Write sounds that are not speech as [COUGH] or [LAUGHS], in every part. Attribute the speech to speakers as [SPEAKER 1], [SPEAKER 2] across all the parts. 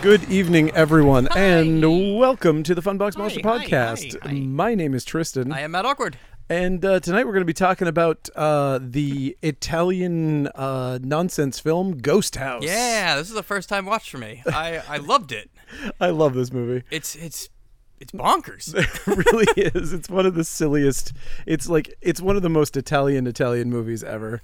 [SPEAKER 1] Good evening, everyone,
[SPEAKER 2] Hi.
[SPEAKER 1] and welcome to the Funbox Monster
[SPEAKER 2] hi, hi,
[SPEAKER 1] Podcast.
[SPEAKER 2] hi.
[SPEAKER 1] My name is Tristan,
[SPEAKER 2] I am Matt Awkward.
[SPEAKER 1] and uh, tonight we're going to be talking about uh, the Italian uh, nonsense film Ghost House.
[SPEAKER 2] Yeah, this is the first time watch for me. I, I loved it.
[SPEAKER 1] I love this movie. [LAUGHS]
[SPEAKER 2] It's it's it's bonkers.
[SPEAKER 1] It really is. It's one of the silliest. It's like it's one of the most Italian Italian movies ever.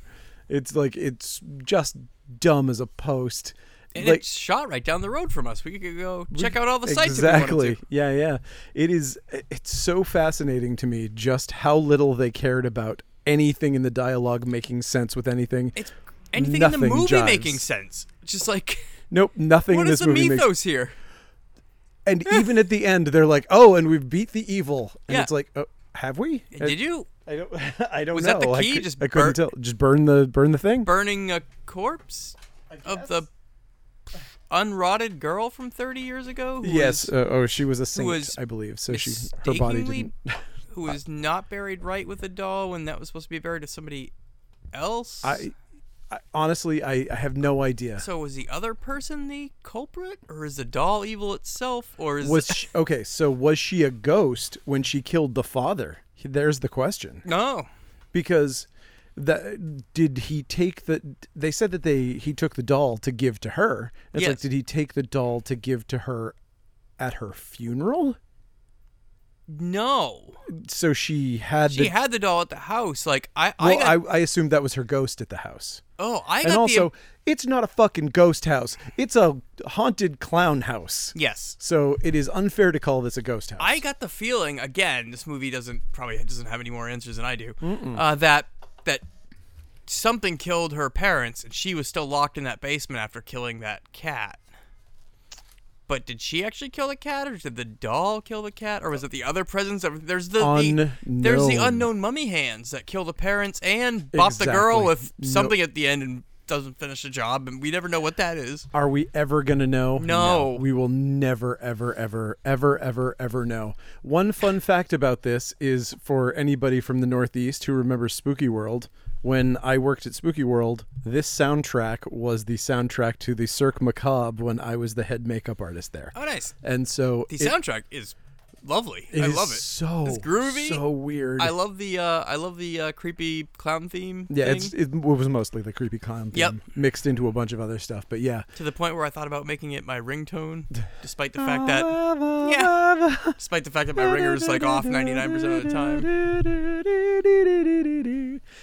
[SPEAKER 1] It's like it's just dumb as a post.
[SPEAKER 2] And
[SPEAKER 1] like,
[SPEAKER 2] it's shot right down the road from us. We could go check out all the sites. if we wanted
[SPEAKER 1] exactly yeah yeah it is it's so fascinating to me just how little they cared about anything in the dialogue making sense with anything
[SPEAKER 2] to. It's anything in
[SPEAKER 1] Nothing
[SPEAKER 2] the movie
[SPEAKER 1] jives.
[SPEAKER 2] making sense. Just like
[SPEAKER 1] nope nothing
[SPEAKER 2] what
[SPEAKER 1] in
[SPEAKER 2] is
[SPEAKER 1] this
[SPEAKER 2] the
[SPEAKER 1] movie makes
[SPEAKER 2] mythos here? [LAUGHS]
[SPEAKER 1] and even at the end they're like oh and we've beat the evil and
[SPEAKER 2] Yeah.
[SPEAKER 1] it's like oh, have we I-
[SPEAKER 2] Did you
[SPEAKER 1] I don't [LAUGHS] I don't
[SPEAKER 2] Was
[SPEAKER 1] know
[SPEAKER 2] that the
[SPEAKER 1] I,
[SPEAKER 2] key?
[SPEAKER 1] cou-
[SPEAKER 2] Just
[SPEAKER 1] I couldn't
[SPEAKER 2] burn-
[SPEAKER 1] tell just burn the burn the thing
[SPEAKER 2] burning a corpse of the unrotted girl from 30 years ago? who
[SPEAKER 1] yes
[SPEAKER 2] was
[SPEAKER 1] uh, oh she was a saint
[SPEAKER 2] was
[SPEAKER 1] I believe so she her body
[SPEAKER 2] mistakenly
[SPEAKER 1] didn't
[SPEAKER 2] who was not buried right with a doll when that was supposed to be buried to somebody else.
[SPEAKER 1] I, I honestly I, I have no idea
[SPEAKER 2] So was the other person the culprit, or is the doll evil itself, or is
[SPEAKER 1] was she, okay so was she a ghost when she killed the father there's the question
[SPEAKER 2] no?
[SPEAKER 1] because that did he take the they said that they he took the doll to give to her it's like
[SPEAKER 2] Yes.
[SPEAKER 1] did he take the doll to give to her at her funeral
[SPEAKER 2] No,
[SPEAKER 1] so she had
[SPEAKER 2] she
[SPEAKER 1] the
[SPEAKER 2] had the doll at the house. Like I, I
[SPEAKER 1] well, I,
[SPEAKER 2] got,
[SPEAKER 1] I assumed that was her ghost at the house
[SPEAKER 2] oh, I got
[SPEAKER 1] and also
[SPEAKER 2] the
[SPEAKER 1] it's not a fucking ghost house it's a haunted clown house
[SPEAKER 2] yes.
[SPEAKER 1] so it is unfair to call this a ghost house
[SPEAKER 2] I got the feeling again. This movie doesn't probably doesn't have any more answers than I do. Uh, that that something killed her parents, and she was still locked in that basement after killing that cat. But did she actually kill the cat, or did the doll kill the cat, or was it the other presence? Of, there's the, the there's the
[SPEAKER 1] Unknown.
[SPEAKER 2] unknown mummy hands that kill the parents and bop the
[SPEAKER 1] Exactly.
[SPEAKER 2] girl with
[SPEAKER 1] No-
[SPEAKER 2] something at the end and doesn't finish the job, and we never know what that is.
[SPEAKER 1] Are we ever going to know?
[SPEAKER 2] No.
[SPEAKER 1] We will never, ever, ever, ever, ever, ever know. One fun fact about this is for anybody from the Northeast who remembers Spooky World, when I worked at Spooky World, this soundtrack was the soundtrack to the Cirque Macabre when I was the head makeup artist there.
[SPEAKER 2] Oh, nice.
[SPEAKER 1] And so
[SPEAKER 2] The
[SPEAKER 1] it-
[SPEAKER 2] soundtrack is lovely.
[SPEAKER 1] it
[SPEAKER 2] I
[SPEAKER 1] is
[SPEAKER 2] love it.
[SPEAKER 1] So
[SPEAKER 2] It's groovy.
[SPEAKER 1] So weird.
[SPEAKER 2] I love the uh, I love the uh, creepy clown theme.
[SPEAKER 1] yeah,
[SPEAKER 2] thing,
[SPEAKER 1] it's, it was mostly the creepy clown
[SPEAKER 2] Yep.
[SPEAKER 1] theme mixed into a bunch of other stuff, but yeah.
[SPEAKER 2] to the point where I thought about making it
[SPEAKER 1] [LAUGHS]
[SPEAKER 2] my ringtone, despite the fact that
[SPEAKER 1] yeah.
[SPEAKER 2] despite the fact that my ringer is like off 99% of
[SPEAKER 1] [LAUGHS]
[SPEAKER 2] the time.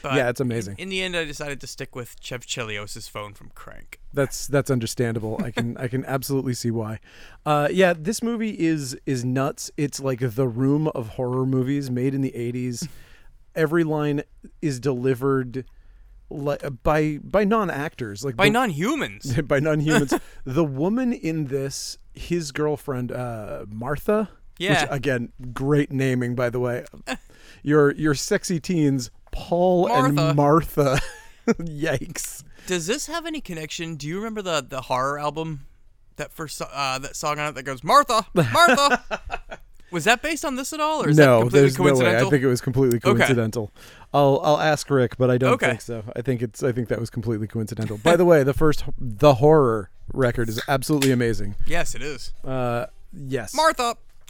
[SPEAKER 2] But
[SPEAKER 1] yeah, it's amazing.
[SPEAKER 2] In the end, I decided to stick with Chev Chelios's phone from Crank.
[SPEAKER 1] That's that's understandable. I can I can absolutely see why. Uh, yeah, this movie is is nuts. It's like the room of horror movies made in the '80s. Every line is delivered like by by non actors, like
[SPEAKER 2] By
[SPEAKER 1] the-
[SPEAKER 2] non-humans.
[SPEAKER 1] [LAUGHS] by non
[SPEAKER 2] [LAUGHS]
[SPEAKER 1] humans. the woman in this, his girlfriend, uh, Martha.
[SPEAKER 2] Yeah.
[SPEAKER 1] Which, again, great naming, by the
[SPEAKER 2] [LAUGHS]
[SPEAKER 1] way. your your sexy teens, Paul
[SPEAKER 2] Martha.
[SPEAKER 1] and Martha. [LAUGHS] Yikes.
[SPEAKER 2] Does this have any connection? Do you remember the the horror album that first so- uh, that song on it that goes Martha,
[SPEAKER 1] [LAUGHS]
[SPEAKER 2] Martha? Was that based on this at all, or is that
[SPEAKER 1] no,
[SPEAKER 2] completely
[SPEAKER 1] there's no way.
[SPEAKER 2] coincidental?
[SPEAKER 1] I think it was completely coincidental. I'll I'll ask Rick, but I don't
[SPEAKER 2] Okay.
[SPEAKER 1] think so. I think it's I think that was completely coincidental. By the way, the first the horror record is absolutely amazing.
[SPEAKER 2] [LAUGHS] yes, it is.
[SPEAKER 1] Uh, yes.
[SPEAKER 2] Martha. [LAUGHS]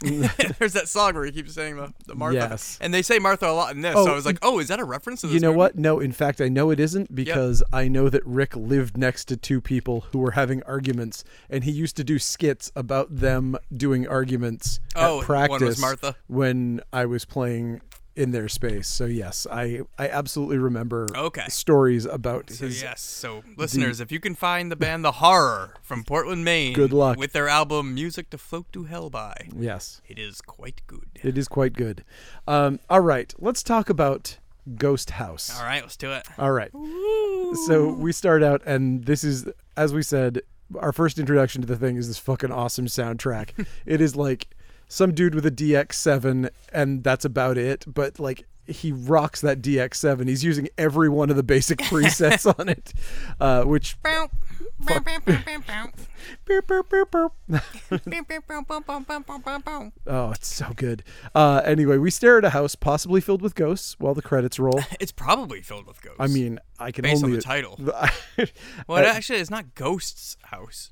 [SPEAKER 2] There's that song where he keeps saying the, the Martha,
[SPEAKER 1] Yes.
[SPEAKER 2] and they say Martha a lot in this. so I was like, oh, is that a reference to this?
[SPEAKER 1] You know
[SPEAKER 2] movie?
[SPEAKER 1] what? No, in fact, I know it isn't because I know that Rick lived next to two people who were having arguments, and he used to do skits about them doing arguments
[SPEAKER 2] Oh, one
[SPEAKER 1] at
[SPEAKER 2] was
[SPEAKER 1] practice
[SPEAKER 2] Martha.
[SPEAKER 1] when I was playing in their space. So yes, I I absolutely remember
[SPEAKER 2] Okay.
[SPEAKER 1] stories about
[SPEAKER 2] So,
[SPEAKER 1] his.
[SPEAKER 2] yes. So listeners, if you can find the band The Horror from Portland, Maine,
[SPEAKER 1] Good luck.
[SPEAKER 2] with their album "Music to Float to Hell" by,
[SPEAKER 1] Yes,
[SPEAKER 2] it is quite good.
[SPEAKER 1] it is quite good. Um, all right, let's talk about Ghost House.
[SPEAKER 2] All right, let's do it. [LAUGHS]
[SPEAKER 1] All right. So we start out, and this is, as we said, our first introduction to the thing is this fucking awesome soundtrack.
[SPEAKER 2] [LAUGHS]
[SPEAKER 1] it is like some dude with a DX7, and that's about it. But like, he rocks that DX7. He's using every one of the basic
[SPEAKER 2] [LAUGHS]
[SPEAKER 1] presets on it, uh, which.
[SPEAKER 3] Bow. Bow, bow, bow, bow, bow.
[SPEAKER 1] Beep, beep, beep, beep.
[SPEAKER 3] Bow, bow, bow, bow, bow, bow, bow, bow, bow.
[SPEAKER 1] [LAUGHS] Oh, it's so good. Uh, anyway, we stare at a house possibly filled with ghosts while the credits roll.
[SPEAKER 2] It's probably filled with ghosts.
[SPEAKER 1] I mean, I can
[SPEAKER 2] based on
[SPEAKER 1] only
[SPEAKER 2] the title.
[SPEAKER 1] [LAUGHS] I-
[SPEAKER 2] Well, it actually, it's not Ghosts House.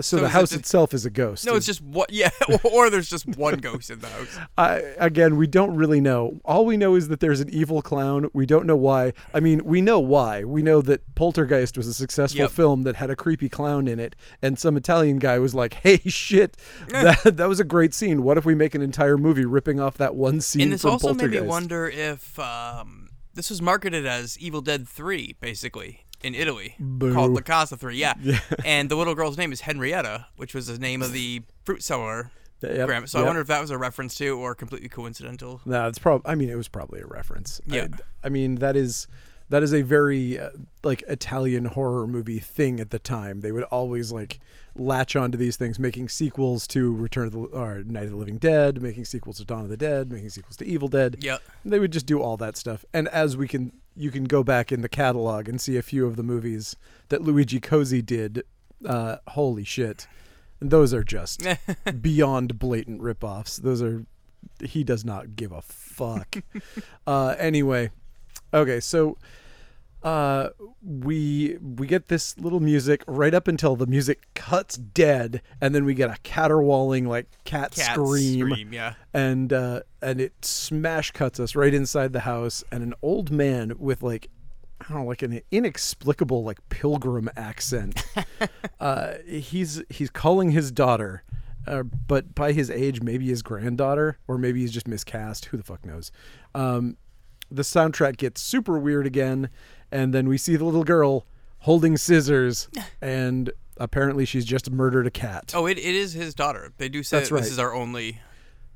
[SPEAKER 1] So,
[SPEAKER 2] is
[SPEAKER 1] the
[SPEAKER 2] it
[SPEAKER 1] house
[SPEAKER 2] just-
[SPEAKER 1] itself is a ghost.
[SPEAKER 2] No, it's just what. [LAUGHS] Yeah, or there's just one ghost in the house.
[SPEAKER 1] I, again, we don't really know. All we know is that there's an evil clown. We don't know why. I mean, we know why. We know that Poltergeist was a successful
[SPEAKER 2] Yep.
[SPEAKER 1] film that had a creepy clown in it, and some Italian guy was like, "Hey, [LAUGHS] shit,
[SPEAKER 2] Eh.
[SPEAKER 1] that, that was a great scene. What if we make an entire movie ripping off that one scene
[SPEAKER 2] And this
[SPEAKER 1] from
[SPEAKER 2] also made
[SPEAKER 1] Poltergeist?"
[SPEAKER 2] me wonder if um, this was marketed as Evil Dead 3, basically, in Italy, called La Casa
[SPEAKER 1] [LAUGHS]
[SPEAKER 2] 3. Yeah. and the little girl's name is Henrietta, which was the name of the fruit seller.
[SPEAKER 1] [LAUGHS] Yep,
[SPEAKER 2] grandma. So I
[SPEAKER 1] yep.
[SPEAKER 2] wonder if that was a reference to or completely coincidental.
[SPEAKER 1] No, it's probably. I mean, it was probably a reference. I-
[SPEAKER 2] Yeah.
[SPEAKER 1] I, mean, that is that is a very uh, like Italian horror movie thing at the time. They would always like latch onto these things, making sequels to Return of the or Night of the Living Dead, making sequels to Dawn of the Dead, making sequels to Evil Dead.
[SPEAKER 2] Yeah.
[SPEAKER 1] They would just do all that stuff. And as we can, you can go back in the catalog and see a few of the movies that Luigi Cozy did. Uh, holy shit. And those are
[SPEAKER 2] [LAUGHS]
[SPEAKER 1] just beyond blatant ripoffs. Those are, he does not give a
[SPEAKER 2] [LAUGHS]
[SPEAKER 1] fuck. uh, anyway, okay, so uh we we get this little music right up until the music cuts dead and then we get a caterwauling like cat,
[SPEAKER 2] Cat
[SPEAKER 1] scream
[SPEAKER 2] scream, yeah.
[SPEAKER 1] and uh, and it smash cuts us right inside the house, and an old man with like I don't know, like an inexplicable like pilgrim accent. uh, he's he's calling his daughter, uh, but by his age, maybe his granddaughter, or maybe he's just miscast. Who the fuck knows? Um, the soundtrack gets super weird again, and then we see the little girl holding scissors, and apparently she's just murdered a cat.
[SPEAKER 2] Oh, it, it is his daughter. They do say
[SPEAKER 1] That's
[SPEAKER 2] that
[SPEAKER 1] right.
[SPEAKER 2] this is our only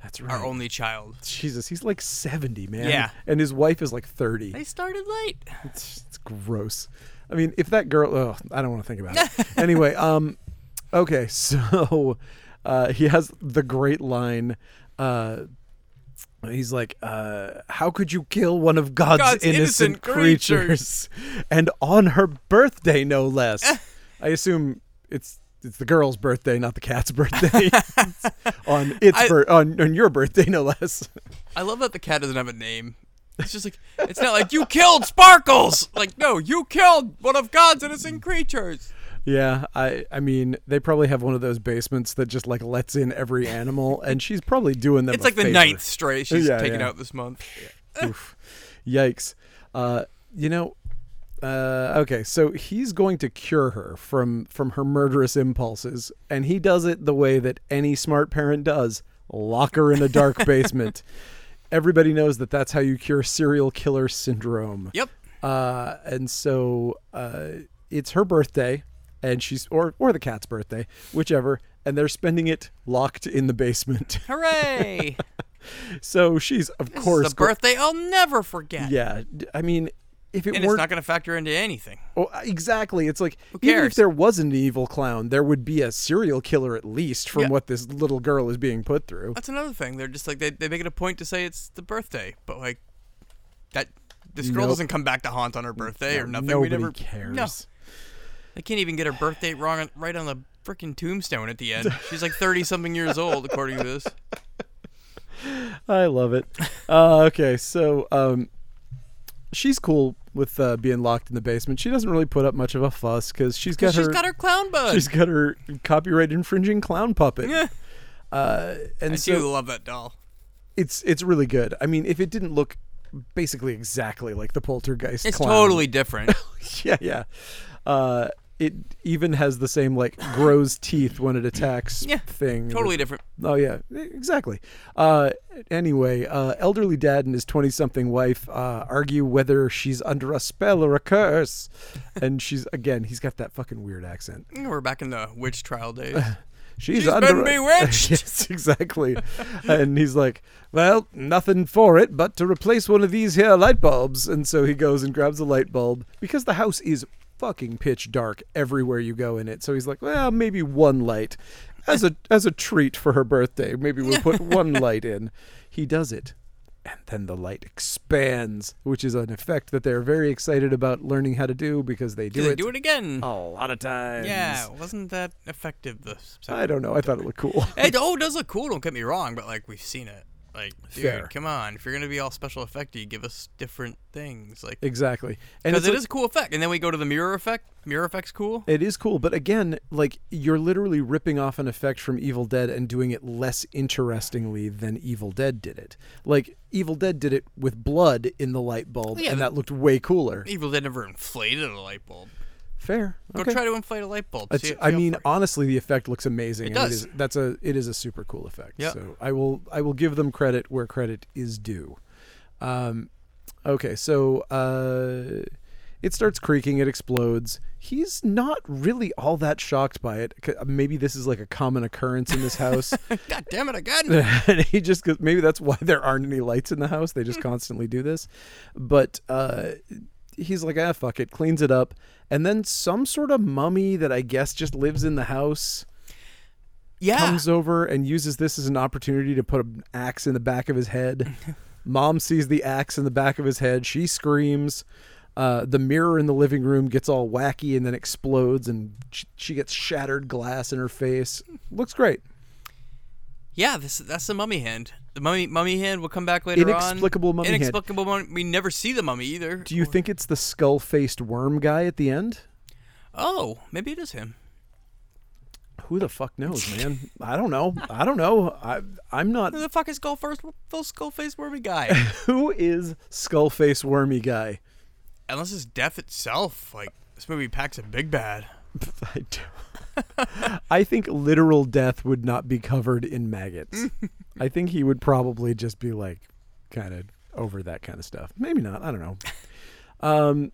[SPEAKER 1] that's
[SPEAKER 2] our only child.
[SPEAKER 1] Jesus, he's like 70, man.
[SPEAKER 2] Yeah.
[SPEAKER 1] And his wife is like 30.
[SPEAKER 2] They started late.
[SPEAKER 1] It's, it's gross. I mean, if that girl, oh, I don't want to think about
[SPEAKER 2] [LAUGHS]
[SPEAKER 1] it. anyway, um, okay, [LAUGHS] so uh, he has the great line. Uh, he's like, uh, "How could you kill one of God's,
[SPEAKER 2] God's
[SPEAKER 1] innocent,
[SPEAKER 2] innocent
[SPEAKER 1] creatures, and on her birthday, no less?"
[SPEAKER 2] [LAUGHS]
[SPEAKER 1] I assume it's it's the girl's birthday, not the cat's [LAUGHS]
[SPEAKER 2] [LAUGHS]
[SPEAKER 1] birthday. on its
[SPEAKER 2] I-
[SPEAKER 1] bir- on on your birthday, no less.
[SPEAKER 2] I love that the cat doesn't have a name. It's just like it's not like you killed Sparkles. Like no, you killed one of God's innocent creatures.
[SPEAKER 1] Yeah, I I mean they probably have one of those basements that just like lets in every animal, and she's probably doing them.
[SPEAKER 2] It's
[SPEAKER 1] a
[SPEAKER 2] like the
[SPEAKER 1] favor.
[SPEAKER 2] ninth stray she's
[SPEAKER 1] Yeah,
[SPEAKER 2] taken
[SPEAKER 1] yeah.
[SPEAKER 2] out this [LAUGHS] month.
[SPEAKER 1] [LAUGHS] Oof. Yikes! Uh, you know, uh, okay, so he's going to cure her from from her murderous impulses, and he does it the way that any smart parent does: lock her in a
[SPEAKER 2] [LAUGHS]
[SPEAKER 1] dark basement. Everybody knows that that's how you cure serial killer syndrome.
[SPEAKER 2] Yep.
[SPEAKER 1] Uh, and so uh, it's her birthday, and she's or or the cat's birthday, whichever, and they're spending it locked in the basement. [LAUGHS]
[SPEAKER 2] Hooray!
[SPEAKER 1] So she's of
[SPEAKER 2] This
[SPEAKER 1] course
[SPEAKER 2] is a birthday I'll never forget.
[SPEAKER 1] yeah. d- I mean, if it
[SPEAKER 2] And it's
[SPEAKER 1] weren't
[SPEAKER 2] not going to factor into anything.
[SPEAKER 1] oh, exactly, it's like even if
[SPEAKER 2] cares?
[SPEAKER 1] there was an evil clown, there would be a serial killer at least from
[SPEAKER 2] Yeah.
[SPEAKER 1] what this little girl is being put through.
[SPEAKER 2] That's another thing. They're just like they, they make it a point to say it's the birthday, but like that this girl
[SPEAKER 1] Nope.
[SPEAKER 2] doesn't come back to haunt on her birthday or nothing.
[SPEAKER 1] Nobody
[SPEAKER 2] we never
[SPEAKER 1] cares.
[SPEAKER 2] No, they can't even get her birthday wrong on, right on the freaking tombstone at
[SPEAKER 1] [LAUGHS]
[SPEAKER 2] the end. She's like thirty something years old according to this.
[SPEAKER 1] I love it. Uh, okay, so um, she's cool with uh, being locked in the basement. She doesn't really put up much of a fuss because she's got
[SPEAKER 2] She's
[SPEAKER 1] her
[SPEAKER 2] got her clown
[SPEAKER 1] [LAUGHS]
[SPEAKER 2] bud.
[SPEAKER 1] she's got her copyright infringing clown puppet.
[SPEAKER 2] [LAUGHS] Yeah.
[SPEAKER 1] Uh, and
[SPEAKER 2] I
[SPEAKER 1] so
[SPEAKER 2] do love that doll.
[SPEAKER 1] it's it's really good. I mean, if it didn't look basically exactly like the poltergeist,
[SPEAKER 2] It's
[SPEAKER 1] clown,
[SPEAKER 2] totally different.
[SPEAKER 1] [LAUGHS] yeah yeah. Uh, it even has the same like grows teeth when it attacks
[SPEAKER 2] Yeah,
[SPEAKER 1] thing.
[SPEAKER 2] totally different.
[SPEAKER 1] Oh yeah, e- exactly. Uh, anyway, uh, elderly dad and his twenty-something wife uh, argue whether she's under a spell or a curse, and she's again, he's got that fucking weird accent.
[SPEAKER 2] We're back in the witch trial days.
[SPEAKER 1] [LAUGHS] She's,
[SPEAKER 2] She's
[SPEAKER 1] under
[SPEAKER 2] been
[SPEAKER 1] a- [LAUGHS]
[SPEAKER 2] bewitched.
[SPEAKER 1] yes, exactly. and he's like, "Well, nothing for it but to replace one of these here light bulbs." And so he goes and grabs a light bulb because the house is fucking pitch dark everywhere you go in it. So he's like, "Well, maybe one light as a as a treat for her birthday. Maybe we'll
[SPEAKER 2] [LAUGHS]
[SPEAKER 1] put one light in." He does it. And then the light expands, which is an effect that they're very excited about learning how to do because they do,
[SPEAKER 2] Do they
[SPEAKER 1] it, Oh,
[SPEAKER 2] do it again?
[SPEAKER 1] a lot of times.
[SPEAKER 2] yeah, wasn't that effective? The
[SPEAKER 1] I don't know. I thought it looked cool.
[SPEAKER 2] It oh, it does look cool. Don't get me wrong, but like we've seen it. Like, dude,
[SPEAKER 1] Fair.
[SPEAKER 2] come on. If you're gonna be all special effecty, give us different things. Like,
[SPEAKER 1] Exactly. And
[SPEAKER 2] because
[SPEAKER 1] it's
[SPEAKER 2] it
[SPEAKER 1] like-
[SPEAKER 2] is a cool effect. And then we go to the mirror effect. Mirror effect's cool.
[SPEAKER 1] It is cool, but again, like you're literally ripping off an effect from Evil Dead and doing it less interestingly than Evil Dead did it. Like Evil Dead did it with blood in the light bulb,
[SPEAKER 2] Yeah,
[SPEAKER 1] and
[SPEAKER 2] the- E
[SPEAKER 1] that looked way cooler.
[SPEAKER 2] Evil Dead never inflated a light bulb.
[SPEAKER 1] Fair.
[SPEAKER 2] Go
[SPEAKER 1] Okay.
[SPEAKER 2] try to inflate a light bulb.
[SPEAKER 1] It's-
[SPEAKER 2] See- see
[SPEAKER 1] I
[SPEAKER 2] how
[SPEAKER 1] mean,
[SPEAKER 2] far-
[SPEAKER 1] honestly, the effect looks amazing. and
[SPEAKER 2] does.
[SPEAKER 1] is, that's a it is a super cool effect.
[SPEAKER 2] Yeah.
[SPEAKER 1] So I will I will give them credit where credit is due. Um, okay, so uh, it starts creaking. It explodes. He's not really all that shocked by it. C- Maybe this is like a common occurrence in this
[SPEAKER 2] [LAUGHS]
[SPEAKER 1] house.
[SPEAKER 2] God damn it again.
[SPEAKER 1] [LAUGHS] and he just goes- maybe that's why there aren't any lights in the house. They just constantly do this. But uh, he's like, ah, fuck it, cleans it up, and then some sort of mummy that I guess just lives in the house
[SPEAKER 2] yeah.
[SPEAKER 1] comes over and uses this as an opportunity to put an axe in the back of his head. Mom sees the axe in the back of his head. She screams. Uh, the mirror in the living room gets all wacky and then explodes, and sh- she gets shattered glass in her face. Looks great.
[SPEAKER 2] Yeah, this that's the mummy hand. The mummy mummy hand will come back later
[SPEAKER 1] Inexplicable
[SPEAKER 2] on.
[SPEAKER 1] mummy hand.
[SPEAKER 2] Inexplicable mummy. We never see the mummy either.
[SPEAKER 1] Do you think it's the skull faced worm guy at the end?
[SPEAKER 2] Oh, maybe it is him.
[SPEAKER 1] Who the fuck knows, man? I don't know. I don't know. I I'm not
[SPEAKER 2] Who the fuck is skull first? Full skull face wormy guy.
[SPEAKER 1] who is skull faced wormy guy?
[SPEAKER 2] Unless it's death itself. Like this movie packs a big bad.
[SPEAKER 1] I do I think literal death would not be covered in maggots. I think he would probably just be like kind of over that kind of stuff. Maybe not. I don't know. Um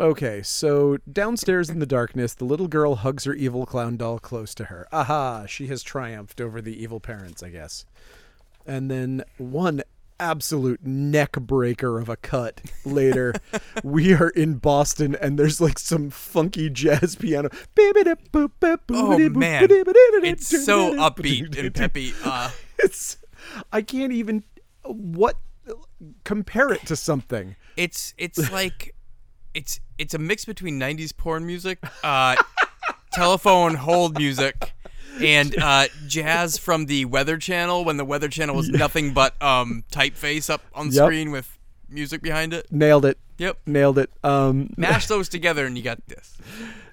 [SPEAKER 1] okay, so downstairs in the darkness, the little girl hugs her evil clown doll close to her. Aha, she has triumphed over the evil parents, I guess. and then one absolute neck breaker of a cut
[SPEAKER 2] [LAUGHS]
[SPEAKER 1] later we are in boston and there's like some funky jazz piano
[SPEAKER 2] Oh
[SPEAKER 1] oh
[SPEAKER 2] man, it's so upbeat and peppy. Uh,
[SPEAKER 1] it's i can't even what compare it to something
[SPEAKER 2] it's it's like it's it's a mix between '90s porn music, uh, telephone hold music, and uh, jazz from the Weather Channel when the Weather Channel was nothing but um, typeface up on the
[SPEAKER 1] Yep.
[SPEAKER 2] screen with music behind it.
[SPEAKER 1] nailed it
[SPEAKER 2] Yep.
[SPEAKER 1] nailed it um
[SPEAKER 2] Mash those together and you got this.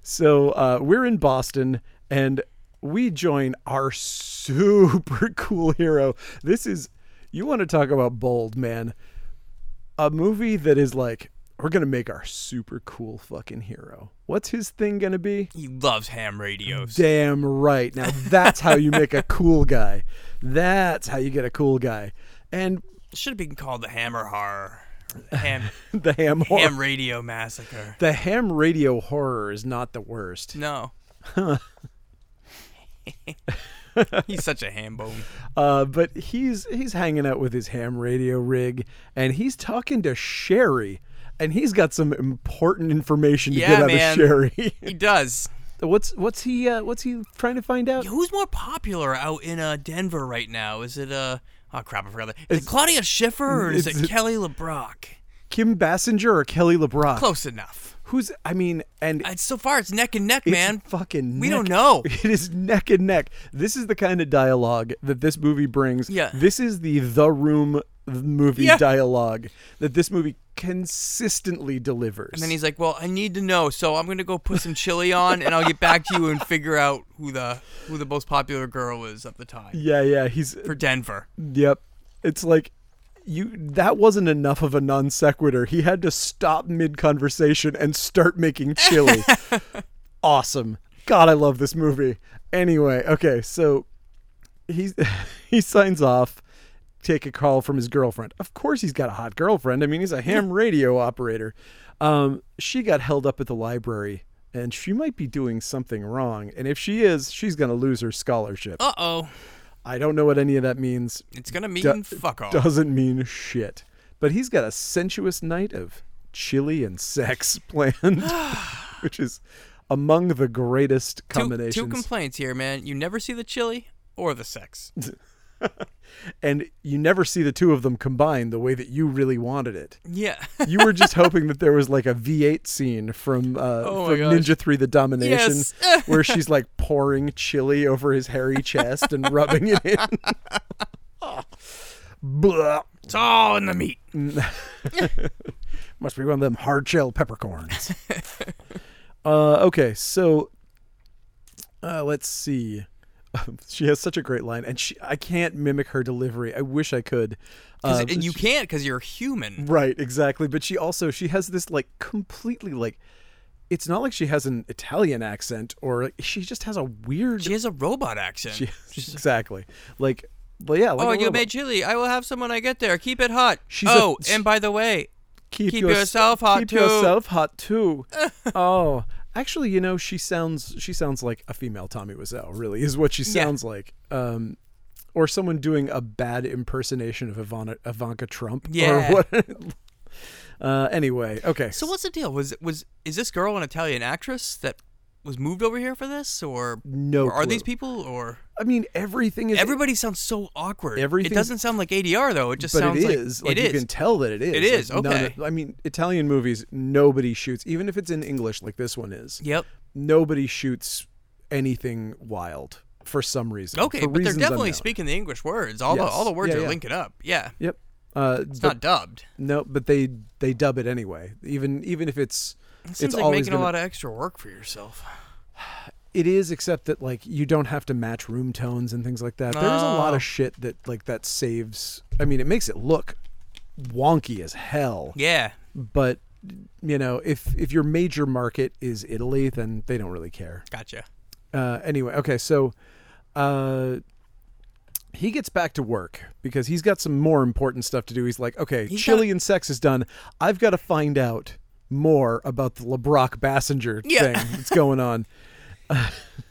[SPEAKER 1] So uh, we're in Boston and we join our super [LAUGHS] cool hero. This is, you want to talk about bold, man. A movie that is like, we're going to make our super cool fucking hero. What's his thing going to be?
[SPEAKER 2] He loves ham radios.
[SPEAKER 1] Damn right. Now that's how you make a cool guy. That's how you get a cool guy. And
[SPEAKER 2] Should have been called the Hammer Horror. or the
[SPEAKER 1] [LAUGHS]
[SPEAKER 2] Ham,
[SPEAKER 1] the ham horror.
[SPEAKER 2] ham Radio Massacre.
[SPEAKER 1] the ham radio horror is not the worst.
[SPEAKER 2] No. [LAUGHS] He's such a ham bone.
[SPEAKER 1] Uh, but he's he's hanging out with his ham radio rig, and he's talking to Sherry, and he's got some important information to get
[SPEAKER 2] Yeah,
[SPEAKER 1] out
[SPEAKER 2] man.
[SPEAKER 1] of Sherry. [LAUGHS]
[SPEAKER 2] He does.
[SPEAKER 1] what's what's he uh, what's he trying to find out?
[SPEAKER 2] Who's more popular out in uh, Denver right now? Is it uh oh crap, I forgot that. Is it Claudia Schiffer or is
[SPEAKER 1] it's-
[SPEAKER 2] it Kelly LeBrock?
[SPEAKER 1] Kim Bassinger or Kelly LeBrock?
[SPEAKER 2] Close enough.
[SPEAKER 1] Who's I mean, and
[SPEAKER 2] Uh, so far it's neck and neck,
[SPEAKER 1] it's
[SPEAKER 2] man.
[SPEAKER 1] fucking
[SPEAKER 2] we
[SPEAKER 1] neck-
[SPEAKER 2] don't know.
[SPEAKER 1] [LAUGHS] It is neck and neck. This is the kind of dialogue that this movie brings.
[SPEAKER 2] Yeah.
[SPEAKER 1] This is the the room movie
[SPEAKER 2] Yeah.
[SPEAKER 1] dialogue that this movie consistently delivers.
[SPEAKER 2] And then he's like, "Well, I need to know, so I'm gonna go put some chili on, and I'll get back to you and figure out who the who the most popular girl is at the time
[SPEAKER 1] yeah, yeah, he's
[SPEAKER 2] for Denver."
[SPEAKER 1] Yep. It's like you that wasn't enough of a non sequitur. He had to stop mid conversation and start making chili. awesome. God, I love this movie. Anyway, okay, so he's he [LAUGHS] signs off, take a call from his girlfriend. Of course he's got a hot girlfriend. I mean, he's a ham radio operator. Um, she got held up at the library and she might be doing something wrong. And if she is, she's gonna lose her scholarship.
[SPEAKER 2] Uh oh,
[SPEAKER 1] I don't know what any of that means
[SPEAKER 2] it's gonna mean
[SPEAKER 1] do-
[SPEAKER 2] fuck off.
[SPEAKER 1] doesn't mean shit. But he's got a sensuous night of chili and
[SPEAKER 2] [LAUGHS]
[SPEAKER 1] sex planned, which is among the greatest
[SPEAKER 2] Two,
[SPEAKER 1] combinations.
[SPEAKER 2] two complaints here, man. You never see the chili or
[SPEAKER 1] [LAUGHS]
[SPEAKER 2] the sex.
[SPEAKER 1] and you never see the two of them combined the way that you really wanted it.
[SPEAKER 2] Yeah,
[SPEAKER 1] You were
[SPEAKER 2] [LAUGHS]
[SPEAKER 1] just hoping that there was like a V8 scene from, uh,
[SPEAKER 2] Oh my
[SPEAKER 1] from
[SPEAKER 2] gosh.
[SPEAKER 1] Ninja 3 The Domination
[SPEAKER 2] Yes. [LAUGHS]
[SPEAKER 1] where she's like
[SPEAKER 2] [LAUGHS]
[SPEAKER 1] pouring chili over his hairy chest and rubbing it in. Blah.
[SPEAKER 2] It's all in the meat.
[SPEAKER 1] Must be one of them hard shell peppercorns. [LAUGHS] uh, okay, so uh, let's see. [LAUGHS] she has such a great line, and she, I can't mimic her delivery. I wish I could.
[SPEAKER 2] 'Cause-
[SPEAKER 1] Uh,
[SPEAKER 2] and you can't because you're human.
[SPEAKER 1] Right, exactly. But she also she has this like completely like it's not like she has an Italian accent or like, she just has a weird [LAUGHS]
[SPEAKER 2] She has a robot accent.
[SPEAKER 1] exactly. Like but yeah, like
[SPEAKER 2] oh,
[SPEAKER 1] a
[SPEAKER 2] you
[SPEAKER 1] robot.
[SPEAKER 2] made chili. I will have some when I get there. Keep it hot.
[SPEAKER 1] She's a-
[SPEAKER 2] oh, and by the way,
[SPEAKER 1] keep,
[SPEAKER 2] keep
[SPEAKER 1] yours-
[SPEAKER 2] yourself hot,
[SPEAKER 1] keep
[SPEAKER 2] too.
[SPEAKER 1] yourself hot
[SPEAKER 2] [LAUGHS]
[SPEAKER 1] too. oh, actually, you know, she sounds she sounds like a female Tommy Wiseau. Really, is what she sounds like. Um, or someone doing a bad impersonation of Ivana, Ivanka Trump.
[SPEAKER 2] Yeah.
[SPEAKER 1] Or what? uh, anyway, okay.
[SPEAKER 2] so what's the deal? Was was is this girl an Italian actress that was moved over here for this, or
[SPEAKER 1] No
[SPEAKER 2] or are these
[SPEAKER 1] clue.
[SPEAKER 2] people or?
[SPEAKER 1] I mean, everything is
[SPEAKER 2] Everybody sounds so awkward.
[SPEAKER 1] Everything-
[SPEAKER 2] It doesn't sound like ADR though. It just
[SPEAKER 1] but
[SPEAKER 2] sounds
[SPEAKER 1] it is.
[SPEAKER 2] like
[SPEAKER 1] Like,
[SPEAKER 2] it
[SPEAKER 1] you
[SPEAKER 2] is.
[SPEAKER 1] can tell that it is.
[SPEAKER 2] It is,
[SPEAKER 1] Like, none
[SPEAKER 2] okay.
[SPEAKER 1] of- I mean, Italian movies, nobody shoots, even if it's in English, like this one is.
[SPEAKER 2] Yep.
[SPEAKER 1] Nobody shoots anything wild for some reason.
[SPEAKER 2] Okay,
[SPEAKER 1] for
[SPEAKER 2] but they're
[SPEAKER 1] reasons
[SPEAKER 2] definitely
[SPEAKER 1] unknown.
[SPEAKER 2] speaking the English words. All the
[SPEAKER 1] Yes.
[SPEAKER 2] all the words
[SPEAKER 1] Yeah,
[SPEAKER 2] are
[SPEAKER 1] yeah.
[SPEAKER 2] linking up. Yeah.
[SPEAKER 1] Yep. Uh,
[SPEAKER 2] It's
[SPEAKER 1] but-
[SPEAKER 2] not dubbed.
[SPEAKER 1] no, but they they dub it anyway. Even even if it's
[SPEAKER 2] It seems
[SPEAKER 1] it's
[SPEAKER 2] like
[SPEAKER 1] always
[SPEAKER 2] making a
[SPEAKER 1] been-
[SPEAKER 2] lot of extra work for yourself.
[SPEAKER 1] it is, except that like you don't have to match room tones and things like that. There is a lot
[SPEAKER 2] Oh.
[SPEAKER 1] of shit that like that saves. I mean, it makes it look wonky as hell.
[SPEAKER 2] Yeah.
[SPEAKER 1] but you know if if your major market is italy then they don't really care
[SPEAKER 2] Gotcha.
[SPEAKER 1] uh anyway okay so uh he gets back to work because he's got some more important stuff to do he's like okay
[SPEAKER 2] He's
[SPEAKER 1] chili and sex is done i've got to find out more about the lebrock bassinger
[SPEAKER 2] [LAUGHS] Yeah.
[SPEAKER 1] thing that's going on [LAUGHS]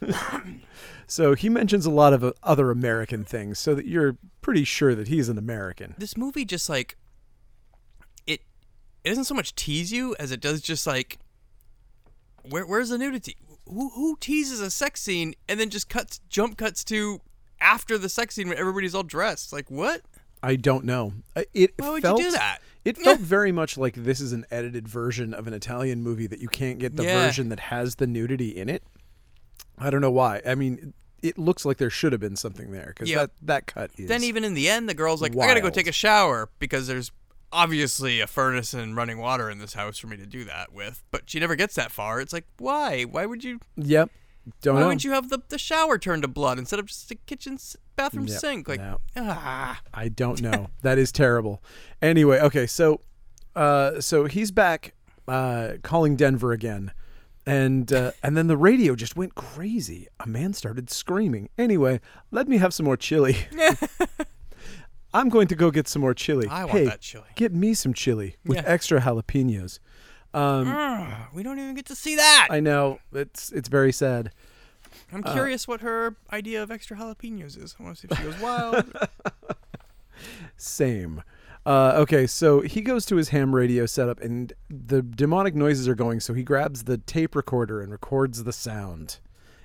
[SPEAKER 1] so he mentions a lot of uh, other american things so that you're pretty sure that he's an american
[SPEAKER 2] This movie just like it it doesn't so much tease you as it does just like where where's the nudity? Who who teases a sex scene and then just cuts jump cuts to after the sex scene when everybody's all dressed? Like what?
[SPEAKER 1] I don't know. Uh, It
[SPEAKER 2] Why would you
[SPEAKER 1] felt,
[SPEAKER 2] do that?
[SPEAKER 1] It felt very much like this is an edited version of an Italian movie that you can't get the
[SPEAKER 2] Yeah.
[SPEAKER 1] version that has the nudity in it. I don't know why. I mean, it looks like there should have been something there because
[SPEAKER 2] Yep.
[SPEAKER 1] that that cut is.
[SPEAKER 2] Then even in the end, the girl's like, "I gotta go
[SPEAKER 1] Wild.
[SPEAKER 2] take a shower because there's obviously a furnace and running water in this house for me to do that with." But she never gets that far. It's like, why? Why would you?
[SPEAKER 1] yep. Don't
[SPEAKER 2] Why
[SPEAKER 1] know.
[SPEAKER 2] would you have the, the shower turned to blood instead of just the kitchen s- bathroom
[SPEAKER 1] Yep.
[SPEAKER 2] sink? Like,
[SPEAKER 1] No.
[SPEAKER 2] ah,
[SPEAKER 1] I don't know. that is terrible. Anyway, okay, so uh so he's back uh calling Denver again. And uh, and then the radio just went crazy. A man started screaming. Anyway, let me have some more
[SPEAKER 2] [LAUGHS]
[SPEAKER 1] chili. I'm going to go get some more chili.
[SPEAKER 2] I want
[SPEAKER 1] hey,
[SPEAKER 2] that chili.
[SPEAKER 1] Get me some chili with
[SPEAKER 2] Yeah.
[SPEAKER 1] extra jalapenos.
[SPEAKER 2] ah, we don't even get to see that. I,
[SPEAKER 1] I know it's it's very sad.
[SPEAKER 2] am curious what her idea of extra jalapenos is. I want to see if she goes wild.
[SPEAKER 1] Same. Uh, okay, so he goes to his ham radio setup, and the demonic noises are going. So he grabs the tape recorder and records the sound.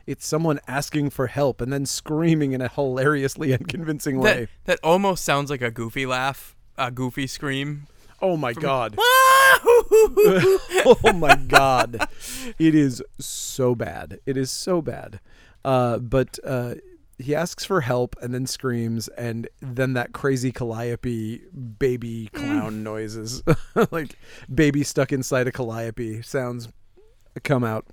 [SPEAKER 1] It's someone asking for help and then screaming in a hilariously [LAUGHS] unconvincing way.
[SPEAKER 2] that that almost sounds like a goofy laugh, a goofy scream. [LAUGHS]
[SPEAKER 1] oh my god!
[SPEAKER 2] Ah!
[SPEAKER 1] [LAUGHS] oh my god! It is so bad. It is so bad. Uh, but uh, he asks for help and then screams, and then that crazy calliope baby
[SPEAKER 2] Mm.
[SPEAKER 1] clown noises, [LAUGHS] like baby stuck inside a calliope sounds come out.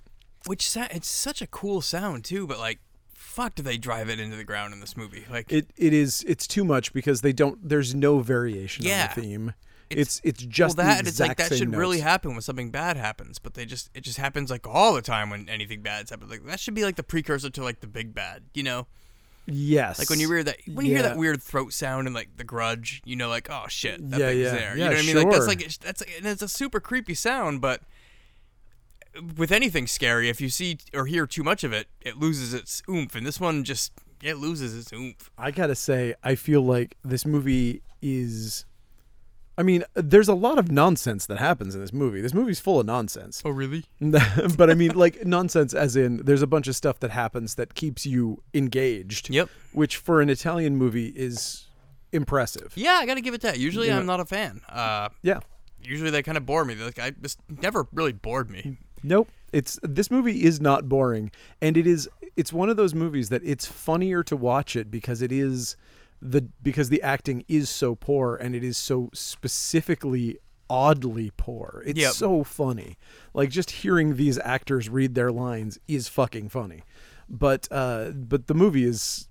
[SPEAKER 2] Which sa- it's such a cool sound too, but like, fuck, do they drive it into the ground in this movie? Like,
[SPEAKER 1] It it is it's too much because they don't. There's no variation
[SPEAKER 2] Yeah.
[SPEAKER 1] on the theme. It's
[SPEAKER 2] It's-
[SPEAKER 1] it's
[SPEAKER 2] well,
[SPEAKER 1] just
[SPEAKER 2] that
[SPEAKER 1] the
[SPEAKER 2] it's like
[SPEAKER 1] exact
[SPEAKER 2] that
[SPEAKER 1] same
[SPEAKER 2] should really
[SPEAKER 1] notes.
[SPEAKER 2] happen when something bad happens, but they just it just happens like all the time when anything bad's happened. Like that should be like the precursor to like the big bad, you know?
[SPEAKER 1] yes.
[SPEAKER 2] Like when you hear that when you hear
[SPEAKER 1] Yeah.
[SPEAKER 2] that weird throat sound and like the grudge, you know, like oh shit, that
[SPEAKER 1] Yeah,
[SPEAKER 2] thing's
[SPEAKER 1] yeah.
[SPEAKER 2] there.
[SPEAKER 1] Yeah,
[SPEAKER 2] you know what I mean? Like
[SPEAKER 1] sure.
[SPEAKER 2] that's like it's- that's and it's a super creepy sound, but with anything scary, if you see or hear too much of it, it loses its oomph, and this one just it loses its oomph.
[SPEAKER 1] I gotta say, I feel like this movie is. I mean, there's a lot of nonsense that happens in this movie. This movie's full of nonsense.
[SPEAKER 2] Oh really?
[SPEAKER 1] [LAUGHS] but I mean, like, nonsense as in there's a bunch of stuff that happens that keeps you engaged.
[SPEAKER 2] Yep.
[SPEAKER 1] Which for an Italian movie is impressive.
[SPEAKER 2] Yeah, I gotta give it that. Usually, I'm not a fan. Uh,
[SPEAKER 1] Yeah.
[SPEAKER 2] usually they kind of bore me. They're Like I this never really bored me.
[SPEAKER 1] Nope. It's this movie is not boring, and it is. It's one of those movies that it's funnier to watch it because it is the because the acting is so poor and it is so specifically oddly poor. It's
[SPEAKER 2] Yep.
[SPEAKER 1] so funny. Like just hearing these actors read their lines is fucking funny. But uh but the movie is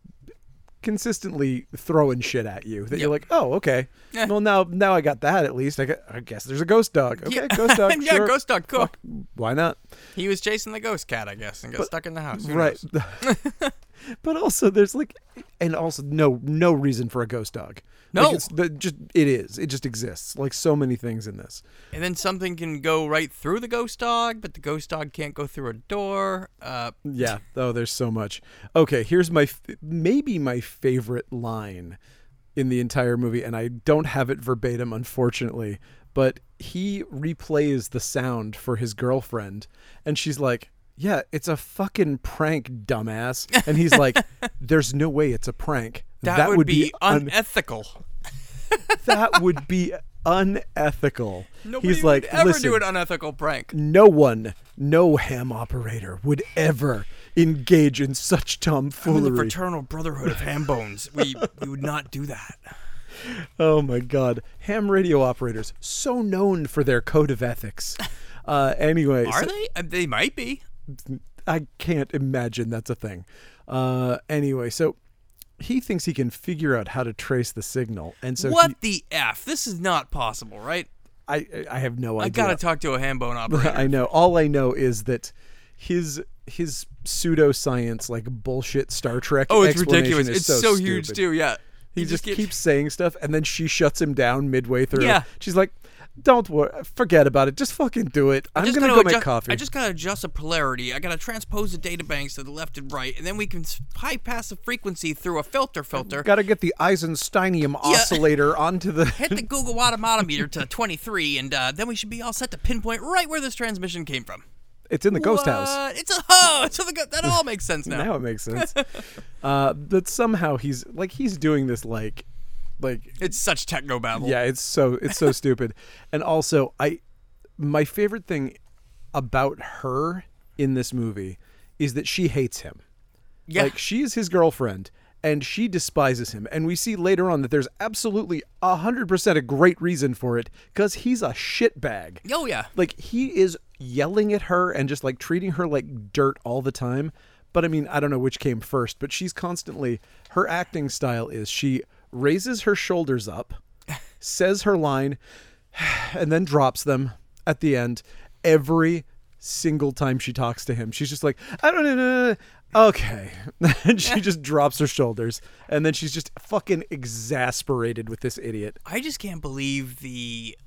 [SPEAKER 1] consistently throwing shit at you that you're
[SPEAKER 2] Yep. Eh.
[SPEAKER 1] like, "Oh, okay.
[SPEAKER 2] Yeah.
[SPEAKER 1] Well, now now I got that at least. I, gu- I guess there's a ghost dog. Okay, ghost dog.
[SPEAKER 2] [LAUGHS] yeah,
[SPEAKER 1] sure.
[SPEAKER 2] ghost dog. Cool.
[SPEAKER 1] Fuck, Why not?
[SPEAKER 2] He was chasing the ghost cat, I guess, and got stuck in the house. Who
[SPEAKER 1] right
[SPEAKER 2] knows?
[SPEAKER 1] [LAUGHS]
[SPEAKER 2] [LAUGHS]
[SPEAKER 1] but also there's like and also no no reason for a ghost dog
[SPEAKER 2] No.
[SPEAKER 1] Like, it's the, just it is it just exists like so many things in this
[SPEAKER 2] And then something can go right through the ghost dog, but the ghost dog can't go through a door. Uh,
[SPEAKER 1] yeah oh there's so much okay here's my f- maybe my favorite line in the entire movie and i don't have it verbatim unfortunately but he replays the sound for his girlfriend and she's like yeah it's a fucking prank dumbass and he's
[SPEAKER 2] [LAUGHS]
[SPEAKER 1] like there's no way it's a prank
[SPEAKER 2] that, would, be, unethical.
[SPEAKER 1] that would be unethical.
[SPEAKER 2] [LAUGHS] Nobody
[SPEAKER 1] He's like,
[SPEAKER 2] would ever
[SPEAKER 1] listen,
[SPEAKER 2] do an unethical prank.
[SPEAKER 1] no one, no ham operator would ever engage in such
[SPEAKER 2] We're the
[SPEAKER 1] tomfoolery.
[SPEAKER 2] fraternal brotherhood of ham bones. We we would not do that.
[SPEAKER 1] Oh my god, ham radio operators, so known for their code of ethics.
[SPEAKER 2] [LAUGHS]
[SPEAKER 1] Uh, anyway, so-
[SPEAKER 2] Are they? Uh, They might be.
[SPEAKER 1] I can't imagine that's a thing. Uh, anyway, so he thinks he can figure out how to trace the signal, and so
[SPEAKER 2] what
[SPEAKER 1] he-
[SPEAKER 2] the f? This is not possible, right?
[SPEAKER 1] I, I have no idea. [LAUGHS]
[SPEAKER 2] I gotta talk to a ham bone operator.
[SPEAKER 1] I know. All I know is that his his pseudoscience, like bullshit Star Trek.
[SPEAKER 2] oh, it's
[SPEAKER 1] explanation
[SPEAKER 2] ridiculous.
[SPEAKER 1] is
[SPEAKER 2] It's so, huge
[SPEAKER 1] stupid.
[SPEAKER 2] too. Yeah.
[SPEAKER 1] He, just,
[SPEAKER 2] get-
[SPEAKER 1] keeps saying stuff, and then she shuts him down midway through.
[SPEAKER 2] Yeah.
[SPEAKER 1] she's like, "Don't worry, forget about it. Just fucking do it. I'm
[SPEAKER 2] just
[SPEAKER 1] gonna go
[SPEAKER 2] gotta
[SPEAKER 1] make
[SPEAKER 2] adjust-
[SPEAKER 1] coffee."
[SPEAKER 2] I just gotta adjust the polarity. I gotta transpose the data banks to the left and right, and then we can s- bypass the frequency through a filter filter.
[SPEAKER 1] gotta get the Eisensteinium oscillator onto the.
[SPEAKER 2] Hit the Google Automatometer to 23, and uh, then we should be all set to pinpoint right where this transmission came from.
[SPEAKER 1] [LAUGHS] It's in the ghost house.
[SPEAKER 2] What? It's a oh, so the, go- that all makes sense now.
[SPEAKER 1] Now it makes
[SPEAKER 2] [LAUGHS]
[SPEAKER 1] sense. uh, but somehow he's like he's doing this like, like
[SPEAKER 2] It's such techno babble.
[SPEAKER 1] Yeah, it's so it's so stupid. And also, I my favorite thing about her in this movie is that she hates him.
[SPEAKER 2] Yeah.
[SPEAKER 1] Like she is his girlfriend and she despises him. And we see later on that there's absolutely 100% a great reason for it cuz he's a shitbag.
[SPEAKER 2] Oh yeah.
[SPEAKER 1] Like he is yelling at her and just like treating her like dirt all the time. But I mean, I don't know which came first, but she's constantly her acting style is she raises her shoulders up, says her line, and then drops them at the end every single time she talks to him. She's just like, I don't know. Okay. [LAUGHS] and she just drops her shoulders. And then she's just fucking exasperated with this idiot.
[SPEAKER 2] I just can't believe the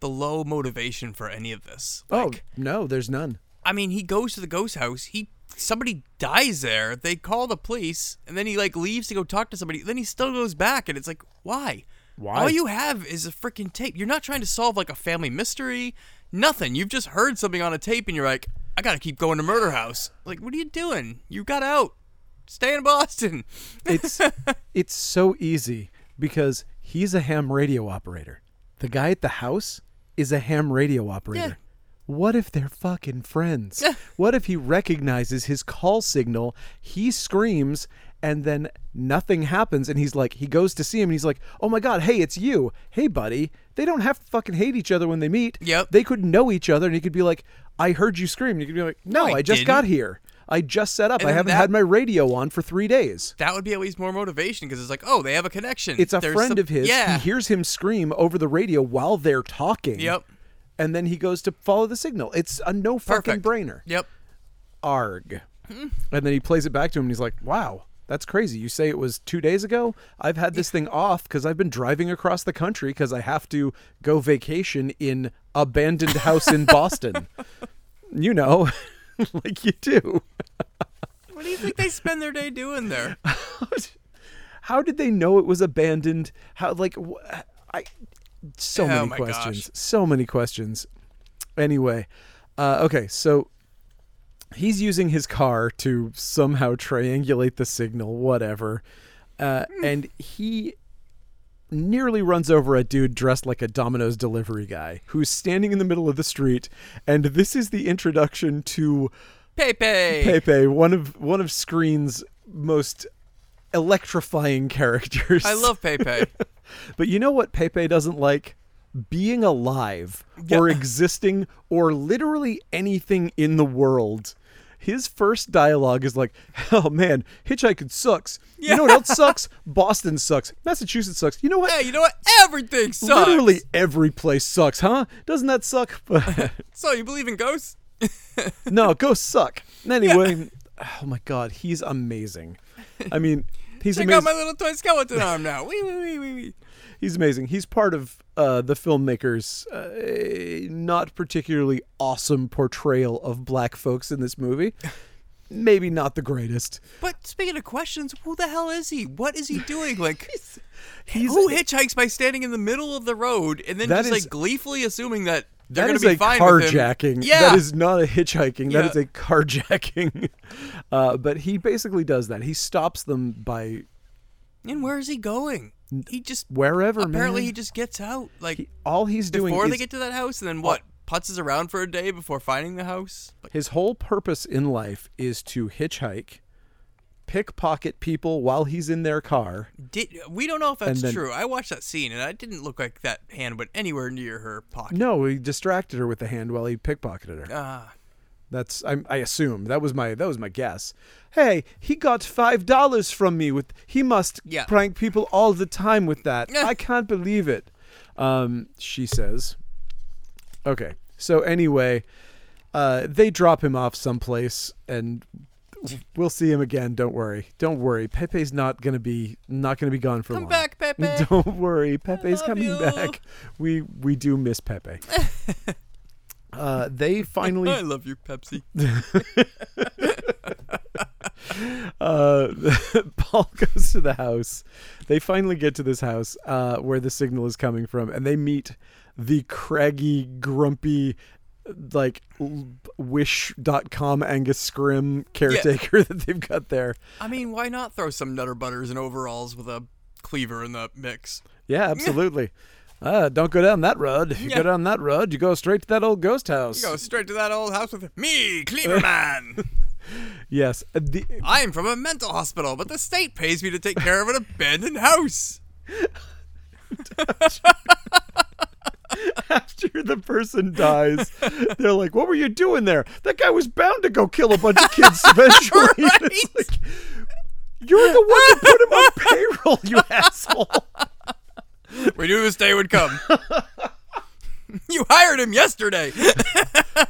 [SPEAKER 2] the low motivation for any of this.
[SPEAKER 1] Oh,
[SPEAKER 2] Like,
[SPEAKER 1] no, there's none.
[SPEAKER 2] I mean, he goes to the ghost house. He somebody dies there. They call the police, and then he like leaves to go talk to somebody. Then he still goes back, and it's like, why?
[SPEAKER 1] Why?
[SPEAKER 2] All you have is a freaking tape. You're not trying to solve like a family mystery. Nothing. You've just heard something on a tape, and you're like, I gotta keep going to Murder House. Like, what are you doing? You got out. Stay in Boston. [LAUGHS]
[SPEAKER 1] it's it's so easy because he's a ham radio operator. The guy at the house is a ham radio operator.
[SPEAKER 2] Yeah.
[SPEAKER 1] What if they're fucking friends? what if he recognizes his call signal? He screams and then nothing happens and he's like he goes to see him and he's like, "Oh my god, hey, it's you. Hey, buddy." They don't have to fucking hate each other when they meet.
[SPEAKER 2] Yep.
[SPEAKER 1] They could know each other and he could be like, "I heard you scream." And you could be like, "No,
[SPEAKER 2] I
[SPEAKER 1] I, just
[SPEAKER 2] didn't."
[SPEAKER 1] got here. I just set up. I
[SPEAKER 2] then
[SPEAKER 1] haven't
[SPEAKER 2] that-
[SPEAKER 1] had my radio on for 3 days."
[SPEAKER 2] That would be at least more motivation because it's like, oh, they have a connection.
[SPEAKER 1] it's a
[SPEAKER 2] There's
[SPEAKER 1] friend
[SPEAKER 2] some-
[SPEAKER 1] of his.
[SPEAKER 2] Yeah.
[SPEAKER 1] He hears him scream over the radio while they're talking.
[SPEAKER 2] Yep.
[SPEAKER 1] And then he goes to follow the signal. It's a no fucking
[SPEAKER 2] Perfect. Hmm.
[SPEAKER 1] brainer.
[SPEAKER 2] Yep.
[SPEAKER 1] Arg. and then he plays it back to him and he's like, wow, that's crazy. You say it was two days ago? I've had this thing off because I've been driving across the country because I have to go vacation in abandoned house
[SPEAKER 2] [LAUGHS]
[SPEAKER 1] in Boston. You know, [LAUGHS] like you do.
[SPEAKER 2] What do you think they spend their day
[SPEAKER 1] [LAUGHS]
[SPEAKER 2] doing there?
[SPEAKER 1] How did they know it was abandoned? How like wh- I so
[SPEAKER 2] Oh
[SPEAKER 1] many
[SPEAKER 2] my gosh.
[SPEAKER 1] questions. So many questions. Anyway, uh, okay, so he's using his car to somehow triangulate the signal, whatever, uh,
[SPEAKER 2] Hmm.
[SPEAKER 1] and he nearly runs over a dude dressed like a Domino's delivery guy who's standing in the middle of the street, and this is the introduction to
[SPEAKER 2] Pepe.
[SPEAKER 1] Pepe, one of one of Screen's most electrifying characters.
[SPEAKER 2] I love Pepe.
[SPEAKER 1] [LAUGHS] But you know what Pepe doesn't like? Being alive or existing or literally anything in the world. His first dialogue is like, "Oh man, hitchhiking sucks. You know what else sucks? Boston sucks. Massachusetts sucks. You know what?
[SPEAKER 2] hey, you know what? Everything sucks.
[SPEAKER 1] Literally every place sucks, huh? Doesn't that suck? [LAUGHS]
[SPEAKER 2] So you believe in ghosts? [LAUGHS]
[SPEAKER 1] no, go suck. Anyway, oh my god, he's amazing. I
[SPEAKER 2] [LAUGHS]
[SPEAKER 1] mean, he's
[SPEAKER 2] Check
[SPEAKER 1] amazing.
[SPEAKER 2] out my little toy skeleton arm now. Wee wee wee wee wee.
[SPEAKER 1] he's amazing. He's part of uh, the filmmaker's uh, not particularly awesome portrayal of black folks in this
[SPEAKER 2] [LAUGHS]
[SPEAKER 1] movie. Maybe not the greatest.
[SPEAKER 2] But speaking of questions, who the hell is he? What is he doing? [LAUGHS] Like, who hitchhikes by standing in the middle of the road and then
[SPEAKER 1] That
[SPEAKER 2] just
[SPEAKER 1] is-
[SPEAKER 2] like gleefully assuming that they're
[SPEAKER 1] That
[SPEAKER 2] going
[SPEAKER 1] is
[SPEAKER 2] to be
[SPEAKER 1] a
[SPEAKER 2] fine with him?
[SPEAKER 1] carjacking.
[SPEAKER 2] Yeah,
[SPEAKER 1] That is not a hitchhiking.
[SPEAKER 2] Yeah.
[SPEAKER 1] That is a carjacking. [LAUGHS] Uh, but he basically does that. He stops them by
[SPEAKER 2] and where is he going? He just
[SPEAKER 1] wherever.
[SPEAKER 2] apparently
[SPEAKER 1] man.
[SPEAKER 2] he just gets out like
[SPEAKER 1] all he's doing
[SPEAKER 2] before
[SPEAKER 1] is
[SPEAKER 2] they get to that house, and then what? Putzes around for a day before finding the house. Like,
[SPEAKER 1] His whole purpose in life is to hitchhike, pickpocket people while he's in their car.
[SPEAKER 2] did we don't know if that's
[SPEAKER 1] And then-
[SPEAKER 2] true. I watched that scene, and it didn't look like that hand went anywhere near her pocket.
[SPEAKER 1] No, he distracted her with the hand while he pickpocketed her.
[SPEAKER 2] Ah,
[SPEAKER 1] That's I, I assume that was my that was my guess. Hey, he got five dollars from me with he must
[SPEAKER 2] Yeah.
[SPEAKER 1] prank people all the time with
[SPEAKER 2] [LAUGHS]
[SPEAKER 1] that.
[SPEAKER 2] Yeah.
[SPEAKER 1] I can't believe it. Um, she says. Okay, so anyway, uh, they drop him off someplace, and we'll see him again. Don't worry, don't worry. Pepe's not gonna be not gonna be gone for
[SPEAKER 2] come
[SPEAKER 1] long.
[SPEAKER 2] back, Pepe.
[SPEAKER 1] [LAUGHS] Don't worry, Pepe's
[SPEAKER 2] love
[SPEAKER 1] coming
[SPEAKER 2] you.
[SPEAKER 1] back. We we do miss
[SPEAKER 2] [LAUGHS]
[SPEAKER 1] Pepe. uh, they finally
[SPEAKER 2] I love you, Pepsi.
[SPEAKER 1] uh, [LAUGHS] Paul goes to the house. They finally get to this house uh, where the signal is coming from, and they meet the craggy, grumpy, like l- wish.com Angus Scrim caretaker [LAUGHS] that they've got there.
[SPEAKER 2] I mean, why not throw some Nutter Butters and overalls with a cleaver in the mix?
[SPEAKER 1] Yeah, absolutely. Uh, don't go down that road. You
[SPEAKER 2] Yeah.
[SPEAKER 1] go down that road, you go straight to that old ghost house.
[SPEAKER 2] Go straight to that old house with me,
[SPEAKER 1] [LAUGHS]
[SPEAKER 2] Cleaverman.
[SPEAKER 1] Yes. uh, The,
[SPEAKER 2] I'm from a mental hospital, but the state pays me to take care of an abandoned house.
[SPEAKER 1] [LAUGHS] after the person dies, they're like, "What were you doing there? That guy was bound to go kill a bunch of kids eventually." [LAUGHS] And it's
[SPEAKER 2] Right.
[SPEAKER 1] like, You're the one that put him on payroll, you asshole.
[SPEAKER 2] We knew this day would come. [LAUGHS] you hired him
[SPEAKER 1] [LAUGHS]
[SPEAKER 2] yesterday.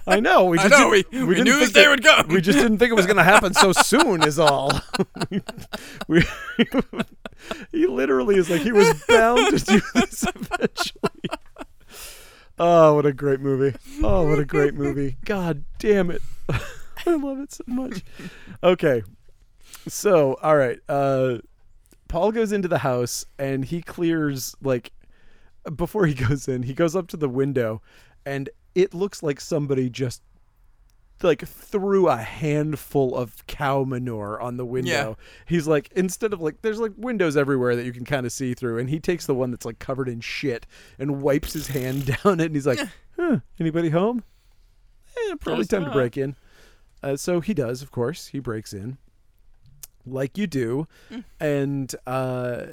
[SPEAKER 1] I know. We just
[SPEAKER 2] know,
[SPEAKER 1] didn't-
[SPEAKER 2] we- we
[SPEAKER 1] didn't
[SPEAKER 2] knew
[SPEAKER 1] think
[SPEAKER 2] this day
[SPEAKER 1] it-
[SPEAKER 2] would come.
[SPEAKER 1] We just didn't think it was going to happen
[SPEAKER 2] [LAUGHS]
[SPEAKER 1] so soon. Is all. [LAUGHS] we, he literally is like he was bound to do this eventually. Oh, what a great movie! Oh, what a great movie! God damn it! [LAUGHS] I love it so much. Okay, so all right. Uh, Paul goes into the house and he clears like before he [LAUGHS] goes in, he goes up to the window and it looks like somebody just like threw a handful of cow manure on the window. He's like instead of like there's like windows everywhere that you can kind of see through and he takes the one that's like covered in shit and wipes his hand [LAUGHS] down it and he's like, "Huh, anybody home?" Eh, probably
[SPEAKER 2] There's
[SPEAKER 1] time to
[SPEAKER 2] not.
[SPEAKER 1] break in. Uh, so he does, of course. He breaks in like you do
[SPEAKER 2] Mm.
[SPEAKER 1] and uh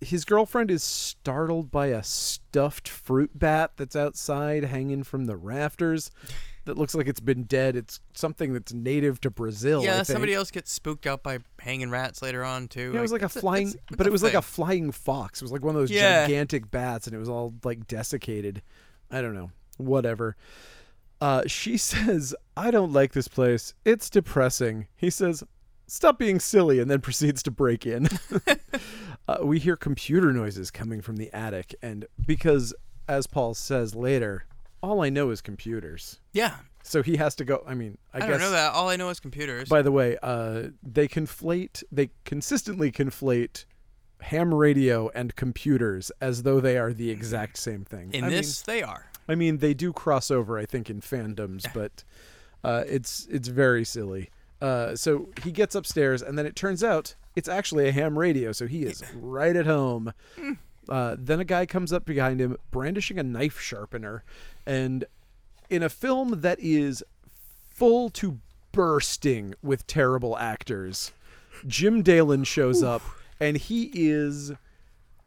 [SPEAKER 1] his girlfriend is startled by a stuffed fruit bat that's outside hanging from the rafters that looks like it's been dead. It's something that's native to Brazil. I
[SPEAKER 2] yeah,
[SPEAKER 1] think.
[SPEAKER 2] somebody else gets spooked out by hanging rats later on too.
[SPEAKER 1] Yeah, it was like a
[SPEAKER 2] it's
[SPEAKER 1] flying,
[SPEAKER 2] it's- it's
[SPEAKER 1] but it was like a
[SPEAKER 2] thing.
[SPEAKER 1] flying fox. It was like one of those
[SPEAKER 2] Yeah.
[SPEAKER 1] gigantic bats, and it was all like desiccated. I don't know, whatever. Uh, she [LAUGHS] says, "I don't like this place. It's depressing." He says, "Stop being silly," and then [LAUGHS] proceeds to break
[SPEAKER 2] [LAUGHS]
[SPEAKER 1] in. [LAUGHS] uh, we hear computer noises coming from the attic, and because, as Paul says later, all I know is computers.
[SPEAKER 2] yeah.
[SPEAKER 1] So he has to go. I mean, I,
[SPEAKER 2] I,
[SPEAKER 1] guess
[SPEAKER 2] don't know that. All I know is computers.
[SPEAKER 1] by the way, uh, they conflate, they consistently conflate ham radio and computers as though they are the exact same thing.
[SPEAKER 2] Mm-hmm. in
[SPEAKER 1] I
[SPEAKER 2] this, they are.
[SPEAKER 1] mean, I mean, they do cross over, I think, in fandoms, but uh, it's it's very silly. Uh, so he gets upstairs, and then it turns out it's actually a ham radio, so he is right at home. Uh, then a guy comes up behind him, brandishing a knife sharpener, and in a film that is full to bursting with terrible actors. Jim Dalen shows up and he is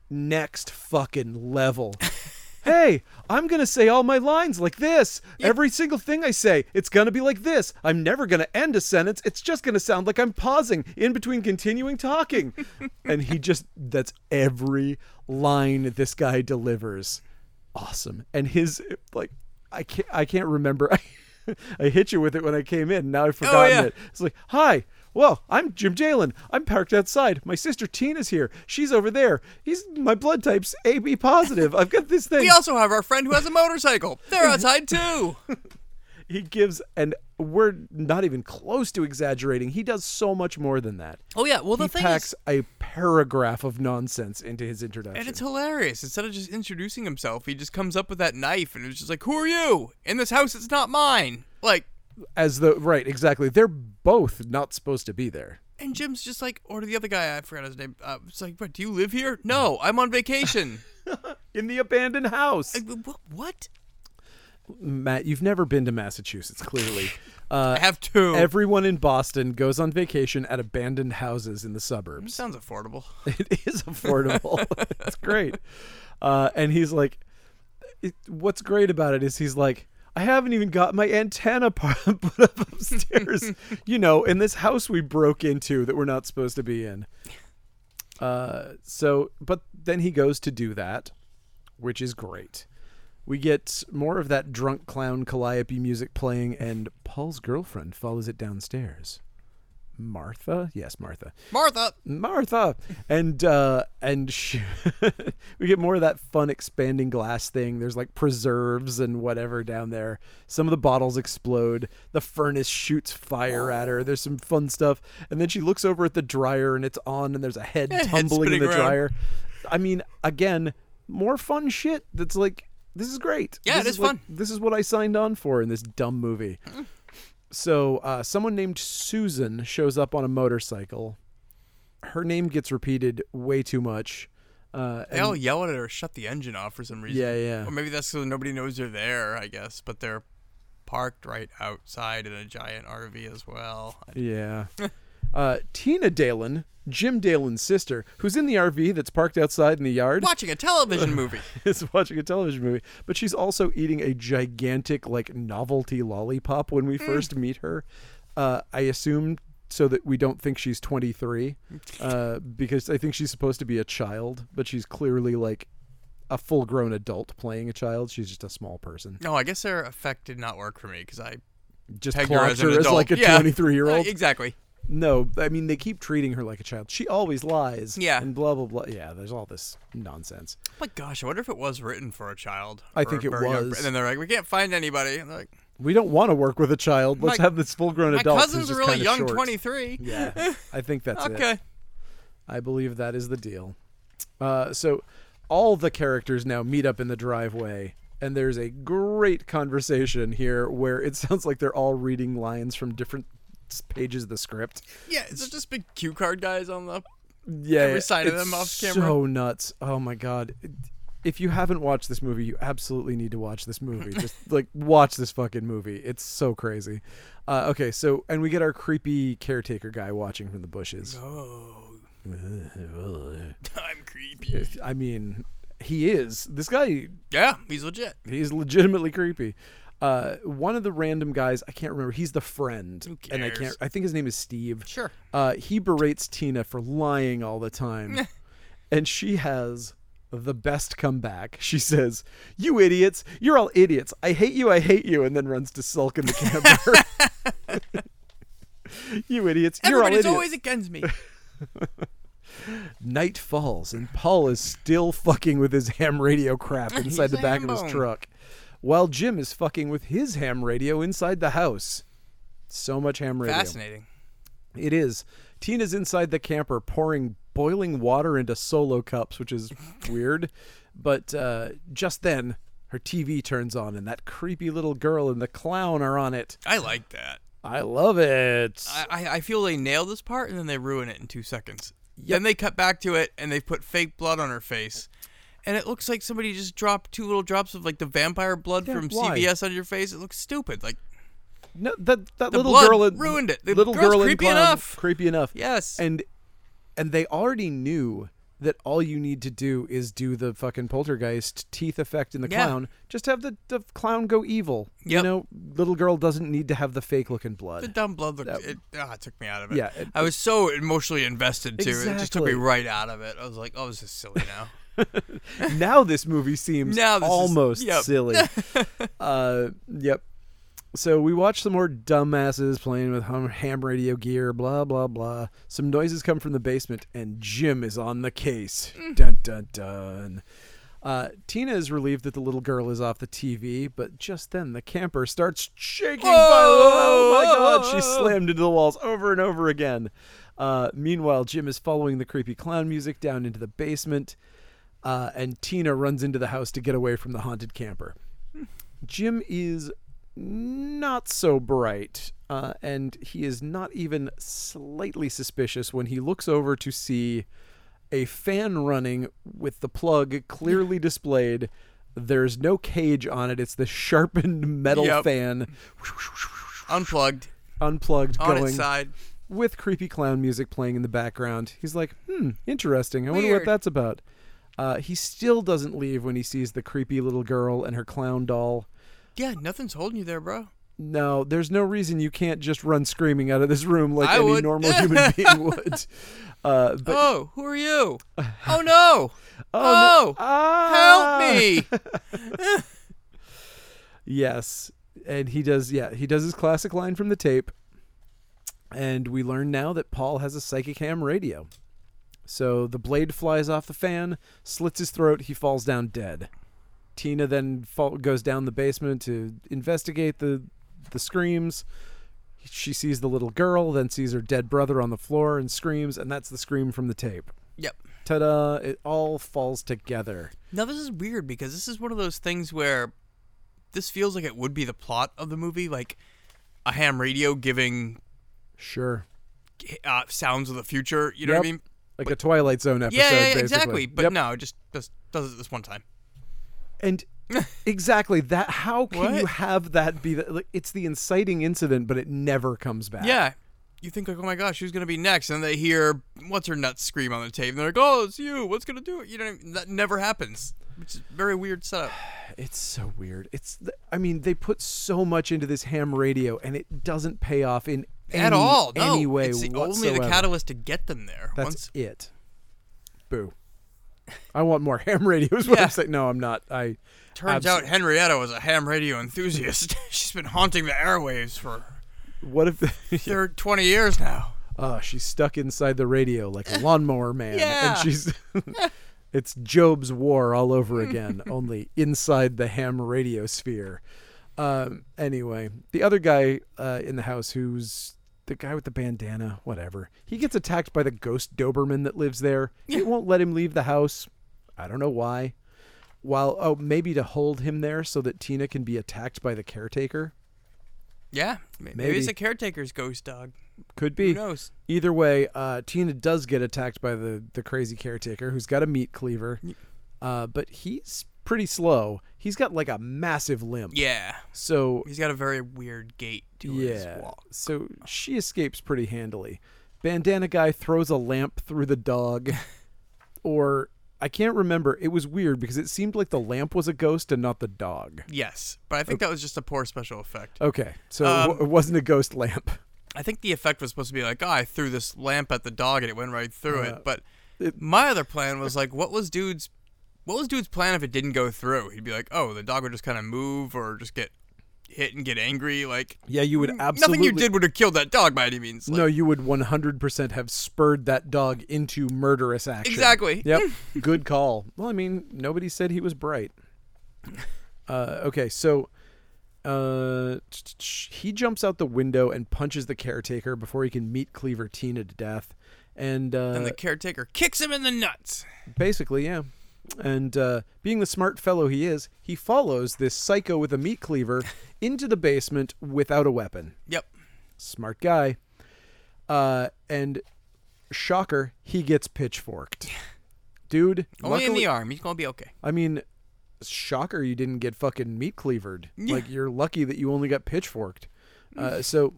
[SPEAKER 1] next fucking level. [LAUGHS] hey, I'm going to say all my lines like this. Every single thing I say, it's going to be like this. I'm never going to end a sentence. It's just going to sound like I'm pausing in between continuing talking. and he just, that's every line this guy delivers. Awesome. And his, like, I can't, I can't remember. [LAUGHS] I hit you with it when I came in. Now I've forgotten
[SPEAKER 2] yeah.
[SPEAKER 1] it. It's like, hi. Well, I'm Jim Jalen. I'm parked outside. My sister Tina's here. She's over there. He's my blood type's AB positive. I've got this thing.
[SPEAKER 2] [LAUGHS] We also have our friend who has a motorcycle.
[SPEAKER 1] [LAUGHS]
[SPEAKER 2] They're outside too.
[SPEAKER 1] he gives, and we're not even close to exaggerating. He does so much more than that.
[SPEAKER 2] Oh yeah. Well, the
[SPEAKER 1] he
[SPEAKER 2] thing
[SPEAKER 1] packs
[SPEAKER 2] is,
[SPEAKER 1] a paragraph of nonsense into his introduction.
[SPEAKER 2] and it's hilarious. Instead of just introducing himself, he just comes up with that knife and it's just like, "Who are you in this house? It's not mine." Like,
[SPEAKER 1] As the right, exactly. They're both not supposed to be there.
[SPEAKER 2] and Jim's just like, or the other guy, I forgot his name. Uh, it's like, "What? Do you live here?" No, I'm
[SPEAKER 1] [LAUGHS]
[SPEAKER 2] on vacation.
[SPEAKER 1] In the abandoned house.
[SPEAKER 2] like, wh- wh- what?
[SPEAKER 1] Matt, you've never been to Massachusetts,
[SPEAKER 2] [LAUGHS]
[SPEAKER 1] clearly. Uh,
[SPEAKER 2] I have two.
[SPEAKER 1] Everyone in Boston goes on vacation at abandoned houses in the suburbs.
[SPEAKER 2] Sounds
[SPEAKER 1] [LAUGHS]
[SPEAKER 2] affordable.
[SPEAKER 1] It is affordable. [LAUGHS] it's great. Uh, and he's like, it, what's great about it is he's like, I haven't even got my antenna [LAUGHS] par- put up upstairs, you know, in this house we broke into that we're not supposed to be in. Uh, so, but then he goes to do that, which is great. We get more of that drunk clown calliope music playing, and Paul's girlfriend follows it downstairs. Martha? Yes, Martha.
[SPEAKER 2] Martha.
[SPEAKER 1] Martha, and uh, and [LAUGHS] she, we get more of that fun expanding glass thing. There's like preserves and whatever down there. Some of the bottles explode. The furnace shoots fire at her. There's some fun stuff, and then she looks over at the dryer and it's on, and there's a
[SPEAKER 2] [LAUGHS]
[SPEAKER 1] head
[SPEAKER 2] head
[SPEAKER 1] tumbling in
[SPEAKER 2] spinning
[SPEAKER 1] the
[SPEAKER 2] around.
[SPEAKER 1] dryer. I mean, again, more fun shit. That's like this is great.
[SPEAKER 2] Yeah,
[SPEAKER 1] This
[SPEAKER 2] it is
[SPEAKER 1] like-
[SPEAKER 2] fun.
[SPEAKER 1] this is what I signed on for in this dumb movie. So, uh, someone named Susan shows up on a motorcycle. Her name gets repeated way too much. Uh,
[SPEAKER 2] They all yell at her, shut the engine off for some reason.
[SPEAKER 1] Yeah, yeah.
[SPEAKER 2] Or maybe that's so nobody knows they're there, I guess. But they're parked right outside in a giant RV as well.
[SPEAKER 1] [LAUGHS] yeah. uh, Tina Dalen, Jim Dalen's sister, who's in the RV that's parked outside in the yard,
[SPEAKER 2] Watching a television movie.
[SPEAKER 1] [LAUGHS] is watching a television movie, but she's also eating a gigantic, like, novelty lollipop when we
[SPEAKER 2] Mm.
[SPEAKER 1] first meet her. Uh, I assume so that we don't think she's
[SPEAKER 2] [LAUGHS]
[SPEAKER 1] 23, uh, because I think she's supposed to be a child, but she's clearly, like, a full grown adult playing a child. She's just a small person.
[SPEAKER 2] No, I guess their effect did not work for me because I
[SPEAKER 1] Just
[SPEAKER 2] pegged her
[SPEAKER 1] clocked
[SPEAKER 2] as an
[SPEAKER 1] her as,
[SPEAKER 2] adult.
[SPEAKER 1] like, a
[SPEAKER 2] [LAUGHS] Yeah.
[SPEAKER 1] 23 year old.
[SPEAKER 2] Uh, exactly.
[SPEAKER 1] No, I mean, they keep treating her like a child. She always lies.
[SPEAKER 2] Yeah.
[SPEAKER 1] And blah, blah, blah. Yeah, there's all this nonsense.
[SPEAKER 2] My gosh, I wonder if it was written for a child.
[SPEAKER 1] I
[SPEAKER 2] or
[SPEAKER 1] think
[SPEAKER 2] a
[SPEAKER 1] it
[SPEAKER 2] very young-
[SPEAKER 1] was.
[SPEAKER 2] And then they're like, we can't find anybody. And they're like,
[SPEAKER 1] We don't want to work with a child. Let's
[SPEAKER 2] My-
[SPEAKER 1] have this full grown
[SPEAKER 2] my
[SPEAKER 1] adult. who's
[SPEAKER 2] cousin's
[SPEAKER 1] just
[SPEAKER 2] really
[SPEAKER 1] kinda
[SPEAKER 2] young,
[SPEAKER 1] short.
[SPEAKER 2] 23.
[SPEAKER 1] Yeah, I think that's it.
[SPEAKER 2] Okay.
[SPEAKER 1] I believe that is the deal. Uh, so all the characters now meet up in the driveway, and there's a great conversation here where it [LAUGHS] sounds like they're all reading lines from different s- pages of the script.
[SPEAKER 2] Yeah, is it just big cue card guys on the. [LAUGHS]
[SPEAKER 1] Yeah,
[SPEAKER 2] Every side of
[SPEAKER 1] it's
[SPEAKER 2] them off camera.
[SPEAKER 1] So nuts! Oh my god. If you haven't watched this movie, you absolutely need to watch this
[SPEAKER 2] [LAUGHS]
[SPEAKER 1] movie. Just like watch this fucking movie. It's so crazy. Uh, okay, so and we get our creepy caretaker guy watching from the bushes.
[SPEAKER 2] Oh. I'm creepy.
[SPEAKER 1] I mean, he is. This guy,
[SPEAKER 2] Yeah, he's legit.
[SPEAKER 1] he's legitimately creepy. Uh, one of the random guys, I can't remember. He's the friend, and I
[SPEAKER 2] cares?
[SPEAKER 1] can't. I think his name is Steve.
[SPEAKER 2] Sure.
[SPEAKER 1] Uh, he berates Tina for lying all the
[SPEAKER 2] [LAUGHS]
[SPEAKER 1] time, and she has the best comeback. She says, "You idiots! You're all idiots! I hate you! I hate you!" And then runs to sulk
[SPEAKER 2] [LAUGHS]
[SPEAKER 1] in the camper. [LAUGHS] you idiots! You're all
[SPEAKER 2] Everybody's
[SPEAKER 1] idiots!
[SPEAKER 2] always against
[SPEAKER 1] [LAUGHS]
[SPEAKER 2] me.
[SPEAKER 1] Night falls, and Paul is still fucking with his ham radio
[SPEAKER 2] [LAUGHS]
[SPEAKER 1] crap inside the
[SPEAKER 2] a
[SPEAKER 1] back
[SPEAKER 2] ham
[SPEAKER 1] of his
[SPEAKER 2] bone.
[SPEAKER 1] truck, while Jim is fucking with his ham radio inside the house. So much ham radio.
[SPEAKER 2] Fascinating.
[SPEAKER 1] It is. Tina's inside the camper pouring boiling water into solo cups, which
[SPEAKER 2] [LAUGHS]
[SPEAKER 1] is weird. But uh, just then, her TV turns on, and that creepy little girl and the clown are on it.
[SPEAKER 2] I like that.
[SPEAKER 1] I love it.
[SPEAKER 2] I, I, I feel they nail this part and then they ruin it in two seconds. Then they cut back to it and they put fake blood on her face. And it looks like somebody just dropped two little drops of like the vampire blood from
[SPEAKER 1] why?
[SPEAKER 2] CVS on your face. It looks stupid. Like
[SPEAKER 1] No, that that
[SPEAKER 2] The
[SPEAKER 1] little
[SPEAKER 2] blood
[SPEAKER 1] girl in-
[SPEAKER 2] ruined it. The
[SPEAKER 1] little
[SPEAKER 2] girl's
[SPEAKER 1] girl in
[SPEAKER 2] creepy
[SPEAKER 1] clown,
[SPEAKER 2] enough.
[SPEAKER 1] Creepy enough.
[SPEAKER 2] Yes.
[SPEAKER 1] And and they already knew that all you need to do is do the fucking poltergeist teeth effect in the
[SPEAKER 2] Yeah.
[SPEAKER 1] clown. Just have the, the clown go evil. You
[SPEAKER 2] Yep.
[SPEAKER 1] know, little girl doesn't need to have the fake looking blood.
[SPEAKER 2] the dumb blood looked it, ah, it took me out of it.
[SPEAKER 1] Yeah, it-
[SPEAKER 2] I was so emotionally invested too. It just took
[SPEAKER 1] Exactly.
[SPEAKER 2] me right out of it. I was like, oh, this is silly
[SPEAKER 1] [LAUGHS]
[SPEAKER 2] now.
[SPEAKER 1] now this movie seems
[SPEAKER 2] Now this is-
[SPEAKER 1] almost
[SPEAKER 2] yep. [LAUGHS]
[SPEAKER 1] silly. uh, yep. So we watch some more dumbasses playing with hum, ham radio gear, blah blah blah. Some noises come from the basement, and Jim is on the case.
[SPEAKER 2] Mm.
[SPEAKER 1] Dun dun dun. Uh, Tina is relieved that the little girl is off the TV, but just then the camper starts shaking. violently. Oh my god! She
[SPEAKER 2] Whoa!
[SPEAKER 1] slammed into the walls over and over again. Uh, meanwhile, Jim is following the creepy clown music down into the basement uh, and Tina runs into the house to get away from the haunted camper. Jim is not so bright, uh, and he is not even slightly suspicious when he looks over to see a fan running with the plug
[SPEAKER 2] [LAUGHS]
[SPEAKER 1] clearly displayed. There's no cage on it. It's the sharpened metal
[SPEAKER 2] Yep.
[SPEAKER 1] fan,
[SPEAKER 2] Unplugged
[SPEAKER 1] unplugged,
[SPEAKER 2] on
[SPEAKER 1] going
[SPEAKER 2] its side.
[SPEAKER 1] with creepy clown music playing in the background. He's like, hmm, interesting. I wonder what
[SPEAKER 2] Weird.
[SPEAKER 1] that's about. Uh, he still doesn't leave when he sees the creepy little girl and her clown doll.
[SPEAKER 2] Yeah, nothing's holding you there, bro.
[SPEAKER 1] No, there's no reason you can't just run screaming out of this room like
[SPEAKER 2] I
[SPEAKER 1] any
[SPEAKER 2] would.
[SPEAKER 1] normal human
[SPEAKER 2] [LAUGHS]
[SPEAKER 1] being would. Uh, but
[SPEAKER 2] oh, who
[SPEAKER 1] [LAUGHS]
[SPEAKER 2] are you? oh no!
[SPEAKER 1] no-
[SPEAKER 2] Oh,
[SPEAKER 1] Ah! [LAUGHS]
[SPEAKER 2] help me!
[SPEAKER 1] Yes. And he does, yeah, he does his classic line from the tape. And we learn now that Paul has a psychic ham radio. So the blade flies off the fan, slits his throat, he falls down dead. Tina then fall, goes down the basement to investigate the the screams. She sees the little girl, then sees her dead brother on the floor and screams, and that's the scream from the tape.
[SPEAKER 2] yep.
[SPEAKER 1] Ta-da, it all falls together.
[SPEAKER 2] Now this is weird because this is one of those things where this feels like it would be the plot of the movie, like a ham radio giving
[SPEAKER 1] Sure.
[SPEAKER 2] uh, sounds of the future. You know what I
[SPEAKER 1] Yep.
[SPEAKER 2] mean?
[SPEAKER 1] Like a Twilight Zone episode
[SPEAKER 2] Yeah, yeah, yeah,
[SPEAKER 1] basically.
[SPEAKER 2] exactly. But
[SPEAKER 1] Yep.
[SPEAKER 2] no, it just just does it this one time.
[SPEAKER 1] And exactly that. How can you
[SPEAKER 2] What?
[SPEAKER 1] have that be the, like, it's the inciting incident, but it never comes back.
[SPEAKER 2] Yeah. You think like, oh my gosh, who's gonna be next? And they hear what's her nuts scream on the tape, and they're like, oh, it's you. What's gonna do it? You know, what I mean? that never happens. Which is very weird setup.
[SPEAKER 1] it's so weird. It's th- I mean they put so much into this ham radio, and it doesn't pay off in [SIGHS]
[SPEAKER 2] At
[SPEAKER 1] any,
[SPEAKER 2] all? No.
[SPEAKER 1] any way
[SPEAKER 2] it's the- only
[SPEAKER 1] whatsoever.
[SPEAKER 2] the catalyst to get them there.
[SPEAKER 1] That's
[SPEAKER 2] Once
[SPEAKER 1] it. Boo. [LAUGHS] I want more ham radio. Is [LAUGHS] what
[SPEAKER 2] Yeah.
[SPEAKER 1] I'm saying. No, I'm not. I
[SPEAKER 2] Turns
[SPEAKER 1] abso-
[SPEAKER 2] out Henrietta was a ham radio enthusiast. [LAUGHS] She's been haunting the airwaves for
[SPEAKER 1] What if?
[SPEAKER 2] thir 20 years now.
[SPEAKER 1] oh, she's stuck inside the radio like a lawnmower man,
[SPEAKER 2] Yeah.
[SPEAKER 1] and she's. [LAUGHS] it's Job's War all over again, only inside the ham radio sphere. Um, anyway, the other guy uh, in the house, who's the guy with the bandana, whatever, he gets attacked by the ghost Doberman that lives there. It won't let him leave the house. I don't know why. While oh, maybe to hold him there so that Tina can be attacked by the caretaker.
[SPEAKER 2] Yeah. Maybe,
[SPEAKER 1] Maybe.
[SPEAKER 2] maybe it's a caretaker's ghost dog.
[SPEAKER 1] Could be.
[SPEAKER 2] Who knows?
[SPEAKER 1] Either way, uh, Tina does get attacked by the the crazy caretaker who's got a meat cleaver, uh, but he's pretty slow. He's got like a massive limp,
[SPEAKER 2] Yeah.
[SPEAKER 1] so
[SPEAKER 2] He's got a very weird gait to his
[SPEAKER 1] yeah,
[SPEAKER 2] walk.
[SPEAKER 1] so she escapes pretty handily. Bandana guy throws a lamp through the
[SPEAKER 2] [LAUGHS]
[SPEAKER 1] dog, or I can't remember. It was weird because it seemed like the lamp was a ghost and not the dog.
[SPEAKER 2] Yes. But I think that was just a poor special effect.
[SPEAKER 1] Okay, so it
[SPEAKER 2] Um,
[SPEAKER 1] wa- it wasn't a ghost lamp.
[SPEAKER 2] I think the effect was supposed to be like, oh, I threw this lamp at the dog and it went right through
[SPEAKER 1] Uh,
[SPEAKER 2] it. But
[SPEAKER 1] it-
[SPEAKER 2] my other plan was like, what was dude's what was dude's plan if it didn't go through? He'd be like, oh, the dog would just kind of move or just get hit and get angry. Like
[SPEAKER 1] Yeah, you would absolutely
[SPEAKER 2] nothing you did would have killed that dog by any means. Like,
[SPEAKER 1] no, you would 100% have spurred that dog into murderous action.
[SPEAKER 2] Exactly. [LAUGHS]
[SPEAKER 1] Yep. Good call. Well, I mean, nobody said he was bright. Uh, okay, so uh, t- t- sh- he jumps out the window and punches the caretaker before he can meet Cleaver Tina to death. And, uh,
[SPEAKER 2] And the caretaker kicks him in the nuts.
[SPEAKER 1] basically, yeah. And uh, being the smart fellow he is, he follows this psycho with a meat cleaver [LAUGHS] into the basement without a weapon
[SPEAKER 2] Yep.
[SPEAKER 1] smart guy. Uh, and shocker, he gets
[SPEAKER 2] [LAUGHS]
[SPEAKER 1] pitchforked. Dude,
[SPEAKER 2] Only in
[SPEAKER 1] luckily-
[SPEAKER 2] the arm. He's gonna be okay.
[SPEAKER 1] I mean, shocker, you didn't get fucking meat cleavered. Like you're lucky that you only got pitchforked.
[SPEAKER 2] Mm.
[SPEAKER 1] Uh, so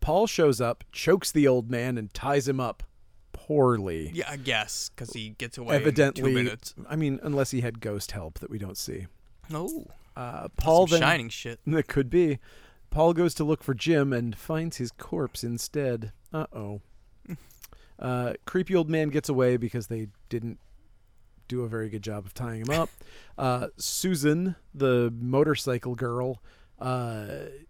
[SPEAKER 1] Paul shows up, chokes the old man, and ties him up poorly.
[SPEAKER 2] Yeah, I guess because he gets away. in two
[SPEAKER 1] Evidently,
[SPEAKER 2] minutes.
[SPEAKER 1] I mean, unless he had ghost help that we don't see.
[SPEAKER 2] Oh,
[SPEAKER 1] Uh, Paul
[SPEAKER 2] some
[SPEAKER 1] then
[SPEAKER 2] shining shit.
[SPEAKER 1] [LAUGHS] That could be. Paul goes to look for Jim and finds his corpse instead. Uh-oh. Uh Creepy old man gets away because they didn't do a very good job of tying him up. Uh, Susan, the motorcycle girl, uh,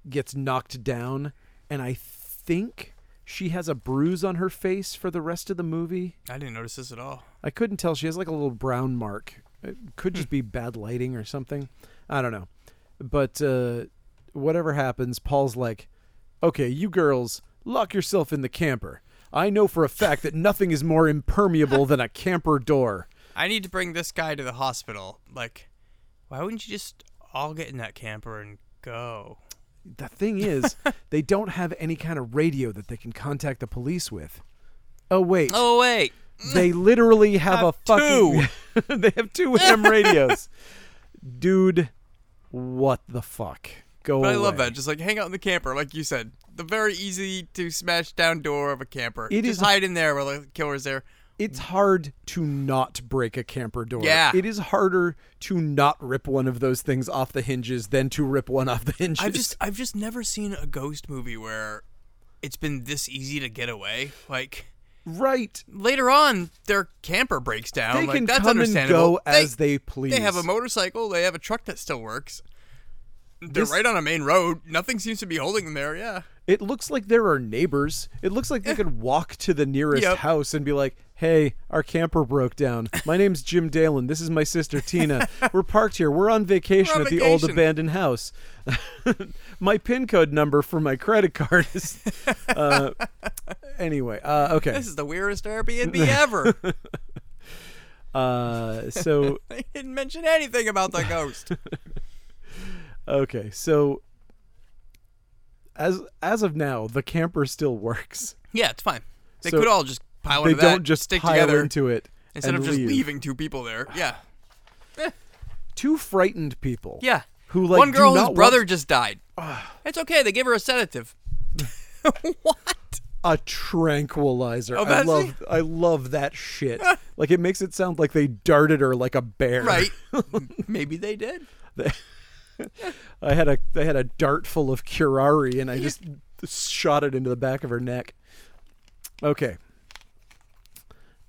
[SPEAKER 1] gets knocked down, and I think she has a bruise on her face for the rest of the movie.
[SPEAKER 2] I didn't notice this at all.
[SPEAKER 1] I couldn't tell. She has like a little brown mark. It could just be bad lighting or something. I don't know. But uh, whatever happens, Paul's like, okay, you girls, lock yourself in the camper. I know for a fact that nothing is more impermeable than a camper door.
[SPEAKER 2] I need to bring this guy to the hospital. Like, why wouldn't you just all get in that camper and go?
[SPEAKER 1] The thing is, they don't have any kind of radio that they can contact the police with. Oh, wait.
[SPEAKER 2] Oh wait,
[SPEAKER 1] They
[SPEAKER 2] [LAUGHS]
[SPEAKER 1] literally have, a
[SPEAKER 2] Have
[SPEAKER 1] fucking. [LAUGHS] they have two AM
[SPEAKER 2] [LAUGHS]
[SPEAKER 1] radios. Dude, what the fuck? Go
[SPEAKER 2] but I
[SPEAKER 1] away.
[SPEAKER 2] love that. Just like hang out in the camper, like you said, the very easy to smash down door of a camper.
[SPEAKER 1] It is-
[SPEAKER 2] just hide in there while the killer's there.
[SPEAKER 1] It's hard to not break a camper door.
[SPEAKER 2] Yeah.
[SPEAKER 1] It is harder to not rip one of those things off the hinges than to rip one off the hinges. [LAUGHS]
[SPEAKER 2] I've just I've just never seen a ghost movie where it's been this easy to get away. Like
[SPEAKER 1] right.
[SPEAKER 2] later on, their camper breaks down.
[SPEAKER 1] They
[SPEAKER 2] like
[SPEAKER 1] can
[SPEAKER 2] that's
[SPEAKER 1] come and
[SPEAKER 2] understandable.
[SPEAKER 1] go as they please.
[SPEAKER 2] They have a motorcycle. They have a truck that still works. They're
[SPEAKER 1] This-
[SPEAKER 2] right on a main road. Nothing seems to be holding them there. Yeah.
[SPEAKER 1] it looks like there are neighbors. It looks like they
[SPEAKER 2] [LAUGHS]
[SPEAKER 1] could walk to the nearest
[SPEAKER 2] Yep.
[SPEAKER 1] house and be like, "Hey, our camper broke down. My name's Jim Dalen. This is my sister Tina. We're parked here. We're on vacation
[SPEAKER 2] We're on
[SPEAKER 1] at the old
[SPEAKER 2] vacation."
[SPEAKER 1] abandoned house. [LAUGHS] my pin code number for my credit card is." Uh, anyway, uh, okay.
[SPEAKER 2] This is the
[SPEAKER 1] [LAUGHS]
[SPEAKER 2] weirdest Airbnb ever.
[SPEAKER 1] Uh, so
[SPEAKER 2] they didn't mention anything about the ghost.
[SPEAKER 1] okay, so as as of now, the camper still works.
[SPEAKER 2] yeah, it's fine. They
[SPEAKER 1] So
[SPEAKER 2] could all just pile
[SPEAKER 1] they
[SPEAKER 2] into Oh, that,
[SPEAKER 1] don't just
[SPEAKER 2] stick
[SPEAKER 1] pile
[SPEAKER 2] together
[SPEAKER 1] into it
[SPEAKER 2] instead
[SPEAKER 1] and
[SPEAKER 2] of just
[SPEAKER 1] leave.
[SPEAKER 2] leaving two people there. Yeah.
[SPEAKER 1] Two frightened people.
[SPEAKER 2] Yeah.
[SPEAKER 1] Who, like,
[SPEAKER 2] one
[SPEAKER 1] do
[SPEAKER 2] girl
[SPEAKER 1] not
[SPEAKER 2] whose
[SPEAKER 1] want-
[SPEAKER 2] brother just
[SPEAKER 1] [SIGHS]
[SPEAKER 2] died. it's okay. They gave her
[SPEAKER 1] [LAUGHS]
[SPEAKER 2] a sedative. what?
[SPEAKER 1] a tranquilizer. I
[SPEAKER 2] that's-
[SPEAKER 1] love I love that
[SPEAKER 2] [LAUGHS]
[SPEAKER 1] shit. like it makes it sound like they darted her like a bear.
[SPEAKER 2] Right. Maybe they did.
[SPEAKER 1] I had a I had a dart full of curare and I just shot it into the back of her neck. Okay.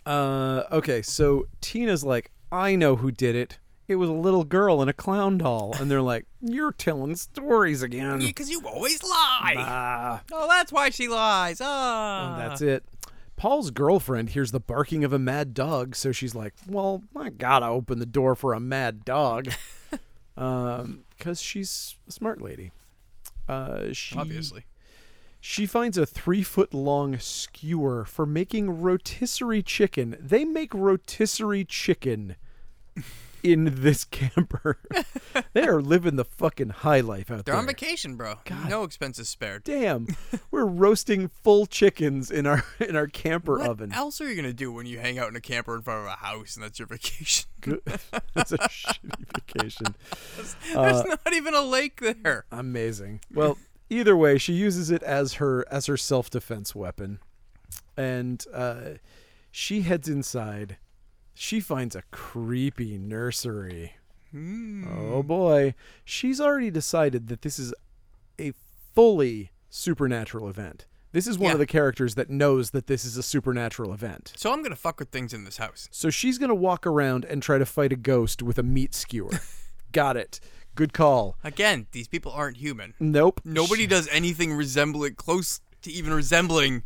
[SPEAKER 1] Uh okay, so Tina's like, I know who did it. It was a little girl in a clown doll, and they're like, "You're telling stories again."
[SPEAKER 2] Because you always lie.
[SPEAKER 1] Ah,
[SPEAKER 2] Oh, that's why she lies. Ah.
[SPEAKER 1] that's it. Paul's girlfriend hears the barking of a mad dog, so she's like, "Well, I gotta open the door for a mad
[SPEAKER 2] [LAUGHS]
[SPEAKER 1] dog," um, because she's a smart lady. Uh, she
[SPEAKER 2] Obviously.
[SPEAKER 1] She finds a three foot long skewer for making rotisserie chicken. They make rotisserie
[SPEAKER 2] [LAUGHS]
[SPEAKER 1] chicken in this camper. they are living the fucking high life out
[SPEAKER 2] They're
[SPEAKER 1] there.
[SPEAKER 2] on vacation, bro. No expenses spared. [LAUGHS]
[SPEAKER 1] Damn, we're roasting full chickens in our in our camper
[SPEAKER 2] What
[SPEAKER 1] oven.
[SPEAKER 2] else are you gonna do when you hang out in a camper in front of a house and that's your vacation? [LAUGHS]
[SPEAKER 1] [LAUGHS] Good- That's a shitty vacation. Uh,
[SPEAKER 2] There's not even a lake there.
[SPEAKER 1] [LAUGHS] Amazing. Well, either way, she uses it as her as her self defense weapon, and uh, she heads inside. She finds a creepy nursery. Oh boy, she's already decided that this is a fully supernatural event. This is one of
[SPEAKER 2] Yeah.
[SPEAKER 1] the characters that knows that this is a supernatural event.
[SPEAKER 2] So I'm gonna fuck with things in this house.
[SPEAKER 1] So she's going to walk around and try to fight a ghost with a meat skewer. Got it. Good call.
[SPEAKER 2] Again, these people aren't human.
[SPEAKER 1] Nope.
[SPEAKER 2] Nobody does anything resembling close to even resembling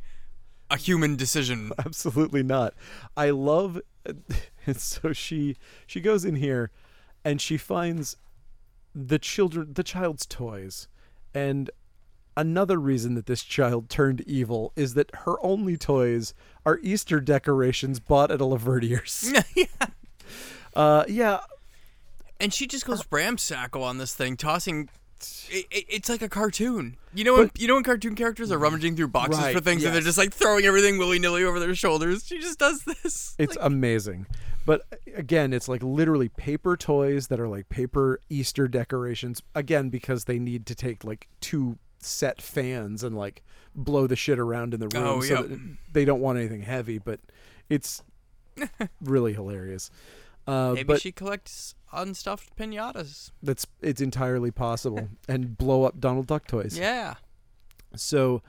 [SPEAKER 2] a
[SPEAKER 1] [LAUGHS]
[SPEAKER 2] human decision.
[SPEAKER 1] [LAUGHS]
[SPEAKER 2] [LAUGHS]
[SPEAKER 1] absolutely not i love [LAUGHS] and so she she goes in here and she finds the children the child's toys and another reason that this child turned evil is that her only toys are easter decorations bought at a lavertier's
[SPEAKER 2] Yeah.
[SPEAKER 1] uh yeah
[SPEAKER 2] And she just goes ramsackle on this thing, tossing. It, it- it's like a cartoon. You know, when, you know when cartoon characters are rummaging through boxes
[SPEAKER 1] Right,
[SPEAKER 2] for things and they're
[SPEAKER 1] yes.
[SPEAKER 2] just like throwing everything willy nilly over their shoulders. She just does this.
[SPEAKER 1] it's amazing but again it's like literally paper toys that are like paper easter decorations again because they need to take like two set fans and like blow the shit around in the room
[SPEAKER 2] Oh,
[SPEAKER 1] so
[SPEAKER 2] yep.
[SPEAKER 1] that they don't want anything heavy but
[SPEAKER 2] [LAUGHS]
[SPEAKER 1] it's really hilarious uh,
[SPEAKER 2] Maybe
[SPEAKER 1] but
[SPEAKER 2] she collects unstuffed pinatas.
[SPEAKER 1] that's it's entirely
[SPEAKER 2] [LAUGHS]
[SPEAKER 1] possible and blow up Donald Duck toys
[SPEAKER 2] Yeah.
[SPEAKER 1] so,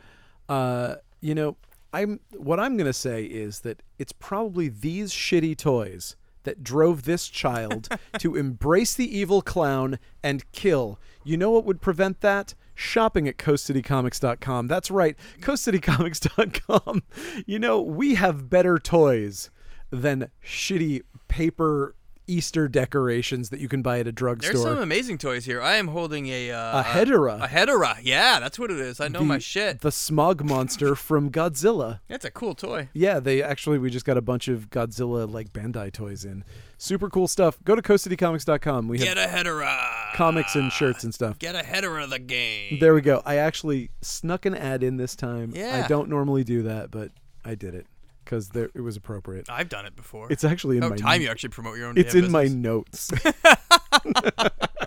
[SPEAKER 1] uh, you know, I'm what I'm gonna say is that it's probably these shitty toys that drove this
[SPEAKER 2] [LAUGHS]
[SPEAKER 1] child to embrace the evil clown and kill. You know what would prevent that? Shopping at coastcitycomics.com. That's right, coastcitycomics.com. [LAUGHS] You know, we have better toys than shitty paper Easter decorations that you can buy at a drugstore.
[SPEAKER 2] There's some amazing toys here. I am holding a uh,
[SPEAKER 1] a Hedorah.
[SPEAKER 2] A Hedorah. Yeah, that's what it is. I know my
[SPEAKER 1] the-
[SPEAKER 2] shit.
[SPEAKER 1] The smog monster from Godzilla.
[SPEAKER 2] That's a cool toy.
[SPEAKER 1] Yeah, they actually we just got a bunch of Godzilla like Bandai toys in. Super cool stuff. Go to coastcitycomics.com. We have
[SPEAKER 2] Get a Hedorah.
[SPEAKER 1] comics and shirts and stuff.
[SPEAKER 2] Get a Hedorah the game.
[SPEAKER 1] There we go. I actually snuck an ad in this time. I
[SPEAKER 2] Yeah.
[SPEAKER 1] don't normally do that, but I did it because there it was appropriate.
[SPEAKER 2] I've done it before.
[SPEAKER 1] It's actually [LAUGHS] in
[SPEAKER 2] no
[SPEAKER 1] my
[SPEAKER 2] Oh, time you actually promote your own.
[SPEAKER 1] it's
[SPEAKER 2] damn
[SPEAKER 1] in my
[SPEAKER 2] business. [LAUGHS]
[SPEAKER 1] notes. [LAUGHS]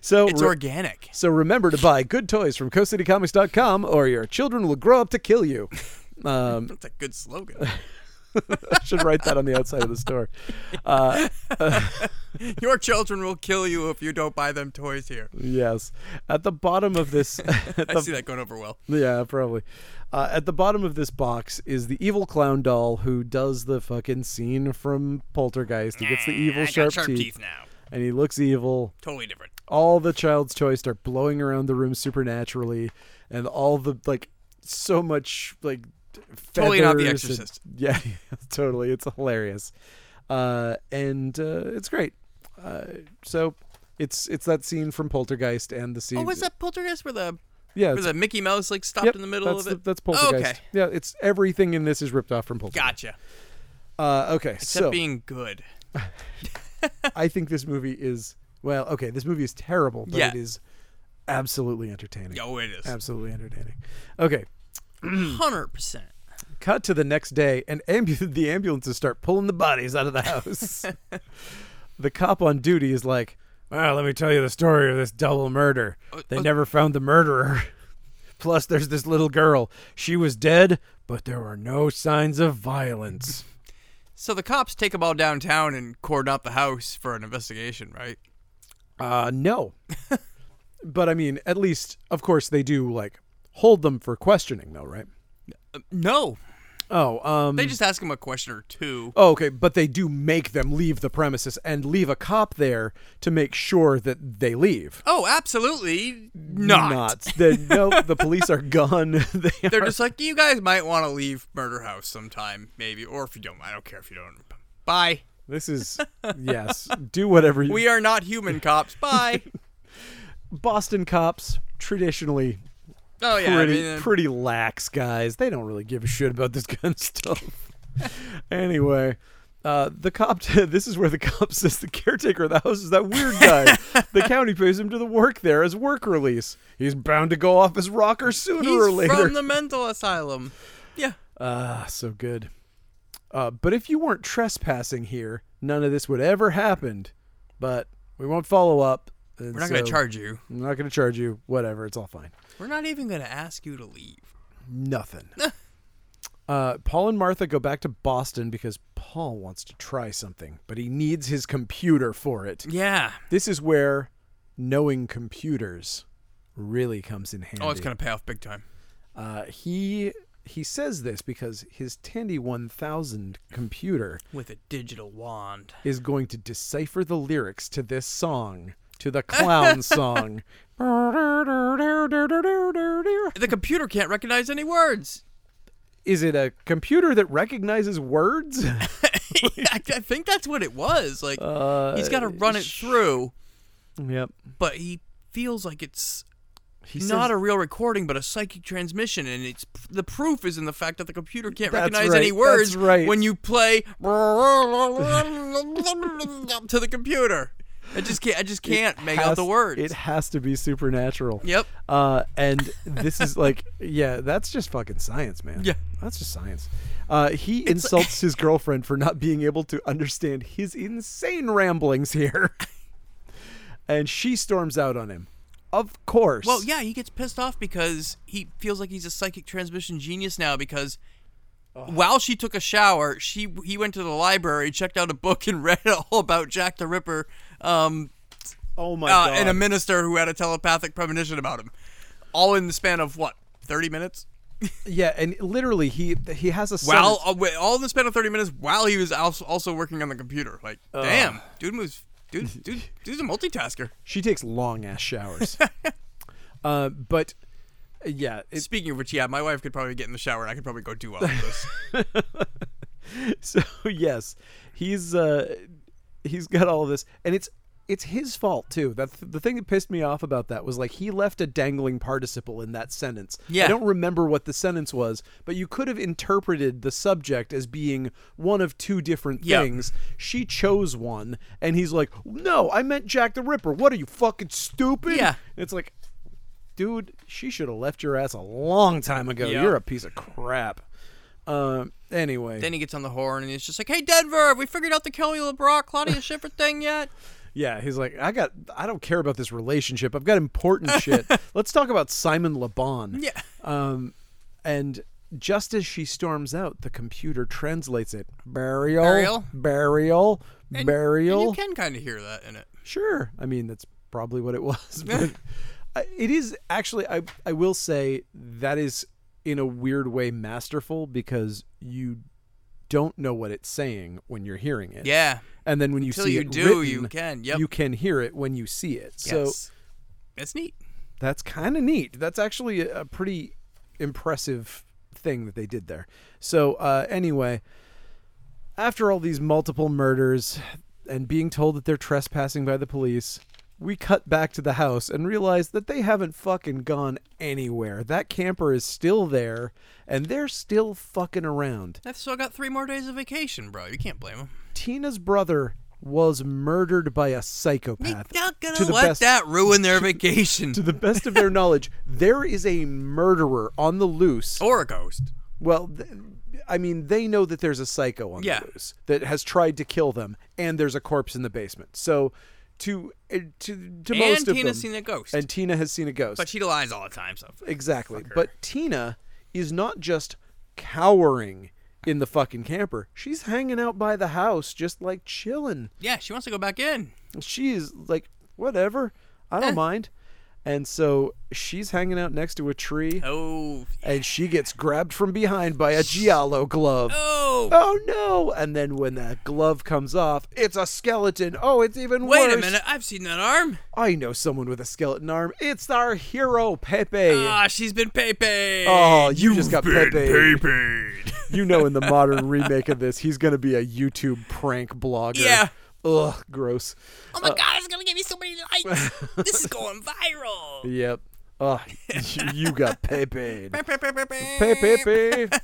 [SPEAKER 1] so
[SPEAKER 2] It's
[SPEAKER 1] re-
[SPEAKER 2] organic.
[SPEAKER 1] So remember to buy good toys from coastcitycomics.com or your children will grow up to kill you. [LAUGHS] Um,
[SPEAKER 2] That's a
[SPEAKER 1] [LAUGHS]
[SPEAKER 2] good slogan.
[SPEAKER 1] I should write that on the outside of the store. Uh,
[SPEAKER 2] your children will kill you if you don't buy them toys here.
[SPEAKER 1] Yes. At the bottom of this, [LAUGHS] at
[SPEAKER 2] [LAUGHS] I
[SPEAKER 1] the-
[SPEAKER 2] see that going over well.
[SPEAKER 1] yeah, probably. Uh, at the bottom of this box is the evil clown doll who does the fucking scene from Poltergeist. He gets the evil
[SPEAKER 2] I
[SPEAKER 1] sharp,
[SPEAKER 2] got sharp
[SPEAKER 1] teeth,
[SPEAKER 2] teeth. now.
[SPEAKER 1] and he looks evil.
[SPEAKER 2] Totally different.
[SPEAKER 1] All the child's toys start blowing around the room supernaturally, and all the like, so much like.
[SPEAKER 2] Totally not The
[SPEAKER 1] feathers and-
[SPEAKER 2] Exorcist.
[SPEAKER 1] [LAUGHS] yeah, totally. It's hilarious, uh, and uh, it's great. Uh, so, it's it's that scene from Poltergeist and the scene.
[SPEAKER 2] Oh, was that Poltergeist where the
[SPEAKER 1] Yeah,
[SPEAKER 2] where
[SPEAKER 1] it's-
[SPEAKER 2] the Mickey Mouse like stopped
[SPEAKER 1] Yep,
[SPEAKER 2] in the middle
[SPEAKER 1] that's
[SPEAKER 2] of it?
[SPEAKER 1] The, that's
[SPEAKER 2] Oh,
[SPEAKER 1] Poltergeist.
[SPEAKER 2] okay,
[SPEAKER 1] Yeah, it's everything in this is ripped off from Poltergeist.
[SPEAKER 2] gotcha.
[SPEAKER 1] Uh, okay,
[SPEAKER 2] Except
[SPEAKER 1] so
[SPEAKER 2] being good.
[SPEAKER 1] I think this movie is well. Okay, this movie is terrible, but
[SPEAKER 2] Yeah.
[SPEAKER 1] it is absolutely entertaining.
[SPEAKER 2] Yo, it is
[SPEAKER 1] Absolutely entertaining. Okay,
[SPEAKER 2] hundred percent.
[SPEAKER 1] cut to the next day, and ambu- [LAUGHS] the ambulances start pulling the bodies out of the
[SPEAKER 2] [LAUGHS]
[SPEAKER 1] house. the cop on duty is like, "Well, let me tell you the story of this double murder. They
[SPEAKER 2] uh-
[SPEAKER 1] never found the murderer. [LAUGHS] Plus, there's this little girl. She was dead, but there were no signs of
[SPEAKER 2] [LAUGHS]
[SPEAKER 1] violence."
[SPEAKER 2] So the cops take them all downtown and cordon out the house for an investigation, right?
[SPEAKER 1] Uh, no. [LAUGHS] but I mean, at least, of course, they do like hold them for questioning, though, right?
[SPEAKER 2] No,
[SPEAKER 1] Oh, um.
[SPEAKER 2] they just ask him a question or two.
[SPEAKER 1] oh, okay. But they do make them leave the premises and leave a cop there to make sure that they leave.
[SPEAKER 2] Oh, absolutely not.
[SPEAKER 1] The, no, the police are gone. [LAUGHS] they
[SPEAKER 2] They're
[SPEAKER 1] are-
[SPEAKER 2] just like you guys might want to leave Murder House sometime, maybe, or if you don't, I don't care if you don't. Bye.
[SPEAKER 1] This is yes. Do whatever you.
[SPEAKER 2] We are not human cops.
[SPEAKER 1] [LAUGHS]
[SPEAKER 2] Bye.
[SPEAKER 1] Boston cops traditionally
[SPEAKER 2] Oh yeah, I
[SPEAKER 1] pretty
[SPEAKER 2] mean, uh,
[SPEAKER 1] pretty lax guys. They don't really give a shit about this [LAUGHS] kind of stuff. anyway, uh, the cop. [LAUGHS] this is where the cop says the caretaker of the house is that weird
[SPEAKER 2] [LAUGHS]
[SPEAKER 1] guy. the county pays him to the work there as work release. He's bound to go off his rocker sooner
[SPEAKER 2] he's
[SPEAKER 1] or later.
[SPEAKER 2] from the mental asylum. Yeah.
[SPEAKER 1] Ah, so good. Uh, but if you weren't trespassing here, none of this would ever happened. But we won't follow up. and
[SPEAKER 2] We're not going
[SPEAKER 1] so
[SPEAKER 2] to charge you.
[SPEAKER 1] I'm not going to charge you. Whatever. It's all fine.
[SPEAKER 2] We're not even going to ask you to leave.
[SPEAKER 1] Nothing.
[SPEAKER 2] [LAUGHS]
[SPEAKER 1] uh, Paul and Martha go back to Boston because Paul wants to try something, but he needs his computer for
[SPEAKER 2] [LAUGHS]
[SPEAKER 1] it.
[SPEAKER 2] Yeah.
[SPEAKER 1] This is where knowing computers really comes in handy.
[SPEAKER 2] Oh, it's going to pay off big time.
[SPEAKER 1] uh, he he says this because his Tandy 1000 computer
[SPEAKER 2] With a digital wand.
[SPEAKER 1] is going to decipher the lyrics to this song, to the
[SPEAKER 2] [LAUGHS]
[SPEAKER 1] clown song.
[SPEAKER 2] The computer can't recognize any words. [LAUGHS]
[SPEAKER 1] Is it a computer that recognizes
[SPEAKER 2] [LAUGHS]
[SPEAKER 1] words?
[SPEAKER 2] I, I think that's what it was. Like
[SPEAKER 1] Uh,
[SPEAKER 2] he's got to run it through,
[SPEAKER 1] yep.
[SPEAKER 2] but he feels like it's
[SPEAKER 1] He
[SPEAKER 2] not
[SPEAKER 1] says-
[SPEAKER 2] a real recording, but a psychic transmission, and it's the proof is in the fact that the computer can't
[SPEAKER 1] That's
[SPEAKER 2] recognize
[SPEAKER 1] right,
[SPEAKER 2] any words
[SPEAKER 1] that's right.
[SPEAKER 2] when you play [LAUGHS] to the computer. I just can't. I just can't make out
[SPEAKER 1] has-
[SPEAKER 2] the words.
[SPEAKER 1] It has to be supernatural.
[SPEAKER 2] Yep.
[SPEAKER 1] Uh, and this is like, [LAUGHS] yeah, that's just fucking science, man.
[SPEAKER 2] Yeah.
[SPEAKER 1] That's just science. Uh, he
[SPEAKER 2] [LAUGHS]
[SPEAKER 1] insults his girlfriend for not being able to understand [LAUGHS] his insane ramblings here. and she storms out on him. Of course.
[SPEAKER 2] Well, yeah, he gets pissed off because he feels like he's a psychic transmission genius now because while she took a shower, she he went to the library, checked out a book, and [LAUGHS] read all about Jack the Ripper um,
[SPEAKER 1] Oh my
[SPEAKER 2] uh,
[SPEAKER 1] god.
[SPEAKER 2] and a minister who had a telepathic premonition about him. All in the span of what, 30 minutes?
[SPEAKER 1] yeah, and literally he he has a
[SPEAKER 2] While,
[SPEAKER 1] sentence-
[SPEAKER 2] uh, wi- all in the span of 30 minutes while he was als- also working on the computer. Like, damn, dude moves.
[SPEAKER 1] [LAUGHS]
[SPEAKER 2] Dude, dude, dude's a multitasker.
[SPEAKER 1] she takes long ass
[SPEAKER 2] [LAUGHS]
[SPEAKER 1] showers. uh, but yeah, it,
[SPEAKER 2] Speaking of which, yeah, my wife could probably get in the shower and I could probably go do all
[SPEAKER 1] [LAUGHS]
[SPEAKER 2] of this.
[SPEAKER 1] so yes, he's uh, he's got all of this, and it's it's his fault too. That the thing that pissed me off about that was like he left a dangling participle in that sentence. I
[SPEAKER 2] Yeah.
[SPEAKER 1] don't remember what the sentence was, but you could have interpreted the subject as being one of two different
[SPEAKER 2] Yeah.
[SPEAKER 1] things. She chose one, and he's like, "No, I meant Jack the Ripper. What are you fucking stupid?"
[SPEAKER 2] Yeah.
[SPEAKER 1] And it's like, dude, she should have left your ass a long time ago.
[SPEAKER 2] Yeah.
[SPEAKER 1] You're a piece of crap. Um. Anyway.
[SPEAKER 2] Then he gets on the horn and he's just like, "Hey Denver, have we figured out the Kelly LeBrock [LAUGHS] Claudia Schiffer thing yet?"
[SPEAKER 1] Yeah, he's like, I got, I don't care about this relationship. I've got
[SPEAKER 2] [LAUGHS]
[SPEAKER 1] important shit. Let's talk about Simon Laban.
[SPEAKER 2] Yeah.
[SPEAKER 1] Um, and just as she storms out, the computer translates it: burial,
[SPEAKER 2] Burial?
[SPEAKER 1] burial, burial.
[SPEAKER 2] And you can kind of hear that in it.
[SPEAKER 1] Sure. I mean, that's probably what it
[SPEAKER 2] [LAUGHS]
[SPEAKER 1] was. But I- it is actually, I, I will say that is in a weird way masterful because you don't know what it's saying when you're hearing it.
[SPEAKER 2] Yeah.
[SPEAKER 1] And then when you
[SPEAKER 2] Until
[SPEAKER 1] see
[SPEAKER 2] you
[SPEAKER 1] it
[SPEAKER 2] do,
[SPEAKER 1] written,
[SPEAKER 2] you can. Yep.
[SPEAKER 1] you can hear it when you see it. So
[SPEAKER 2] yes. that's neat.
[SPEAKER 1] that's kind of neat. That's actually a, a pretty impressive thing that they did there. So uh, anyway, after all these multiple murders and being told that they're trespassing by the police, we cut back to the house and realize that they haven't fucking gone anywhere. That camper is still there, and they're still fucking around.
[SPEAKER 2] I've still got three more days of vacation, bro. You can't blame him.
[SPEAKER 1] Tina's brother was murdered by a psychopath.
[SPEAKER 2] You're not gonna
[SPEAKER 1] to the
[SPEAKER 2] let
[SPEAKER 1] best,
[SPEAKER 2] that ruin their vacation.
[SPEAKER 1] [LAUGHS] To the best of their knowledge, there is a murderer on the loose.
[SPEAKER 2] or a ghost.
[SPEAKER 1] Well, th- I mean, they know that there's a psycho on
[SPEAKER 2] Yeah.
[SPEAKER 1] the loose that has tried to kill them, and there's a corpse in the basement. So, to uh, to to most
[SPEAKER 2] and
[SPEAKER 1] of
[SPEAKER 2] Tina's
[SPEAKER 1] them,
[SPEAKER 2] seen a ghost,
[SPEAKER 1] and Tina has seen a ghost.
[SPEAKER 2] but she lies all the time. So
[SPEAKER 1] Exactly. But Tina is not just cowering in the fucking camper. She's hanging out by the house, just like chilling.
[SPEAKER 2] yeah, she wants to go back in.
[SPEAKER 1] she's like, whatever, I
[SPEAKER 2] Eh.
[SPEAKER 1] don't mind. And so she's hanging out next to a tree,
[SPEAKER 2] Oh.
[SPEAKER 1] and she gets grabbed from behind by a Giallo glove.
[SPEAKER 2] Oh.
[SPEAKER 1] Oh no! And then when that glove comes off, it's a skeleton. Oh, it's even
[SPEAKER 2] Wait
[SPEAKER 1] worse.
[SPEAKER 2] a minute! I've seen that arm.
[SPEAKER 1] I know someone with a skeleton arm. It's our hero, Pepe.
[SPEAKER 2] Ah, she's been Pepe.
[SPEAKER 1] Oh, you just got
[SPEAKER 2] been
[SPEAKER 1] Pepe.
[SPEAKER 2] Pepe'd.
[SPEAKER 1] You know, in the modern remake of this, he's going to be a YouTube prank blogger.
[SPEAKER 2] Yeah.
[SPEAKER 1] Ugh, gross. Uh,
[SPEAKER 3] Oh my god, it's gonna give me so many
[SPEAKER 1] [LAUGHS]
[SPEAKER 3] likes. this is going viral.
[SPEAKER 1] Yep. Ugh, [LAUGHS] you- you got Pepe. pay,
[SPEAKER 3] Pepe.
[SPEAKER 1] pay, pay.
[SPEAKER 2] [LAUGHS]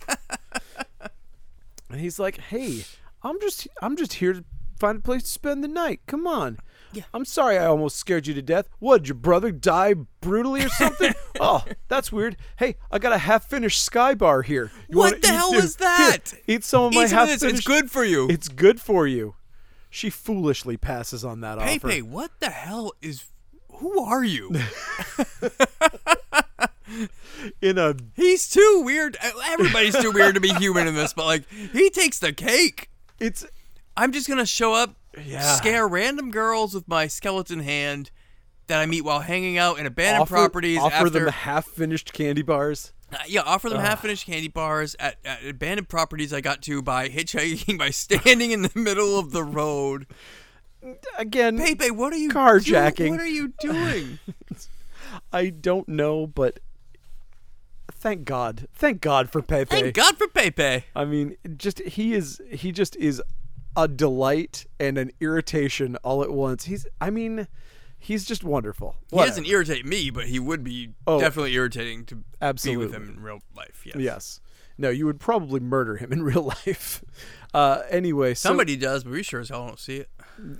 [SPEAKER 1] and he's like, "Hey, I'm just I'm just here to find a place to spend the night. Come on." Yeah. I'm sorry I almost scared you to death. What, did your brother die brutally or
[SPEAKER 2] [LAUGHS]
[SPEAKER 1] something? oh, that's weird. Hey, I got a half finished sky bar here. You
[SPEAKER 2] What
[SPEAKER 1] wanna
[SPEAKER 2] the
[SPEAKER 1] eat
[SPEAKER 2] hell
[SPEAKER 1] this?
[SPEAKER 2] was that?
[SPEAKER 1] Here, eat some of Oh, my
[SPEAKER 2] Eat some
[SPEAKER 1] half
[SPEAKER 2] of this. It's
[SPEAKER 1] finished
[SPEAKER 2] good for you.
[SPEAKER 1] It's good for you. She foolishly passes on that offer.
[SPEAKER 2] Pepe, what the hell is? Who are you?
[SPEAKER 1] [LAUGHS] In a
[SPEAKER 2] He's too weird. Everybody's too weird to be human in this, but like he takes the cake.
[SPEAKER 1] it's
[SPEAKER 2] I'm just gonna show up,
[SPEAKER 1] Yeah.
[SPEAKER 2] scare random girls with my skeleton hand that I meet while hanging out in abandoned
[SPEAKER 1] offer,
[SPEAKER 2] properties.
[SPEAKER 1] offer
[SPEAKER 2] after,
[SPEAKER 1] them half finished candy bars.
[SPEAKER 2] Uh, yeah, offer them half-finished candy bars at, at abandoned properties I got to by hitchhiking, [LAUGHS] by standing in the middle of the road.
[SPEAKER 1] Again,
[SPEAKER 2] Pepe, what are you do-
[SPEAKER 1] Carjacking.
[SPEAKER 2] What are you
[SPEAKER 1] [LAUGHS]
[SPEAKER 2] doing?
[SPEAKER 1] I don't know, but thank God. Thank God for Pepe.
[SPEAKER 2] Thank God for Pepe.
[SPEAKER 1] I mean, just he is he just is a delight and an irritation all at once. He's I mean, he's just wonderful.
[SPEAKER 2] He
[SPEAKER 1] Whatever.
[SPEAKER 2] doesn't irritate me, but he would be
[SPEAKER 1] Oh,
[SPEAKER 2] definitely irritating to be
[SPEAKER 1] absolutely.
[SPEAKER 2] with him in real life. Yes.
[SPEAKER 1] Yes. No, you would probably murder him in [LAUGHS] real life. Uh anyway, so
[SPEAKER 2] Somebody does, but we sure as hell don't see it.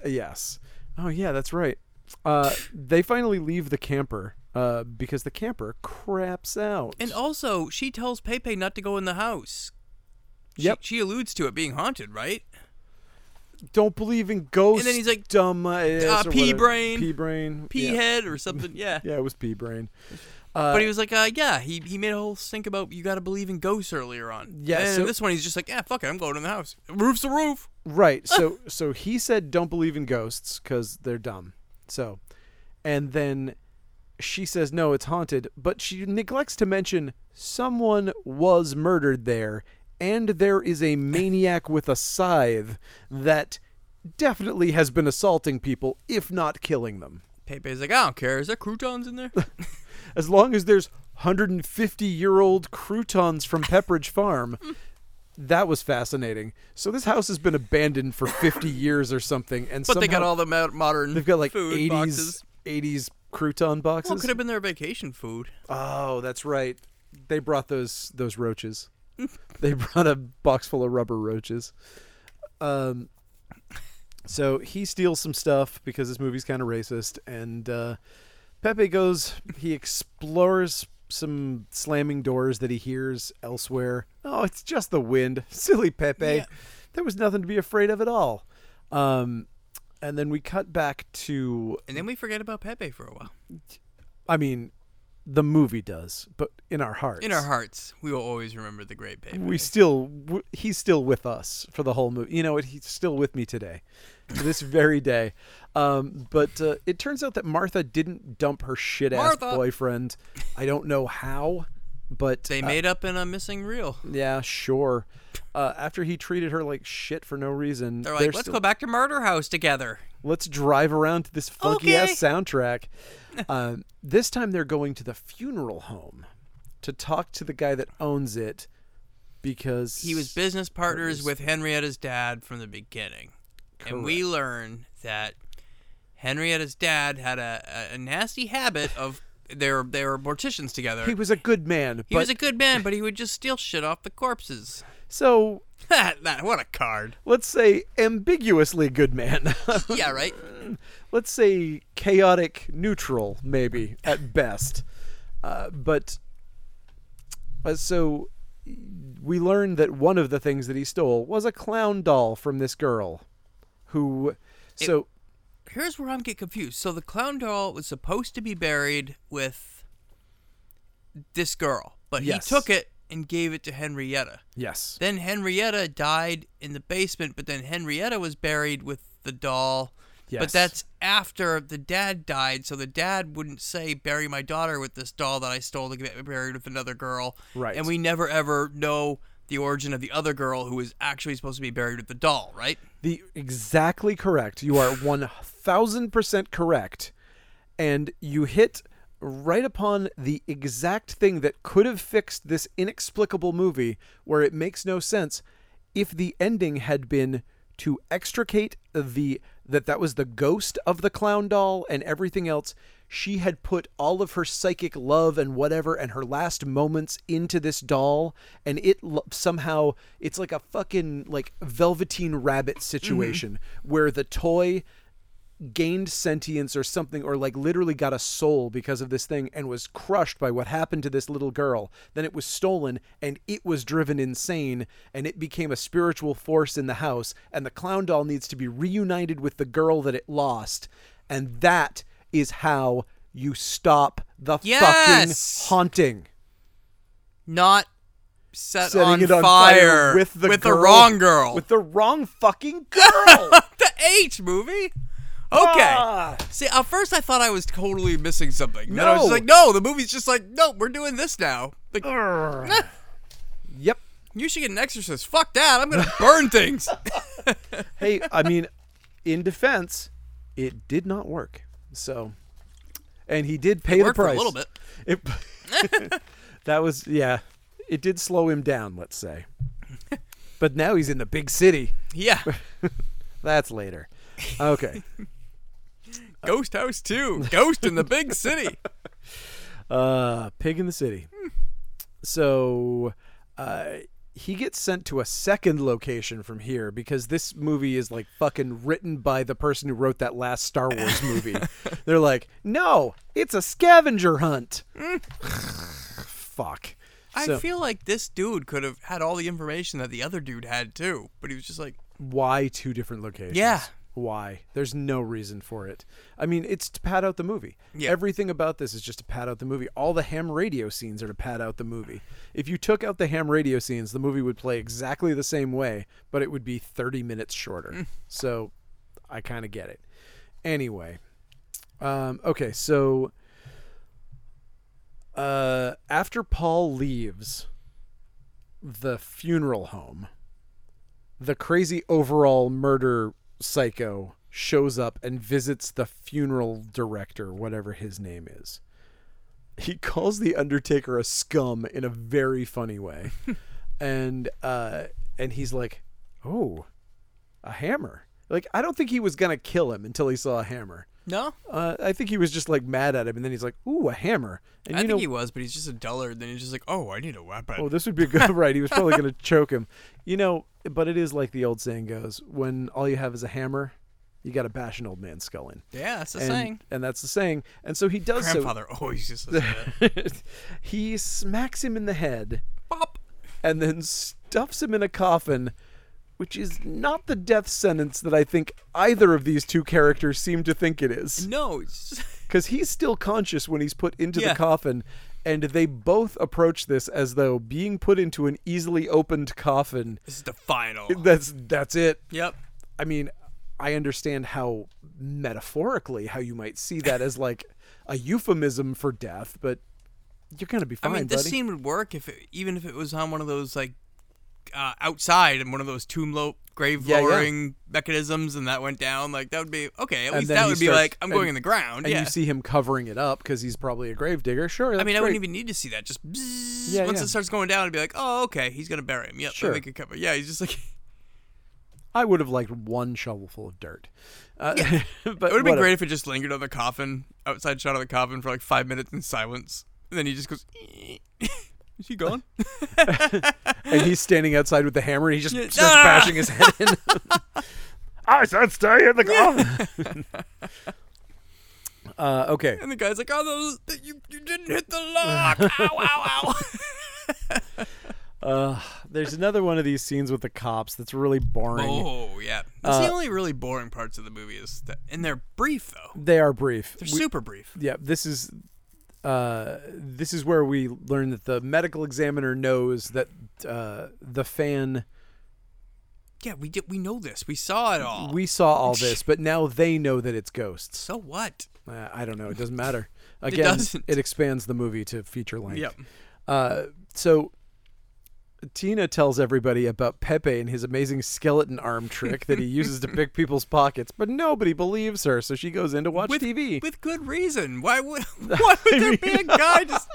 [SPEAKER 1] Yes. Oh yeah, that's right. Uh they finally leave the camper uh because the camper craps out.
[SPEAKER 2] And also, she tells Pepe not to go in the house. She,
[SPEAKER 1] Yep.
[SPEAKER 2] She alludes to it being haunted, right?
[SPEAKER 1] don't believe in ghosts.
[SPEAKER 2] And then he's like,
[SPEAKER 1] dumb
[SPEAKER 2] uh, pea brain.
[SPEAKER 1] pea brain,
[SPEAKER 2] pea
[SPEAKER 1] yeah.
[SPEAKER 2] head or something. Yeah.
[SPEAKER 1] [LAUGHS] Yeah, it was pea brain.
[SPEAKER 2] but he was like, uh, yeah, he, he made a whole stink about you got to believe in ghosts earlier on.
[SPEAKER 1] Yeah,
[SPEAKER 2] And
[SPEAKER 1] so-
[SPEAKER 2] this one, he's just like, yeah, fuck it, I'm going in the house. Roof's the roof. [LAUGHS]
[SPEAKER 1] Right. So so he said don't believe in ghosts cuz they're dumb. So and then she says no, it's haunted, but she neglects to mention someone was murdered there and there is
[SPEAKER 2] [LAUGHS]
[SPEAKER 1] a maniac with a scythe that definitely has been assaulting people if not killing them.
[SPEAKER 2] Pepe's like, I don't care. Is there
[SPEAKER 1] [LAUGHS]
[SPEAKER 2] croutons in there?
[SPEAKER 1] As long as there's 150-year-old croutons from Pepperidge
[SPEAKER 2] [LAUGHS]
[SPEAKER 1] Farm, that was fascinating. So this house has been abandoned for 50 years or something and
[SPEAKER 2] but they got
[SPEAKER 1] somehow-
[SPEAKER 2] all the mo- modern.
[SPEAKER 1] They've got like
[SPEAKER 2] food
[SPEAKER 1] 80s
[SPEAKER 2] boxes.
[SPEAKER 1] 80s crouton boxes.
[SPEAKER 2] Well, could have been their vacation food.
[SPEAKER 1] oh, that's right. They brought those those roaches. [LAUGHS] they brought a box full of rubber roaches. Um so he steals some stuff because this movie's kind of racist and uh Pepe goes he explores some slamming doors that he hears elsewhere. Oh, it's just the wind. [LAUGHS] Silly Pepe. There was nothing to be afraid of at all. Um and then we cut back to
[SPEAKER 2] And then we forget about Pepe for a while.
[SPEAKER 1] I mean, the movie does, but in our hearts,
[SPEAKER 2] In our hearts, we will always remember the great Pepe.
[SPEAKER 1] we still w- he's still with us for the whole movie. You know, what? he's still with me today, to this very day. Um, but uh, it turns out that Martha didn't dump her shit ass
[SPEAKER 2] Martha!
[SPEAKER 1] boyfriend. I don't know how, but uh,
[SPEAKER 2] They made up in a missing reel.
[SPEAKER 1] yeah, sure. Uh, after he treated her like shit for no reason,
[SPEAKER 2] They're like, let's
[SPEAKER 1] still-
[SPEAKER 2] go back to Murder House together.
[SPEAKER 1] Let's drive around to this funky ass
[SPEAKER 2] Okay. [LAUGHS]
[SPEAKER 1] soundtrack. um, this time they're going to the funeral home to talk to the guy that owns it because
[SPEAKER 2] He was business partners with Henrietta's dad from the beginning. And we learn that Henrietta's dad had a, a, a nasty habit of they were, they were morticians together.
[SPEAKER 1] he was a good man.
[SPEAKER 2] He
[SPEAKER 1] but
[SPEAKER 2] was a good man, but he would just steal shit off the corpses. [LAUGHS]
[SPEAKER 1] so
[SPEAKER 2] that, that- what a card. [LAUGHS]
[SPEAKER 1] let's say ambiguously good man. [LAUGHS]
[SPEAKER 2] Yeah, right?
[SPEAKER 1] let's say chaotic neutral maybe at best uh, but uh, so we learned that one of the things that he stole was a clown doll from this girl who so
[SPEAKER 2] Here's where I'm getting confused. So the clown doll was supposed to be buried with this girl, but
[SPEAKER 1] Yes.
[SPEAKER 2] he took it and gave it to Henrietta.
[SPEAKER 1] yes
[SPEAKER 2] Then Henrietta died in the basement, but then Henrietta was buried with the doll.
[SPEAKER 1] Yes.
[SPEAKER 2] But that's after the dad died, so the dad wouldn't say bury my daughter with this doll that I stole to get buried with another girl.
[SPEAKER 1] Right.
[SPEAKER 2] And we never ever know the origin of the other girl who was actually supposed to be buried with the doll, right?
[SPEAKER 1] the exactly correct you are 1000% correct and you hit right upon the exact thing that could have fixed this inexplicable movie where it makes no sense if the ending had been to extricate the that that was the ghost of the clown doll and everything else she had put all of her psychic love and whatever and her last moments into this doll and it lo- somehow it's like a fucking like velveteen rabbit situation where the toy gained sentience or something or like literally got a soul because of this thing and was crushed by what happened to this little girl then it was stolen and it was driven insane and it became a spiritual force in the house and the clown doll needs to be reunited with the girl that it lost and that is how you stop the
[SPEAKER 2] Yes!
[SPEAKER 1] fucking haunting
[SPEAKER 2] Not set
[SPEAKER 1] setting
[SPEAKER 2] on,
[SPEAKER 1] it on
[SPEAKER 2] fire,
[SPEAKER 1] with the girl-
[SPEAKER 2] wrong girl.
[SPEAKER 1] with the wrong fucking girl
[SPEAKER 2] [LAUGHS] the H movie? Okay.
[SPEAKER 1] Ah.
[SPEAKER 2] See, at first I thought I was totally missing something. Then I was
[SPEAKER 1] No.
[SPEAKER 2] just like, no, the movie's just like, no, we're doing this now. Like,
[SPEAKER 1] yep
[SPEAKER 2] [LAUGHS] you should get an exorcist. Fuck that. I'm going to
[SPEAKER 1] [LAUGHS]
[SPEAKER 2] burn things.
[SPEAKER 1] hey, I mean, in defense, it did not work. So, and he did pay the
[SPEAKER 2] worked for a
[SPEAKER 1] price
[SPEAKER 2] little bit.
[SPEAKER 1] [LAUGHS] It- [LAUGHS] that was yeah. It did slow him down, let's
[SPEAKER 2] [LAUGHS]
[SPEAKER 1] say. But now he's in the big city. [LAUGHS]
[SPEAKER 2] Yeah.
[SPEAKER 1] That's later. Okay.
[SPEAKER 2] Ghost House 2. Ghost in the big
[SPEAKER 1] [LAUGHS]
[SPEAKER 2] city.
[SPEAKER 1] Uh, Pig in the City. So uh, he gets sent to a second location from here because this movie is like fucking written by the person who wrote that last Star Wars movie. They're like, no, it's a scavenger hunt. [SIGHS] Fuck.
[SPEAKER 2] I
[SPEAKER 1] So-
[SPEAKER 2] feel like this dude could have had all the information that the other dude had too, but he was just like,
[SPEAKER 1] why two different locations?
[SPEAKER 2] Yeah.
[SPEAKER 1] Why? There's no reason for it. I mean, it's to pad out the movie.
[SPEAKER 2] Yeah.
[SPEAKER 1] Everything about this is just to pad out the movie. All the ham radio scenes are to pad out the movie. If you took out the ham radio scenes, the movie would play exactly the same way, but it would be 30 minutes
[SPEAKER 2] Mm.
[SPEAKER 1] shorter. so I kind of get it. Anyway. Um, okay, so uh, after Paul leaves the funeral home, the crazy overall murder psycho shows up and visits the funeral director, whatever his name is. He calls the Undertaker a scum in a very funny
[SPEAKER 2] [LAUGHS]
[SPEAKER 1] way, and uh, and he's like, "Oh, a hammer." Like I don't think he was gonna kill him until he saw a hammer.
[SPEAKER 2] No,
[SPEAKER 1] Uh, I think he was just like mad at him, and then he's like, "Ooh, a hammer!" And
[SPEAKER 2] I
[SPEAKER 1] you
[SPEAKER 2] think
[SPEAKER 1] know,
[SPEAKER 2] he was, but he's just a dullard. Then he's just like, oh, I need a weapon.
[SPEAKER 1] oh, this would be a good [LAUGHS] right. He was probably going to choke him, you know. But it is like the old saying goes: when all you have is a hammer, you got to bash an old man's skull in.
[SPEAKER 2] yeah, that's the
[SPEAKER 1] and,
[SPEAKER 2] saying.
[SPEAKER 1] and that's the saying. And so he does.
[SPEAKER 2] Grandfather
[SPEAKER 1] [LAUGHS]
[SPEAKER 2] always just says that.
[SPEAKER 1] So he smacks him in the head,
[SPEAKER 2] Bop.
[SPEAKER 1] and then stuffs him in a coffin, which is not the death sentence that I think either of these two characters seem to think it is.
[SPEAKER 2] No, it's just,
[SPEAKER 1] because he's still conscious when he's put into
[SPEAKER 2] Yeah.
[SPEAKER 1] the coffin and they both approach this as though being put into an easily opened coffin
[SPEAKER 2] this is the final.
[SPEAKER 1] that's that's it
[SPEAKER 2] yep.
[SPEAKER 1] i mean i understand how metaphorically how you might see that as like a euphemism for death but you're gonna be
[SPEAKER 2] I
[SPEAKER 1] fine
[SPEAKER 2] mean, this
[SPEAKER 1] buddy
[SPEAKER 2] scene would work if it, even if it was on one of those like uh, outside and one of those tomb lo- grave
[SPEAKER 1] Yeah, yeah.
[SPEAKER 2] lowering mechanisms, and that went down. Like that would be okay. At
[SPEAKER 1] And
[SPEAKER 2] least
[SPEAKER 1] then
[SPEAKER 2] that
[SPEAKER 1] he
[SPEAKER 2] would be
[SPEAKER 1] starts-
[SPEAKER 2] like I'm going
[SPEAKER 1] and-
[SPEAKER 2] in the ground.
[SPEAKER 1] and
[SPEAKER 2] yeah.
[SPEAKER 1] you see him covering it up because he's probably a grave digger sure
[SPEAKER 2] I
[SPEAKER 1] that's
[SPEAKER 2] mean, I wouldn't
[SPEAKER 1] great.
[SPEAKER 2] even need to see that. Just bzzz,
[SPEAKER 1] Yeah,
[SPEAKER 2] once
[SPEAKER 1] yeah.
[SPEAKER 2] it starts going down, I'd be like, oh, okay, he's gonna bury him. Yep,
[SPEAKER 1] Sure.
[SPEAKER 2] sure. make a cover. Yeah, he's just like [LAUGHS] it
[SPEAKER 1] i would have liked one shovelful of dirt uh, [LAUGHS] but
[SPEAKER 2] would have been
[SPEAKER 1] whatever.
[SPEAKER 2] great if it just lingered on the coffin, outside shot of the coffin for like five minutes in silence, and then he just goes. [LAUGHS] Is he gone? [LAUGHS]
[SPEAKER 1] and he's standing outside with the hammer and he [LAUGHS] just
[SPEAKER 2] Yeah.
[SPEAKER 1] starts
[SPEAKER 2] Ah!
[SPEAKER 1] bashing his head in. I said stay in the coffin. uh, okay.
[SPEAKER 2] And the guy's like, "Oh, those that you you didn't hit the lock! Ow, ow, ow!"
[SPEAKER 1] Uh, there's another one of these scenes with the cops that's really boring.
[SPEAKER 2] Oh yeah, that's the only really boring parts of the movie is that, and they're brief though.
[SPEAKER 1] They are brief.
[SPEAKER 2] They're
[SPEAKER 1] We-
[SPEAKER 2] super brief.
[SPEAKER 1] yeah, this is uh, this is where we learn that the medical examiner knows that uh, the fan
[SPEAKER 2] Yeah, we did. We know this. We saw it all.
[SPEAKER 1] we saw all this, but now they know that it's ghosts.
[SPEAKER 2] so what?
[SPEAKER 1] Uh, I don't know. It doesn't
[SPEAKER 2] [LAUGHS]
[SPEAKER 1] matter. Again, it,
[SPEAKER 2] doesn't.
[SPEAKER 1] expands the movie to feature length.
[SPEAKER 2] Yep.
[SPEAKER 1] Uh, so Tina tells everybody about Pepe and his amazing skeleton arm trick that he uses to pick people's pockets, but nobody believes her, so she goes in to watch
[SPEAKER 2] With
[SPEAKER 1] TV.
[SPEAKER 2] with good reason. Why [LAUGHS] would why would there [LAUGHS] be a guy just?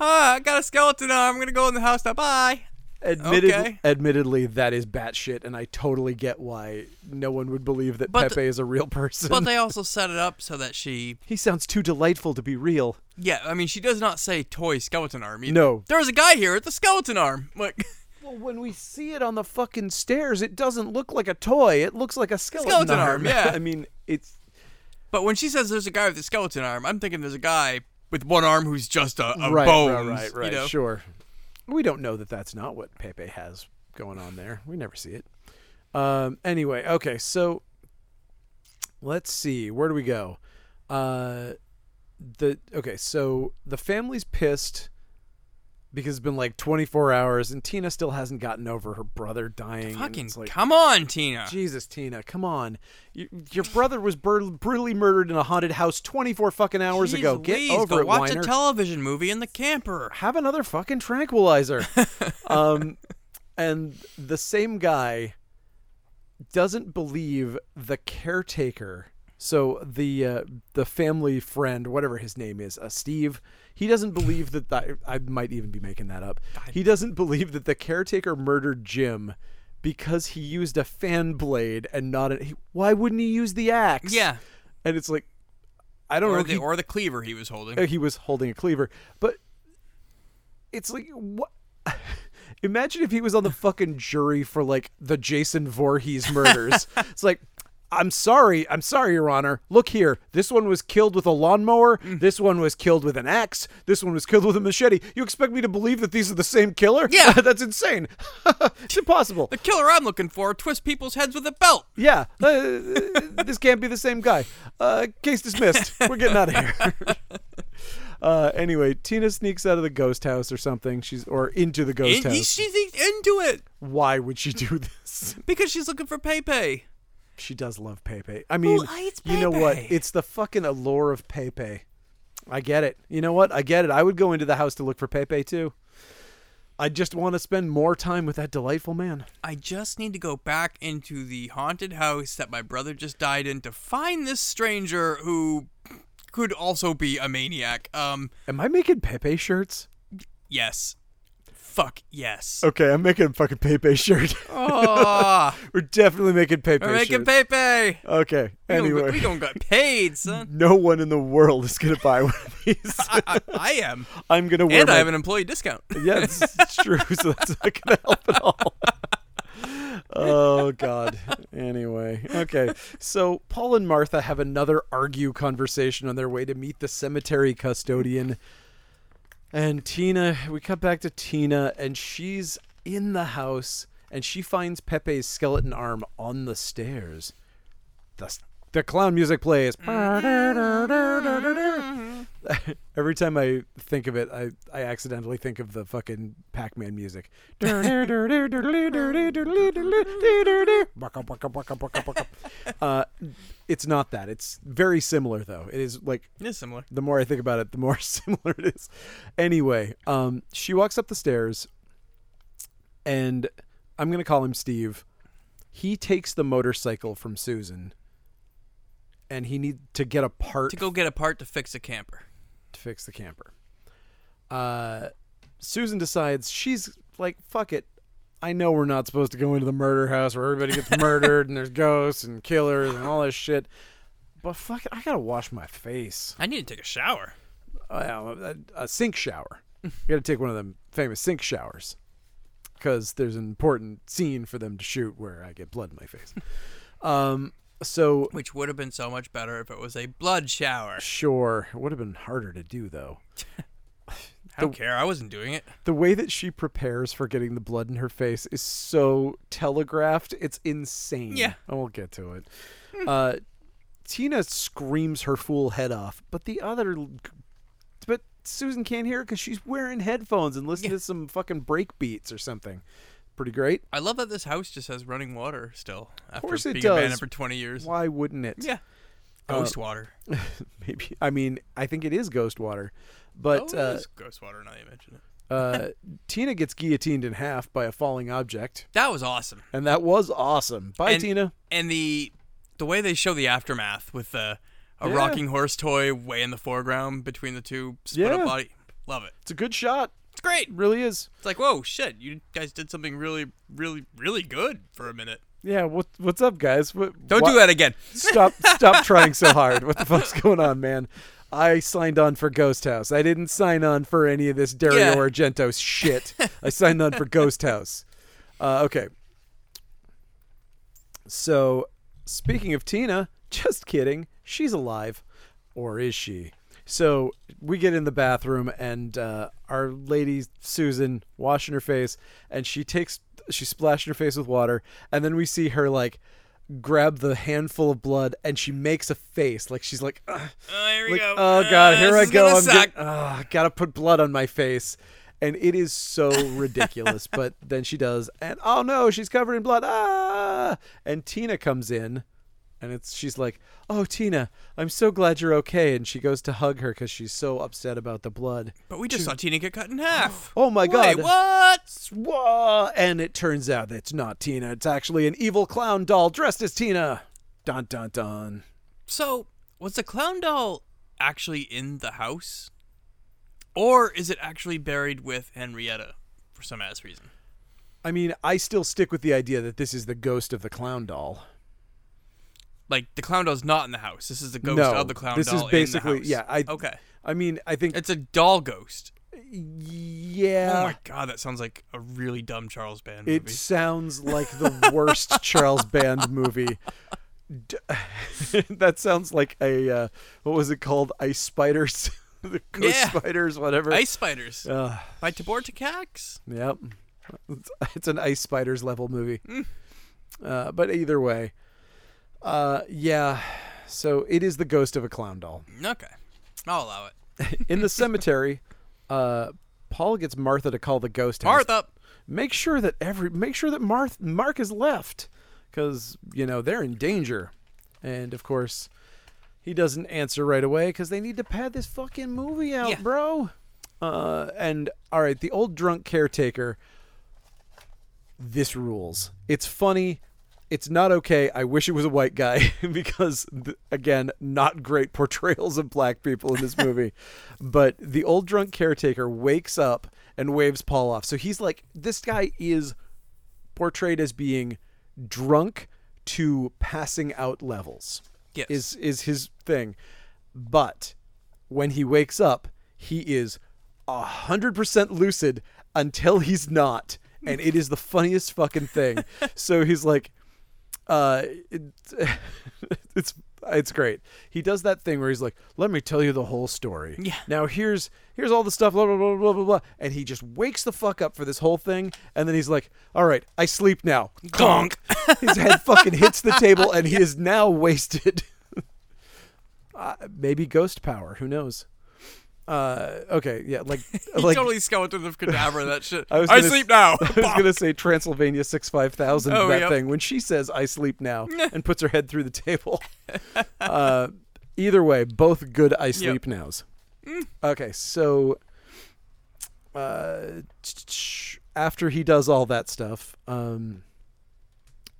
[SPEAKER 2] Ah, I got a skeleton. arm. I'm gonna go in the house now. Bye.
[SPEAKER 1] Admitted,
[SPEAKER 2] okay.
[SPEAKER 1] Admittedly, that is batshit, and I totally get why no one would believe that
[SPEAKER 2] But
[SPEAKER 1] Pepe is a real person.
[SPEAKER 2] But they also set it up so that she.
[SPEAKER 1] [LAUGHS] he sounds too delightful to be real.
[SPEAKER 2] Yeah, I mean, she does not say toy skeleton arm. either.
[SPEAKER 1] No.
[SPEAKER 2] There was a guy here with a skeleton arm. Like [LAUGHS]
[SPEAKER 1] Well, when we see it on the fucking stairs, it doesn't look like a toy. It looks like a skeleton,
[SPEAKER 2] Skeleton arm, yeah.
[SPEAKER 1] [LAUGHS] I mean, it's
[SPEAKER 2] But when she says there's a guy with a skeleton arm, I'm thinking there's a guy with one arm who's just a, a
[SPEAKER 1] right, right,
[SPEAKER 2] bones.
[SPEAKER 1] right, right.
[SPEAKER 2] You know?
[SPEAKER 1] Sure. We don't know that that's not what Pepe has going on there. We never see it. Um, anyway, okay, so let's see. Where do we go? Uh, the okay, so the family's pissed because it's been like 24 hours, and Tina still hasn't gotten over her brother dying. and
[SPEAKER 2] Fucking
[SPEAKER 1] it's like,
[SPEAKER 2] come on, Tina.
[SPEAKER 1] Jesus, Tina, come on. Your, your brother was bur- brutally murdered in a haunted house 24 fucking hours
[SPEAKER 2] Jeez
[SPEAKER 1] ago. Get
[SPEAKER 2] Louise,
[SPEAKER 1] over
[SPEAKER 2] go
[SPEAKER 1] it,
[SPEAKER 2] watch
[SPEAKER 1] whiner.
[SPEAKER 2] a television movie in the camper.
[SPEAKER 1] Have another fucking
[SPEAKER 2] [LAUGHS]
[SPEAKER 1] tranquilizer. um, and the same guy doesn't believe the caretaker. So the uh, the family friend, whatever his name is, uh, Steve, he doesn't believe that the, I might even be making that up. He doesn't believe that the caretaker murdered Jim because he used a fan blade and not a. He, why wouldn't he use the axe?
[SPEAKER 2] Yeah.
[SPEAKER 1] and it's like I don't
[SPEAKER 2] Or
[SPEAKER 1] know.
[SPEAKER 2] the,
[SPEAKER 1] he-
[SPEAKER 2] or the cleaver he was holding.
[SPEAKER 1] uh, he was holding a cleaver. But it's like what? [LAUGHS] Imagine if he was on the fucking jury for like the Jason Voorhees murders. it's like I'm sorry, I'm sorry, Your Honor. Look here. This one was killed with a lawnmower. This one was killed with an axe. This one was killed with a machete. You expect me to believe that these are the same killer? [LAUGHS]
[SPEAKER 2] Yeah.
[SPEAKER 1] That's insane. it's impossible.
[SPEAKER 2] The killer I'm looking for twist people's heads with a belt.
[SPEAKER 1] Yeah, uh, this can't be the same guy. Uh, case dismissed. We're getting out of here.
[SPEAKER 2] [LAUGHS]
[SPEAKER 1] uh, anyway, Tina sneaks out of the ghost house or something. She's or into the ghost
[SPEAKER 2] And he-
[SPEAKER 1] house.
[SPEAKER 2] she's into it
[SPEAKER 1] Why would she do this?
[SPEAKER 2] because she's looking for Pepe.
[SPEAKER 1] She does love Pepe. I mean,
[SPEAKER 2] hates
[SPEAKER 1] you know what?
[SPEAKER 2] Pepe?
[SPEAKER 1] It's the fucking allure of Pepe. I get it. You know what? I get it. I would go into the house to look for Pepe too. I just want to spend more time with that delightful man.
[SPEAKER 2] I just need to go back into the haunted house that my brother just died in to find this stranger who could also be a maniac. Um,
[SPEAKER 1] Am I making Pepe shirts?
[SPEAKER 2] yes. Fuck yes.
[SPEAKER 1] [LAUGHS] Okay, I'm making a fucking Pepe shirt. [LAUGHS]
[SPEAKER 2] Oh,
[SPEAKER 1] We're definitely making Pepe
[SPEAKER 2] we're
[SPEAKER 1] shirts.
[SPEAKER 2] making Pepe.
[SPEAKER 1] Okay.
[SPEAKER 2] We gonna-
[SPEAKER 1] Anyway,
[SPEAKER 2] we gonna get paid, son.
[SPEAKER 1] [LAUGHS] no one in the world is gonna buy one of
[SPEAKER 2] [LAUGHS]
[SPEAKER 1] these.
[SPEAKER 2] I, I, I
[SPEAKER 1] [LAUGHS]
[SPEAKER 2] am,
[SPEAKER 1] I'm gonna wear.
[SPEAKER 2] and I
[SPEAKER 1] my-
[SPEAKER 2] have an employee discount.
[SPEAKER 1] yeah, it's, it's [LAUGHS] true. So that's not gonna help at all. oh God. Anyway, okay. So Paul and Martha have another argue conversation on their way to meet the cemetery custodian. And Tina, we cut back to Tina, and she's in the house, and she finds Pepe's skeleton arm on the stairs. The, the clown music plays. Every time I think of it, I, I accidentally think of the fucking Pac Man music. [LAUGHS] uh, it's not that. It's very similar, though. It is like
[SPEAKER 2] It's similar.
[SPEAKER 1] the more I think about it, the more [LAUGHS] similar it is. Anyway, um, she walks up the stairs, and I'm gonna call him Steve. He takes the motorcycle from Susan, and he need to get a part
[SPEAKER 2] To go get a part to fix a camper.
[SPEAKER 1] to fix the camper. Uh, Susan decides she's like, "Fuck it." I know we're not supposed to go into the murder house where everybody gets murdered and there's ghosts and killers and all this shit. But fuck it, I gotta wash my face
[SPEAKER 2] I need to take a shower.
[SPEAKER 1] uh, a, a sink shower. You got to take one of them famous sink showers because there's an important scene for them to shoot where I get blood in my face. um, so
[SPEAKER 2] Which would have been so much better if it was a blood shower.
[SPEAKER 1] sure, it would have been harder to do though.
[SPEAKER 2] I don't care. I wasn't doing it.
[SPEAKER 1] The way that she prepares for getting the blood in her face is so telegraphed. It's insane.
[SPEAKER 2] Yeah. Hmm.
[SPEAKER 1] I won't get to it. Uh, Tina screams her fool head off, but the other, but Susan can't hear because she's wearing headphones and listening to some fucking break beats or something. Pretty great.
[SPEAKER 2] I love that this house just has running water still. After
[SPEAKER 1] course it
[SPEAKER 2] being abandoned
[SPEAKER 1] does. Uh,
[SPEAKER 2] for 20 years.
[SPEAKER 1] Why wouldn't it?
[SPEAKER 2] Yeah. Ghost water.
[SPEAKER 1] Maybe. I mean, I think it is ghost water, but
[SPEAKER 2] oh,
[SPEAKER 1] uh,
[SPEAKER 2] it is ghost water now that you mention it.
[SPEAKER 1] uh, Tina gets guillotined in half by a falling object,
[SPEAKER 2] That was awesome.
[SPEAKER 1] and that was awesome. Bye,
[SPEAKER 2] and,
[SPEAKER 1] Tina.
[SPEAKER 2] And the the way they show the aftermath with the, a
[SPEAKER 1] Yeah.
[SPEAKER 2] rocking horse toy way in the foreground between the two split
[SPEAKER 1] Yeah.
[SPEAKER 2] up body. Love it.
[SPEAKER 1] It's a good shot.
[SPEAKER 2] It's great.
[SPEAKER 1] It really is.
[SPEAKER 2] It's like, whoa, shit, you guys did something really, really, really good for a minute.
[SPEAKER 1] Yeah, what what's up, guys? What,
[SPEAKER 2] Don't
[SPEAKER 1] why-
[SPEAKER 2] do that again.
[SPEAKER 1] [LAUGHS] Stop
[SPEAKER 2] [LAUGHS]
[SPEAKER 1] stop trying so hard. What the fuck's going on, man? I signed on for Ghost House. I didn't sign on for any of this Dario
[SPEAKER 2] Yeah.
[SPEAKER 1] Argento shit. I signed on for Ghost House. Uh, okay. So, speaking of Tina, [LAUGHS] just kidding. She's alive, or is she? So we get in the bathroom, and uh, our lady Susan washing her face, and she takes she splashed her face with water, and then we see her like grab the handful of blood, and she makes a face like she's like, "Ugh."
[SPEAKER 2] Oh, here we
[SPEAKER 1] like
[SPEAKER 2] go.
[SPEAKER 1] oh
[SPEAKER 2] Uh,
[SPEAKER 1] god, here
[SPEAKER 2] this
[SPEAKER 1] I
[SPEAKER 2] is
[SPEAKER 1] go.
[SPEAKER 2] gonna
[SPEAKER 1] I'm
[SPEAKER 2] suck.
[SPEAKER 1] getting, oh, I gotta put blood on my face. And it is so ridiculous, but then she does, and oh no, she's covered in blood. Ah! And Tina comes in, and it's she's like, "Oh, Tina, I'm so glad you're okay." And she goes to hug her because she's so upset about the blood.
[SPEAKER 2] But we just saw Tina get cut in half.
[SPEAKER 1] [GASPS] Oh my
[SPEAKER 2] Wait,
[SPEAKER 1] god!
[SPEAKER 2] what?
[SPEAKER 1] Whoa! And it turns out that it's not Tina. It's actually an evil clown doll dressed as Tina. Dun dun dun.
[SPEAKER 2] So, was the clown doll actually in the house? Or is it actually buried with Henrietta for some ass reason?
[SPEAKER 1] I mean, I still stick with the idea that this is the ghost of the clown doll.
[SPEAKER 2] Like, the clown doll's not in the house. This is the ghost
[SPEAKER 1] No,
[SPEAKER 2] of the clown
[SPEAKER 1] this is
[SPEAKER 2] doll.
[SPEAKER 1] basically-
[SPEAKER 2] in the house.
[SPEAKER 1] yeah, I-
[SPEAKER 2] okay.
[SPEAKER 1] I mean, I think
[SPEAKER 2] It's a doll ghost.
[SPEAKER 1] yeah.
[SPEAKER 2] oh my god, that sounds like a really dumb Charles Band
[SPEAKER 1] It
[SPEAKER 2] movie. [LAUGHS]
[SPEAKER 1] sounds like the worst Charles Band movie. D- [LAUGHS] that sounds like a uh, what was it called? Ice spiders, [LAUGHS] the ghost
[SPEAKER 2] Yeah.
[SPEAKER 1] spiders, whatever.
[SPEAKER 2] Ice Spiders
[SPEAKER 1] Ugh,
[SPEAKER 2] by Tabor Takacs.
[SPEAKER 1] yep, it's, it's an ice spiders level movie.
[SPEAKER 2] Mm.
[SPEAKER 1] Uh, but either way, uh, yeah. So it is the ghost of a clown doll
[SPEAKER 2] Okay, I'll allow it.
[SPEAKER 1] in
[SPEAKER 2] [LAUGHS]
[SPEAKER 1] the cemetery. Uh, Paul gets Martha to call the ghost house.
[SPEAKER 2] Martha,
[SPEAKER 1] make sure that every make sure that Marth, Mark is left because you know they're in danger, and of course he doesn't answer right away because they need to pad this fucking movie out,
[SPEAKER 2] Yeah.
[SPEAKER 1] bro. Uh, and all right, the old drunk caretaker. This rules. It's funny. It's not okay. I wish it was a white guy [LAUGHS] because, th- again, not great portrayals of black people in this movie. but the old drunk caretaker wakes up and waves Paul off. So he's like, this guy is portrayed as being drunk to passing out levels.
[SPEAKER 2] Yes.
[SPEAKER 1] Is is his thing. But when he wakes up, he is a hundred percent lucid until he's not. And it is the funniest fucking thing. so he's like, uh, it, [LAUGHS] it's it's great. He does that thing where he's like, "Let me tell you the whole story."
[SPEAKER 2] Yeah.
[SPEAKER 1] Now here's here's all the stuff, blah blah blah blah blah blah, and he just wakes the fuck up for this whole thing, and then he's like, "All right, I sleep now."
[SPEAKER 2] Gonk.
[SPEAKER 1] [LAUGHS] His head fucking hits the table,
[SPEAKER 2] [LAUGHS]
[SPEAKER 1] and he is now wasted. [LAUGHS] uh, maybe ghost power. Who knows? Uh, okay, yeah,
[SPEAKER 2] [LAUGHS]
[SPEAKER 1] like like
[SPEAKER 2] totally skeleton of cadaver. That shit.
[SPEAKER 1] [LAUGHS] I
[SPEAKER 2] I,
[SPEAKER 1] was gonna s-
[SPEAKER 2] sleep now.
[SPEAKER 1] I was gonna say Transylvania six five thousand
[SPEAKER 2] Oh,
[SPEAKER 1] that
[SPEAKER 2] yep.
[SPEAKER 1] thing when she says I sleep
[SPEAKER 2] [LAUGHS]
[SPEAKER 1] now and puts her head through the table. [LAUGHS] uh, either way, both good I sleep nows.
[SPEAKER 2] Mm.
[SPEAKER 1] Okay, so uh, t- t- after he does all that stuff, um,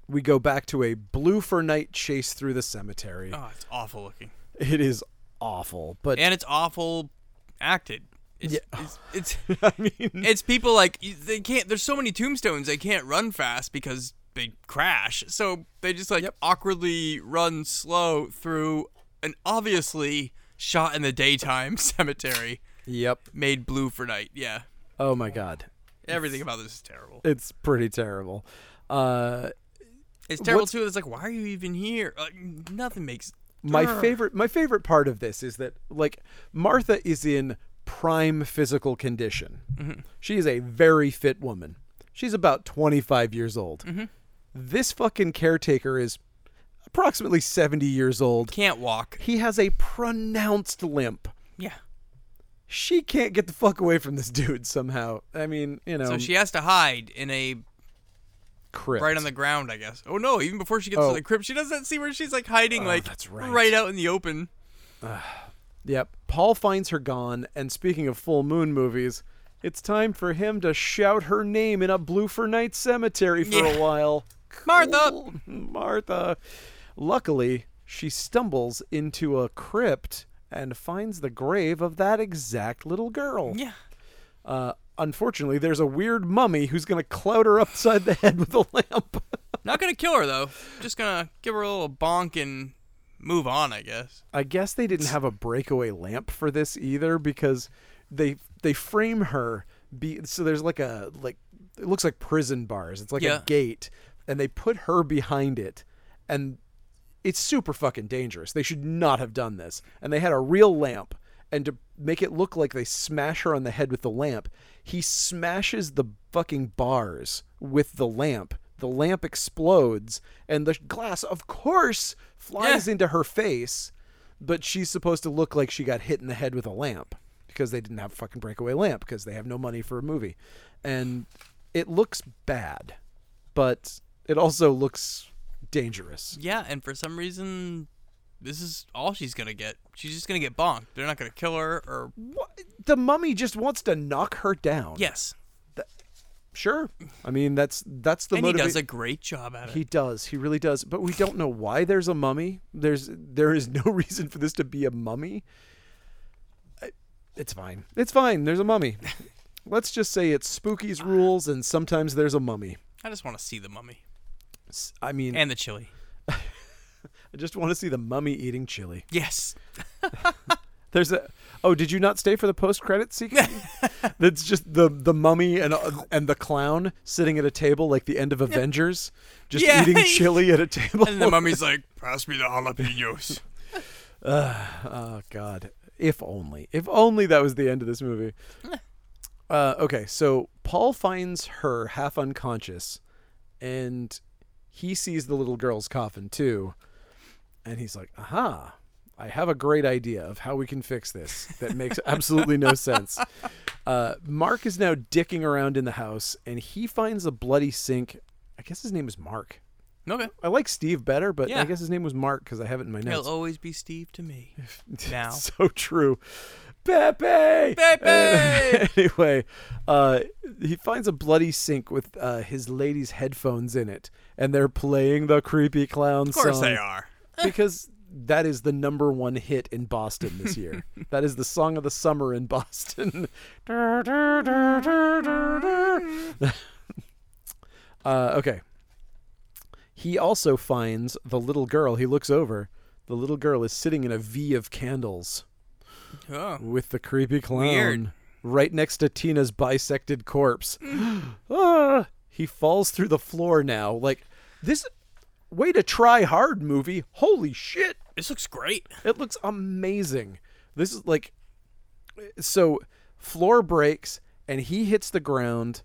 [SPEAKER 1] we go back to a blue for night chase through the cemetery.
[SPEAKER 2] oh, it's awful looking,
[SPEAKER 1] It is awful, but
[SPEAKER 2] and it's awful acted. It's, it's,
[SPEAKER 1] [LAUGHS]
[SPEAKER 2] it's
[SPEAKER 1] I
[SPEAKER 2] [LAUGHS]
[SPEAKER 1] mean,
[SPEAKER 2] it's people like you- they can't. There's so many tombstones they can't run fast because they crash. So they just like awkwardly run slow through an obviously shot in the daytime [LAUGHS] cemetery
[SPEAKER 1] yep.
[SPEAKER 2] made blue for night. Yeah,
[SPEAKER 1] Oh my god,
[SPEAKER 2] everything about this is terrible.
[SPEAKER 1] it's pretty terrible. Uh,
[SPEAKER 2] It's terrible
[SPEAKER 1] what's-
[SPEAKER 2] too. It's like why are you even here? Like, nothing makes.
[SPEAKER 1] my
[SPEAKER 2] Grr.
[SPEAKER 1] favorite my favorite part of this is that like Martha is in prime physical condition.
[SPEAKER 2] Mm-hmm.
[SPEAKER 1] She is a very fit woman. She's about 25 years old.
[SPEAKER 2] Mm-hmm.
[SPEAKER 1] This fucking caretaker is approximately 70 years old.
[SPEAKER 2] can't walk.
[SPEAKER 1] He has a pronounced limp.
[SPEAKER 2] Yeah.
[SPEAKER 1] She can't get the fuck away from this dude somehow. I mean, you know,
[SPEAKER 2] So she has to hide in a
[SPEAKER 1] crypt.
[SPEAKER 2] right on the ground, I guess. Oh no! Even before she gets
[SPEAKER 1] Oh.
[SPEAKER 2] to the crypt, she doesn't see where she's like hiding, like
[SPEAKER 1] that's right.
[SPEAKER 2] out in the open.
[SPEAKER 1] Yep. Paul finds her gone, and speaking of full moon movies, it's time for him to shout her name in a blue for night cemetery for
[SPEAKER 2] Yeah.
[SPEAKER 1] a while.
[SPEAKER 2] [LAUGHS] Martha!
[SPEAKER 1] Cool. [LAUGHS] Martha. Luckily, she stumbles into a crypt and finds the grave of that exact little girl.
[SPEAKER 2] Yeah.
[SPEAKER 1] Uh, unfortunately, there's a weird mummy who's going to clout her upside the head with a lamp. [LAUGHS]
[SPEAKER 2] Not gonna kill her though. Just gonna give her a little bonk and move on, I guess.
[SPEAKER 1] I guess they didn't have a breakaway lamp for this either because they they frame her be so there's like a like it looks like prison bars. It's like
[SPEAKER 2] Yeah.
[SPEAKER 1] a gate and they put her behind it and it's super fucking dangerous. They should not have done this. And they had a real lamp and to make it look like they smash her on the head with the lamp, he smashes the fucking bars with the lamp. The lamp explodes and the glass of course flies
[SPEAKER 2] Yeah.
[SPEAKER 1] into her face but she's supposed to look like she got hit in the head with a lamp because they didn't have a fucking breakaway lamp because they have no money for a movie. And it looks bad, but it also looks dangerous.
[SPEAKER 2] Yeah, and for some reason, this is all she's gonna get. She's just gonna get bonked. They're not gonna kill her or
[SPEAKER 1] What? The mummy just wants to knock her down.
[SPEAKER 2] yes.
[SPEAKER 1] Sure. I mean, that's that's the
[SPEAKER 2] And he
[SPEAKER 1] motiva-
[SPEAKER 2] does a great job at it.
[SPEAKER 1] He does. He really does. But we don't know why there's a mummy. There's there is no [LAUGHS] reason for this to be a mummy. I- It's fine. It's fine. There's a mummy. Let's just say it's Spooky's rules, and sometimes there's a mummy.
[SPEAKER 2] I just want to see the mummy
[SPEAKER 1] S- I mean,
[SPEAKER 2] and the chili.
[SPEAKER 1] I just want to see the mummy eating chili.
[SPEAKER 2] Yes.
[SPEAKER 1] There's a. Oh, did you not stay for the post-credit
[SPEAKER 2] [LAUGHS]
[SPEAKER 1] sequence? That's just the the mummy and and the clown sitting at a table like the end of Avengers, just
[SPEAKER 2] Yeah. [LAUGHS]
[SPEAKER 1] eating chili at a table.
[SPEAKER 2] And the mummy's like, pass me the jalapenos.
[SPEAKER 1] Oh God! If only, if only that was the end of this movie. Uh, okay, so Paul finds her half unconscious, and he sees the little girl's coffin too, and he's like, "Aha! I have a great idea of how we can fix this that makes absolutely no sense." Uh, Mark is now dicking around in the house, and he finds a bloody sink. I guess his name is Mark.
[SPEAKER 2] okay.
[SPEAKER 1] I like Steve better, but I
[SPEAKER 2] Yeah.
[SPEAKER 1] guess his name was Mark because I have it in my notes.
[SPEAKER 2] He'll always be Steve to me.
[SPEAKER 1] [LAUGHS]
[SPEAKER 2] Now.
[SPEAKER 1] so true. Pepe.
[SPEAKER 2] Pepe!
[SPEAKER 1] [LAUGHS] anyway, uh, he finds a bloody sink with uh, his lady's headphones in it, and they're playing the creepy clown
[SPEAKER 2] Of course
[SPEAKER 1] song
[SPEAKER 2] they are. [LAUGHS]
[SPEAKER 1] because that is the number one hit in Boston this
[SPEAKER 2] [LAUGHS]
[SPEAKER 1] year. that is the song of the summer in Boston. [LAUGHS] uh, okay. He also finds the little girl. He looks over. The little girl is sitting in a V of candles
[SPEAKER 2] Oh.
[SPEAKER 1] with the creepy clown
[SPEAKER 2] Weird.
[SPEAKER 1] right next to Tina's bisected corpse. [GASPS] ah, he falls through the floor now. Like this way to try hard movie. Holy shit.
[SPEAKER 2] This looks great.
[SPEAKER 1] It looks amazing. This is like so floor breaks and he hits the ground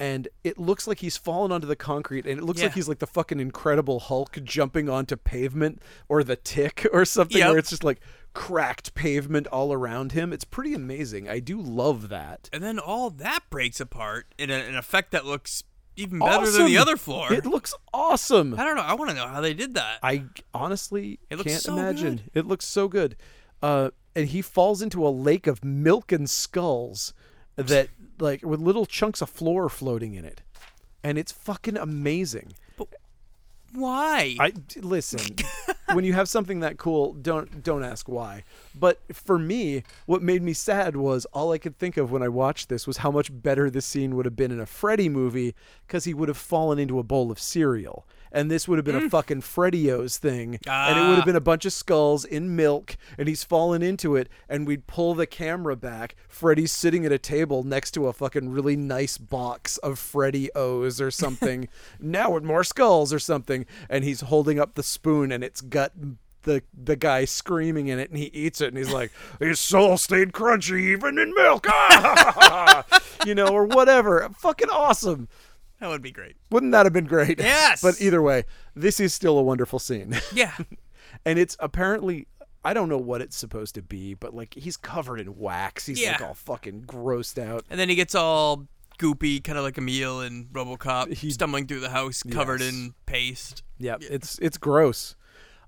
[SPEAKER 1] and it looks like he's fallen onto the concrete and it looks like
[SPEAKER 2] Yeah.
[SPEAKER 1] he's like the fucking incredible Hulk jumping onto pavement or the tick [LAUGHS] or something
[SPEAKER 2] Yep.
[SPEAKER 1] where it's just like cracked pavement all around him. It's pretty amazing. I do love that.
[SPEAKER 2] And then all that breaks apart in a, an effect that looks even better than the
[SPEAKER 1] Awesome.
[SPEAKER 2] other floor.
[SPEAKER 1] It looks awesome.
[SPEAKER 2] I don't know. I want to know how they did that.
[SPEAKER 1] I honestly
[SPEAKER 2] It looks
[SPEAKER 1] can't
[SPEAKER 2] so
[SPEAKER 1] imagine. It looks so good. Uh, and he falls into a lake of milk and skulls that like with little chunks of floor floating in it. And it's fucking amazing.
[SPEAKER 2] Why?
[SPEAKER 1] I d-
[SPEAKER 2] [LAUGHS]
[SPEAKER 1] listen. when you have something that cool, don't don't ask why. But for me, what made me sad was all I could think of when I watched this was how much better this scene would have been in a Freddy movie because he would have fallen into a bowl of cereal. And this would have
[SPEAKER 2] Mm.
[SPEAKER 1] been a fucking Freddios thing, and it would have been a bunch of skulls in milk, and he's fallen into it, and we'd pull the camera back. Freddy's sitting at a table next to a fucking really nice box of Freddy O's or something, now with more skulls or something, and he's holding up the spoon, and it's got the the guy screaming in it, and he eats it, and he's like, "His soul stayed crunchy even in milk," [LAUGHS] ah!" you know, or whatever. Fucking awesome.
[SPEAKER 2] that would be great.
[SPEAKER 1] Wouldn't that have been great?
[SPEAKER 2] Yes.
[SPEAKER 1] But either way, this is still a wonderful scene. [LAUGHS]
[SPEAKER 2] Yeah.
[SPEAKER 1] and it's apparently I don't know what it's supposed to be, but like he's covered in wax. He's like
[SPEAKER 2] Yeah.
[SPEAKER 1] all fucking grossed out.
[SPEAKER 2] And then he gets all goopy, kind of like Emil in RoboCop,
[SPEAKER 1] He-
[SPEAKER 2] stumbling through the house covered
[SPEAKER 1] Yes.
[SPEAKER 2] in paste.
[SPEAKER 1] Yeah, it's it's gross.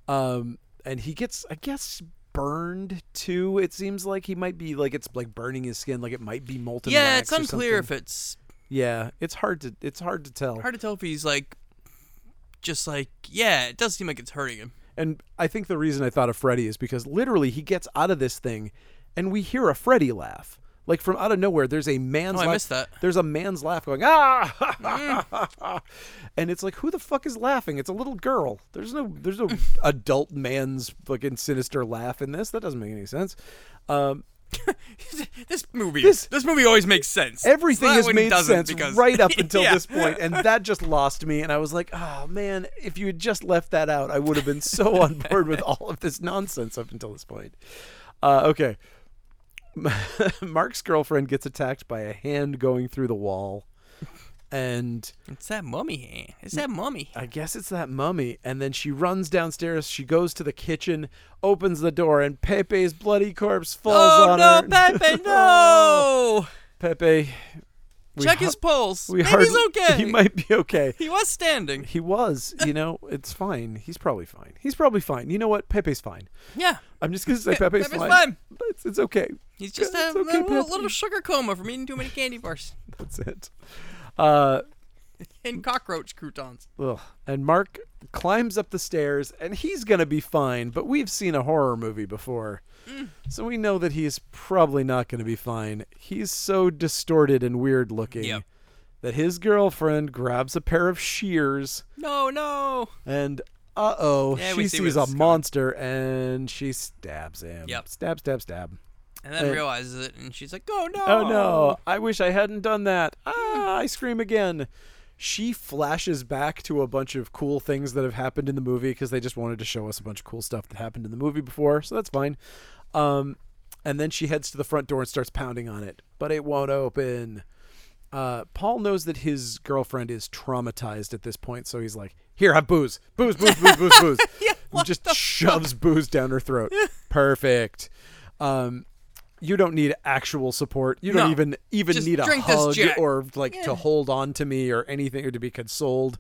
[SPEAKER 1] Um, and he gets I guess burned too. It seems like he might be like it's like burning his skin, like it might be molten.
[SPEAKER 2] yeah,
[SPEAKER 1] wax
[SPEAKER 2] it's unclear
[SPEAKER 1] Or
[SPEAKER 2] if
[SPEAKER 1] something.
[SPEAKER 2] it's
[SPEAKER 1] yeah, it's hard to it's hard to tell.
[SPEAKER 2] hard to tell if he's like, just like yeah. It does seem like it's hurting him. [LAUGHS]
[SPEAKER 1] And I think the reason I thought of Freddy is because literally he gets out of this thing, and we hear a Freddy laugh. Like from out of nowhere, there's a man's.
[SPEAKER 2] Oh, I
[SPEAKER 1] laugh-
[SPEAKER 2] missed that.
[SPEAKER 1] There's a man's laugh going ah, [LAUGHS] and it's like who the fuck is laughing? It's a little girl. There's no there's no [LAUGHS] adult man's fucking sinister laugh in this. That doesn't make any sense. Um,
[SPEAKER 2] this movie.
[SPEAKER 1] This-
[SPEAKER 2] This, movie always makes sense.
[SPEAKER 1] everything
[SPEAKER 2] That
[SPEAKER 1] has
[SPEAKER 2] one
[SPEAKER 1] made
[SPEAKER 2] doesn't
[SPEAKER 1] sense
[SPEAKER 2] because-
[SPEAKER 1] right
[SPEAKER 2] [LAUGHS]
[SPEAKER 1] up until
[SPEAKER 2] Yeah.
[SPEAKER 1] this point, and that just lost me. And I was like, oh man, if you had just left that out, I would have been so
[SPEAKER 2] [LAUGHS]
[SPEAKER 1] on board with all of this nonsense up until this point. Uh, okay. [LAUGHS] Mark's girlfriend gets attacked by a hand going through the wall, and
[SPEAKER 2] It's that mummy hand. It's that mummy. hand.
[SPEAKER 1] I guess it's that mummy. And then she runs downstairs. She goes to the kitchen, opens the door, and Pepe's bloody corpse falls
[SPEAKER 2] Oh
[SPEAKER 1] on
[SPEAKER 2] no,
[SPEAKER 1] her. [LAUGHS]
[SPEAKER 2] Pepe! No.
[SPEAKER 1] Pepe, we
[SPEAKER 2] Check
[SPEAKER 1] hu-
[SPEAKER 2] his pulse.
[SPEAKER 1] We
[SPEAKER 2] Maybe
[SPEAKER 1] hardly, [LAUGHS]
[SPEAKER 2] he's okay.
[SPEAKER 1] He might be okay.
[SPEAKER 2] He
[SPEAKER 1] [LAUGHS]
[SPEAKER 2] was standing.
[SPEAKER 1] He was, you know, it's fine. He's probably fine. He's probably fine. You know what? Pepe's fine.
[SPEAKER 2] Yeah.
[SPEAKER 1] I'm just gonna say Pepe's,
[SPEAKER 2] Pepe's fine.
[SPEAKER 1] It's, it's okay.
[SPEAKER 2] He's just
[SPEAKER 1] It's
[SPEAKER 2] a
[SPEAKER 1] okay,
[SPEAKER 2] little,
[SPEAKER 1] Pepe.
[SPEAKER 2] little sugar coma from eating too many candy bars [LAUGHS]
[SPEAKER 1] That's it. Uh,
[SPEAKER 2] and cockroach croutons.
[SPEAKER 1] ugh. and Mark climbs up the stairs, and he's gonna be fine. But we've seen a horror movie before,
[SPEAKER 2] Mm.
[SPEAKER 1] so we know that he's probably not gonna be fine. He's so distorted and weird looking
[SPEAKER 2] Yep.
[SPEAKER 1] that his girlfriend grabs a pair of shears
[SPEAKER 2] No, no.
[SPEAKER 1] and uh oh,
[SPEAKER 2] Yeah, we
[SPEAKER 1] she
[SPEAKER 2] see where
[SPEAKER 1] sees a
[SPEAKER 2] this is going.
[SPEAKER 1] monster and she stabs him.
[SPEAKER 2] Yep.
[SPEAKER 1] Stab, stab, stab.
[SPEAKER 2] and then
[SPEAKER 1] Uh,
[SPEAKER 2] realizes it, and she's like, "Oh no!
[SPEAKER 1] Oh no, I wish I hadn't done that. Ah, I scream again. She flashes back to a bunch of cool things that have happened in the movie because they just wanted to show us a bunch of cool stuff that happened in the movie before, so that's fine. Um, and then she heads to the front door and starts pounding on it, but it won't open. Uh, Paul knows that his girlfriend is traumatized at this point, so he's like, "Here, have booze, booze, booze, booze, booze, booze." [LAUGHS] yeah, just shoves booze down her [LAUGHS] throat. Perfect. Um, you don't need actual support. You don't
[SPEAKER 2] No.
[SPEAKER 1] even even
[SPEAKER 2] Just
[SPEAKER 1] need a
[SPEAKER 2] drink this
[SPEAKER 1] hug
[SPEAKER 2] Jack.
[SPEAKER 1] or like to hold on to me or anything or to be consoled.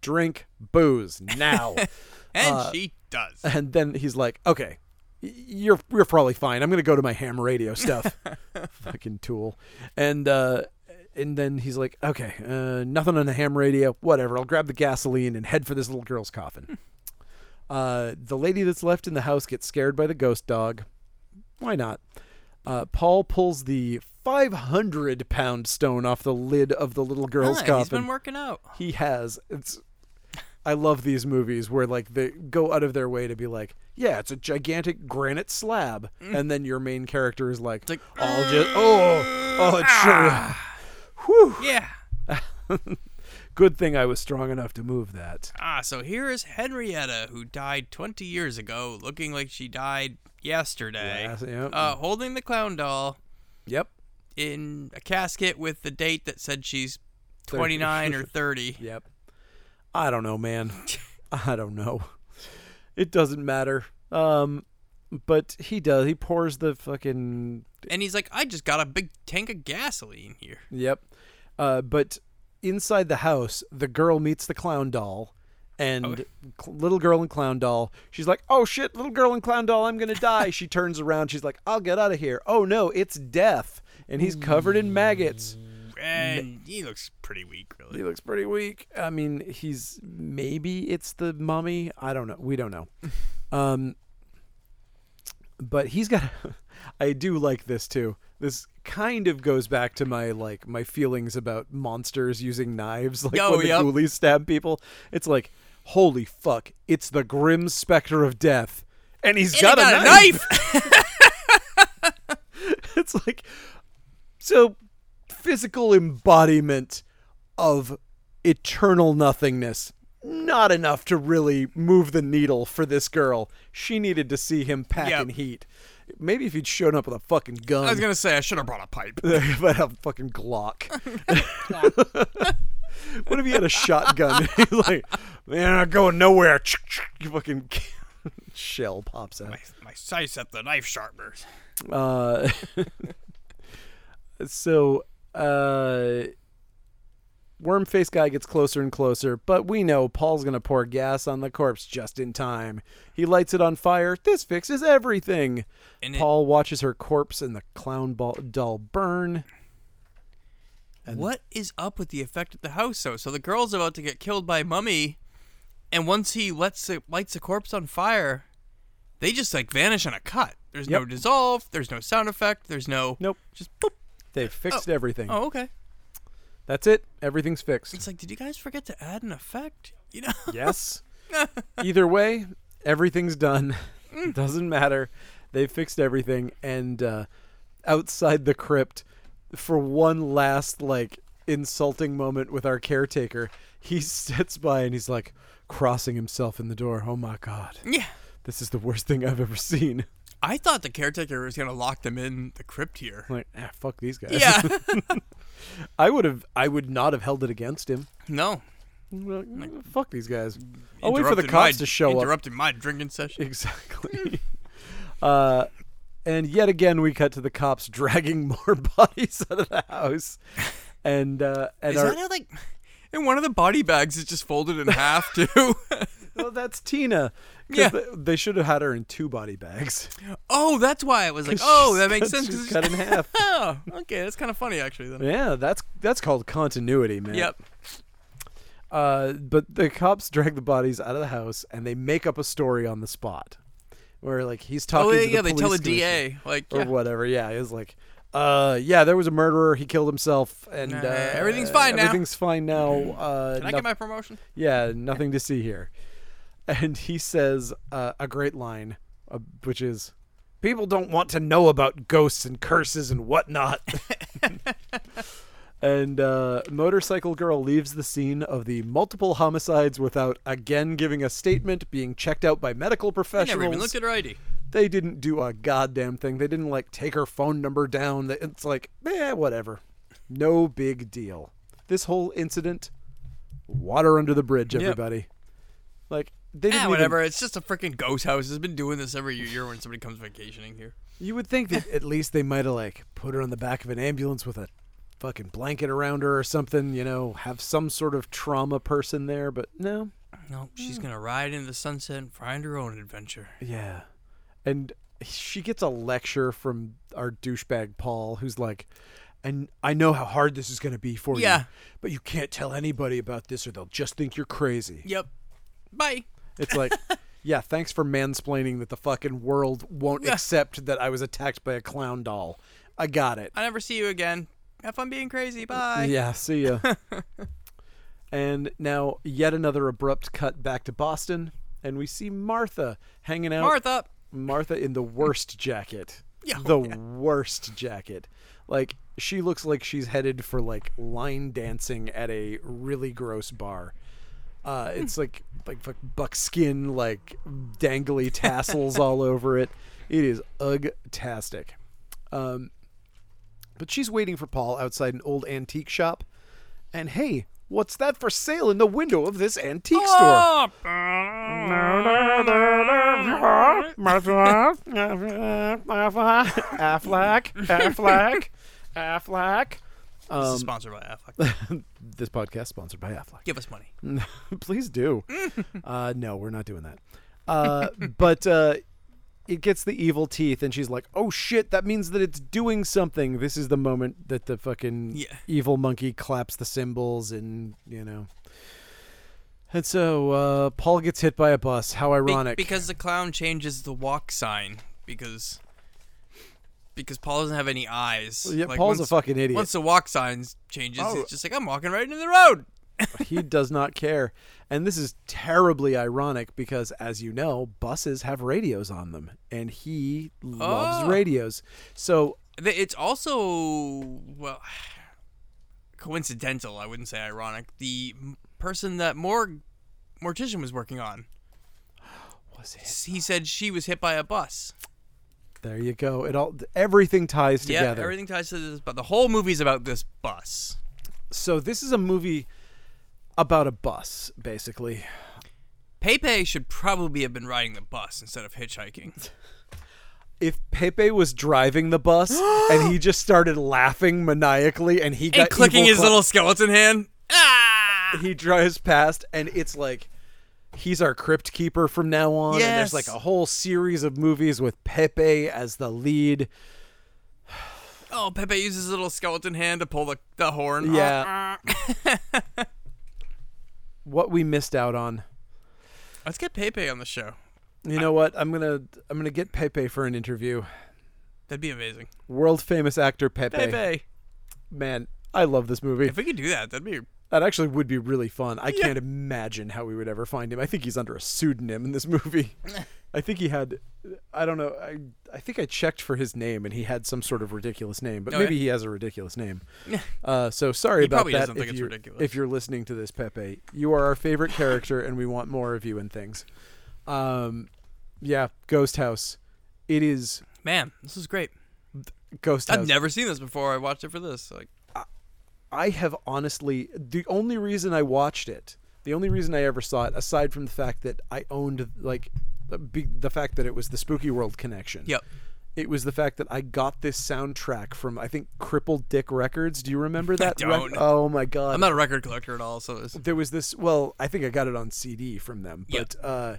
[SPEAKER 1] Drink booze
[SPEAKER 2] [LAUGHS]
[SPEAKER 1] now.
[SPEAKER 2] And
[SPEAKER 1] Uh,
[SPEAKER 2] she
[SPEAKER 1] [LAUGHS]
[SPEAKER 2] does.
[SPEAKER 1] and then he's like, "Okay, y- you're you're probably fine. I'm gonna go to my ham radio
[SPEAKER 2] [LAUGHS]
[SPEAKER 1] stuff." Fucking tool. And uh, and then he's like, "Okay, uh, nothing on the ham radio. Whatever. I'll grab the gasoline and head for this little girl's coffin." uh, the lady that's left in the house gets scared by the ghost dog. Why not? Uh, Paul pulls the 500 pound stone off the lid of the little girl's
[SPEAKER 2] Hi,
[SPEAKER 1] coffin
[SPEAKER 2] he's been working out.
[SPEAKER 1] he has it's i love these movies where like they go out of their way to be like yeah it's a gigantic granite slab and then your main character is like,
[SPEAKER 2] like,
[SPEAKER 1] i'll just oh oh it sure Whew.
[SPEAKER 2] Yeah.
[SPEAKER 1] good thing i was strong enough to move that
[SPEAKER 2] Ah, so here is Henrietta, who died 20 years ago, looking like she died yesterday,
[SPEAKER 1] Yes, yep.
[SPEAKER 2] uh, holding the clown doll
[SPEAKER 1] yep
[SPEAKER 2] in a casket with the date that said she's 29
[SPEAKER 1] [LAUGHS]
[SPEAKER 2] or 30.
[SPEAKER 1] yep i don't know man [LAUGHS] i don't know it doesn't matter um but he does he pours the fucking
[SPEAKER 2] And he's like, I just got a big tank of gasoline here.
[SPEAKER 1] Yep. Uh, but inside the house, the girl meets the clown doll, and cl- little girl and clown doll. She's like, "Oh shit, little girl and clown doll, I'm gonna die." she turns around. She's like, "I'll get out of here." Oh no, it's death, and he's covered in maggots.
[SPEAKER 2] And he looks pretty weak, really.
[SPEAKER 1] He looks pretty weak. I mean, he's maybe it's the mummy. I don't know. We don't know. Um, but he's got. [LAUGHS] I do like this too. This kind of goes back to my like my feelings about monsters using knives, like
[SPEAKER 2] Oh,
[SPEAKER 1] when the
[SPEAKER 2] yep.
[SPEAKER 1] ghoulies stab people. It's like, holy fuck! It's the grim specter of death, and he's
[SPEAKER 2] And he
[SPEAKER 1] got, a knife [LAUGHS] it's like so physical embodiment of eternal nothingness not enough to really move the needle for this girl she needed to see him pack
[SPEAKER 2] Yep.
[SPEAKER 1] in heat maybe if he'd shown up with a fucking gun
[SPEAKER 2] [LAUGHS] I was going to say, I should have brought a pipe.
[SPEAKER 1] [LAUGHS] but a fucking
[SPEAKER 2] [LAUGHS]
[SPEAKER 1] glock [LAUGHS] what if he had a shotgun [LAUGHS] he's like man i'm going nowhere [LAUGHS] You fucking [LAUGHS] shell pops out
[SPEAKER 2] My, my size at the knife sharpener.
[SPEAKER 1] Uh, so, uh, worm face guy gets closer and closer, but we know Paul's gonna pour gas on the corpse just in time. He lights it on fire. This fixes everything.
[SPEAKER 2] And it-
[SPEAKER 1] Paul watches her corpse and the clown ball- doll burn.
[SPEAKER 2] What is up with the effect at the house though? So the girl's about to get killed by mummy, and once he lets it, lights a corpse on fire, they just like vanish on a cut. There's no
[SPEAKER 1] Yep.
[SPEAKER 2] dissolve. There's no sound effect. There's no
[SPEAKER 1] Nope.
[SPEAKER 2] Just boop.
[SPEAKER 1] They fixed everything.
[SPEAKER 2] Oh, okay.
[SPEAKER 1] That's it. Everything's fixed.
[SPEAKER 2] It's like, did you guys forget to add an effect? You know.
[SPEAKER 1] Yes. Either way, everything's done. [LAUGHS]
[SPEAKER 2] Mm.
[SPEAKER 1] Doesn't matter. They fixed everything, and uh, outside the crypt, for one last like insulting moment with our caretaker, he [LAUGHS] sits by and he's like crossing himself in the door. Oh my god,
[SPEAKER 2] [LAUGHS] Yeah.
[SPEAKER 1] this is the worst thing I've ever seen.
[SPEAKER 2] I thought the caretaker was gonna lock them in the
[SPEAKER 1] [LAUGHS]
[SPEAKER 2] crypt here.
[SPEAKER 1] I'm like, ah, fuck these guys.
[SPEAKER 2] Yeah.
[SPEAKER 1] [LAUGHS]
[SPEAKER 2] [LAUGHS]
[SPEAKER 1] I would have. I would not have held it against him.
[SPEAKER 2] no.
[SPEAKER 1] Like, "Mm, fuck these guys. I'll wait for the
[SPEAKER 2] Interrupted
[SPEAKER 1] cops
[SPEAKER 2] my-
[SPEAKER 1] to show up.
[SPEAKER 2] Interrupted my drinking session.
[SPEAKER 1] Exactly. uh, and yet again, we cut to the cops [LAUGHS] dragging more bodies out of the house, and uh, and
[SPEAKER 2] Is
[SPEAKER 1] our,
[SPEAKER 2] that how like? [SIGHS] And one of the body bags is just folded in half too. [LAUGHS]
[SPEAKER 1] well, that's Tina. 'Cause
[SPEAKER 2] Yeah.
[SPEAKER 1] they, they should have had her in two body bags.
[SPEAKER 2] Oh, that's why I was like, oh, that makes
[SPEAKER 1] She's
[SPEAKER 2] sense. 'cause
[SPEAKER 1] cut in half.
[SPEAKER 2] [LAUGHS] oh, okay, that's kind of funny actually. Then.
[SPEAKER 1] Yeah, that's that's called continuity, man.
[SPEAKER 2] Yep.
[SPEAKER 1] Uh, but the cops drag the bodies out of the house, and they make up a story on the spot, where like he's talking.
[SPEAKER 2] Oh yeah,
[SPEAKER 1] to the
[SPEAKER 2] yeah. They tell the
[SPEAKER 1] police commissioner.
[SPEAKER 2] DA like,
[SPEAKER 1] or
[SPEAKER 2] yeah,
[SPEAKER 1] whatever. Yeah, it was like, uh, yeah, there was a murderer. He killed himself, and
[SPEAKER 2] Nah,
[SPEAKER 1] uh,
[SPEAKER 2] everything's fine now.
[SPEAKER 1] Everything's fine now. Uh,
[SPEAKER 2] can I
[SPEAKER 1] no-
[SPEAKER 2] get my promotion?
[SPEAKER 1] yeah, nothing to see here. and he says uh, a great line, uh, which is, "People don't want to know about ghosts and curses and
[SPEAKER 2] [LAUGHS]
[SPEAKER 1] whatnot." and uh, motorcycle girl leaves the scene of the multiple homicides without again giving a statement, being checked out by medical
[SPEAKER 2] I
[SPEAKER 1] professionals.
[SPEAKER 2] never even looked at her ID.
[SPEAKER 1] they didn't do a goddamn thing. They didn't like take her phone number down. They- It's like, eh, whatever. No big deal. This whole incident, water under the bridge, everybody. Like they didn't
[SPEAKER 2] Yeah,
[SPEAKER 1] even-
[SPEAKER 2] Ah, whatever. It's just a freaking ghost house. It's been doing this every year when somebody comes vacationing here.
[SPEAKER 1] You would think that at least they might have like put her on the back of an ambulance with a fucking blanket around her or something, you know, have some sort of trauma person there, but no.
[SPEAKER 2] No, she's gonna ride into the sunset and find her own adventure.
[SPEAKER 1] Yeah. And she gets a lecture from our douchebag Paul who's like and I know how hard this is going to be for
[SPEAKER 2] Yeah.
[SPEAKER 1] you, but you can't tell anybody about this or they'll just think you're crazy.
[SPEAKER 2] Yep. Bye.
[SPEAKER 1] It's
[SPEAKER 2] [LAUGHS]
[SPEAKER 1] like, yeah, thanks for mansplaining that the fucking world won't accept that I was attacked by a clown doll. I got it.
[SPEAKER 2] I never see you again. Have fun being crazy. Bye.
[SPEAKER 1] Yeah, see
[SPEAKER 2] [LAUGHS]
[SPEAKER 1] ya. and now, yet another abrupt cut back to Boston, and we see Martha hanging out.
[SPEAKER 2] Martha.
[SPEAKER 1] Martha in the worst jacket.
[SPEAKER 2] [LAUGHS] Yeah,
[SPEAKER 1] the worst jacket. Like, she looks like she's headed for, like, line dancing at a really gross bar. Uh,
[SPEAKER 2] Hmm.
[SPEAKER 1] it's like, like fuck- buckskin, like
[SPEAKER 2] [LAUGHS]
[SPEAKER 1] dangly tassels all over it. It is ugh-tastic. Um, but she's waiting for Paul outside an old antique shop. And hey, what's that for sale in the window of this antique store?
[SPEAKER 2] Oh,
[SPEAKER 1] Martha, Affleck, Affleck, Affleck.
[SPEAKER 2] this is sponsored by Affleck.
[SPEAKER 1] This podcast sponsored by Affleck.
[SPEAKER 2] Give us money.
[SPEAKER 1] [LAUGHS] Please
[SPEAKER 2] [LAUGHS]
[SPEAKER 1] do. uh, no, we're not doing that. Uh, but uh, it gets the evil teeth, and she's like, "Oh shit! That means that it's doing something." This is the moment that the fucking
[SPEAKER 2] Yeah.
[SPEAKER 1] evil monkey claps the cymbals, and you know. And so uh, Paul gets hit by a bus. How
[SPEAKER 2] Be-
[SPEAKER 1] ironic!
[SPEAKER 2] because the clown changes the walk sign because because Paul doesn't have any eyes.
[SPEAKER 1] yeah, Paul's
[SPEAKER 2] once,
[SPEAKER 1] a fucking idiot.
[SPEAKER 2] Once the walk sign changes,
[SPEAKER 1] Oh.
[SPEAKER 2] it's just like I'm walking right into the road.
[SPEAKER 1] he does not care. And this is terribly ironic because, as you know, buses have radios on them, and he loves
[SPEAKER 2] Oh.
[SPEAKER 1] radios. So
[SPEAKER 2] Th- It's also well [SIGHS] coincidental. I wouldn't say ironic. The m- person that Morg mortician was working on,
[SPEAKER 1] was it?
[SPEAKER 2] s- he said she was hit by a bus.
[SPEAKER 1] There you go. It all everything ties
[SPEAKER 2] Yeah,
[SPEAKER 1] together.
[SPEAKER 2] everything ties to this, but the whole movie's about this bus.
[SPEAKER 1] So this is a movie about a bus, basically.
[SPEAKER 2] Pepe should probably have been riding the bus instead of hitchhiking. [LAUGHS]
[SPEAKER 1] If Pepe was driving the
[SPEAKER 2] [GASPS]
[SPEAKER 1] bus and he just started laughing maniacally and he got
[SPEAKER 2] and clicking
[SPEAKER 1] evil
[SPEAKER 2] his
[SPEAKER 1] cla-
[SPEAKER 2] little skeleton hand. Ah!
[SPEAKER 1] he drives past and it's like he's our crypt keeper from now on and there's
[SPEAKER 2] Yes.
[SPEAKER 1] like a whole series of movies with Pepe as the lead.
[SPEAKER 2] Oh, Pepe uses his little skeleton hand to pull the, the horn.
[SPEAKER 1] Yeah.
[SPEAKER 2] Uh, [LAUGHS]
[SPEAKER 1] what we missed out on.
[SPEAKER 2] Ah. Let's get Pepe on the show.
[SPEAKER 1] You know what? I'm going to I'm going to get Pepe for an interview.
[SPEAKER 2] That'd be amazing.
[SPEAKER 1] World famous actor Pepe.
[SPEAKER 2] Pepe.
[SPEAKER 1] Man, I love this movie.
[SPEAKER 2] If we could do that, that'd be.
[SPEAKER 1] That actually would be really fun. I can't imagine how we would ever find him. I think he's under a pseudonym in this
[SPEAKER 2] [LAUGHS]
[SPEAKER 1] movie. I think he had I don't know. I I think I checked for his name and he had some sort of ridiculous name, but
[SPEAKER 2] Oh,
[SPEAKER 1] maybe
[SPEAKER 2] yeah?
[SPEAKER 1] he has a ridiculous
[SPEAKER 2] [LAUGHS]
[SPEAKER 1] name. Uh, so sorry about
[SPEAKER 2] probably
[SPEAKER 1] that.
[SPEAKER 2] doesn't
[SPEAKER 1] if
[SPEAKER 2] think it's
[SPEAKER 1] you're,
[SPEAKER 2] ridiculous.
[SPEAKER 1] If you're listening to this, Pepe, you are our favorite character and we want more of you and things. Um yeah, Ghost House. It is
[SPEAKER 2] Man, this is great.
[SPEAKER 1] Ghost House.
[SPEAKER 2] I've never seen this before. I watched it for this. Like,
[SPEAKER 1] I have honestly the only reason I watched it, the only reason I ever saw it, aside from the fact that I owned like the, be- the fact that it was the Spooky World connection.
[SPEAKER 2] Yep.
[SPEAKER 1] It was the fact that I got this soundtrack from I think Crippled Dick Records. Do you remember that? rec-
[SPEAKER 2] don't.
[SPEAKER 1] oh my god!
[SPEAKER 2] I'm not a record collector at all, so it's,
[SPEAKER 1] there was this. Well, I think I got it on CD from them,
[SPEAKER 2] Yeah.
[SPEAKER 1] but. uh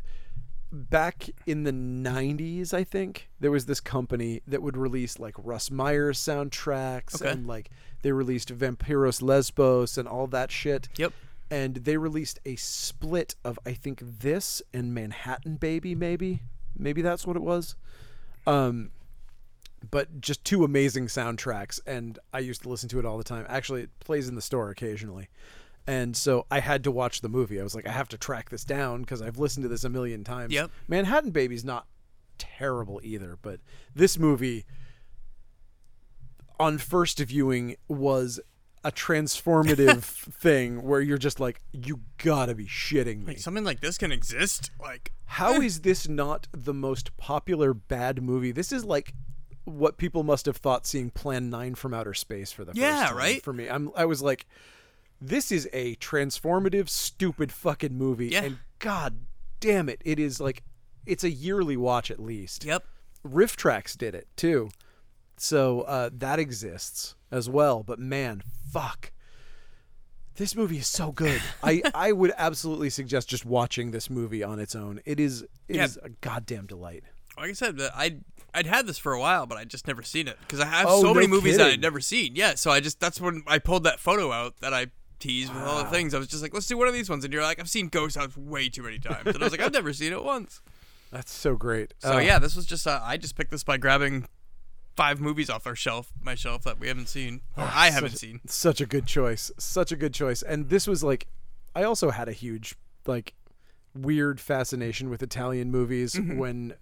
[SPEAKER 1] Back in the 90s, I think, there was this company that would release like Russ Meyer soundtracks
[SPEAKER 2] Okay.
[SPEAKER 1] and like they released Vampiros Lesbos and all that shit.
[SPEAKER 2] Yep.
[SPEAKER 1] And they released a split of I think this and Manhattan Baby maybe. Maybe that's what it was. Um but just two amazing soundtracks and I used to listen to it all the time. Actually, it plays in the store occasionally. And so I had to watch the movie. I was like, I have to track this down because I've listened to this a million times.
[SPEAKER 2] Yep.
[SPEAKER 1] Manhattan Baby's not terrible either, but this movie, on first viewing, was a transformative thing where you're just like, you gotta be shitting me.
[SPEAKER 2] Like, something like this can exist. Like
[SPEAKER 1] How
[SPEAKER 2] Eh.
[SPEAKER 1] is this not the most popular bad movie? This is like what people must have thought seeing Plan 9 from Outer Space for the
[SPEAKER 2] Yeah,
[SPEAKER 1] first time
[SPEAKER 2] right?
[SPEAKER 1] for me. I'm I was like this is a transformative stupid fucking movie
[SPEAKER 2] Yeah.
[SPEAKER 1] and god damn it it is like it's a yearly watch at least.
[SPEAKER 2] yep.
[SPEAKER 1] Riff Tracks did it too. So uh, that exists as well, but man, fuck. This movie is so [LAUGHS] good. I, I would absolutely suggest just watching this movie on its own. It is it is
[SPEAKER 2] Yeah.
[SPEAKER 1] a goddamn delight.
[SPEAKER 2] Like I said, that I I'd had this for a while, but I just never seen it because I have
[SPEAKER 1] Oh,
[SPEAKER 2] so many
[SPEAKER 1] no
[SPEAKER 2] movies that
[SPEAKER 1] kidding.
[SPEAKER 2] I'd never seen. Yeah, so I just that's when I pulled that photo out that I teased with
[SPEAKER 1] Ah.
[SPEAKER 2] all the things. I was just like, let's do one of these ones, and you're like, I've seen Ghost House way too many times, and I was like, I've never seen it once.
[SPEAKER 1] That's so great.
[SPEAKER 2] So
[SPEAKER 1] Uh,
[SPEAKER 2] yeah, this was just uh, I just picked this by grabbing five movies off our shelf, my shelf that we haven't seen or I haven't seen.
[SPEAKER 1] Ah, such a good choice such a good choice and this was like i also had a huge like weird fascination with italian movies
[SPEAKER 2] Mm-hmm.
[SPEAKER 1] when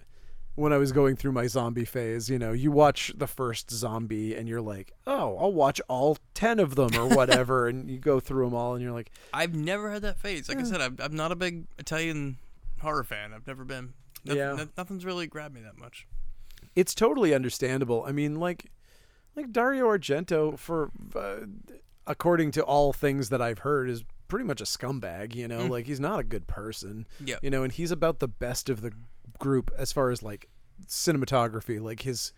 [SPEAKER 1] when i was going through my zombie phase you know you watch the first zombie and you're like oh i'll watch all 10 of them or
[SPEAKER 2] [LAUGHS]
[SPEAKER 1] whatever and you go through them all and you're like
[SPEAKER 2] I've never had that phase. Like I said, I'm, I'm not a big Italian horror fan. I've never been. Noth-
[SPEAKER 1] Yeah.
[SPEAKER 2] no- nothing's really grabbed me that much.
[SPEAKER 1] it's totally understandable i mean like like dario argento for uh, according to all things that i've heard is pretty much a scumbag you know like he's not a good person
[SPEAKER 2] Mm. Yeah.
[SPEAKER 1] you know and he's about the best of the group as far as like cinematography like his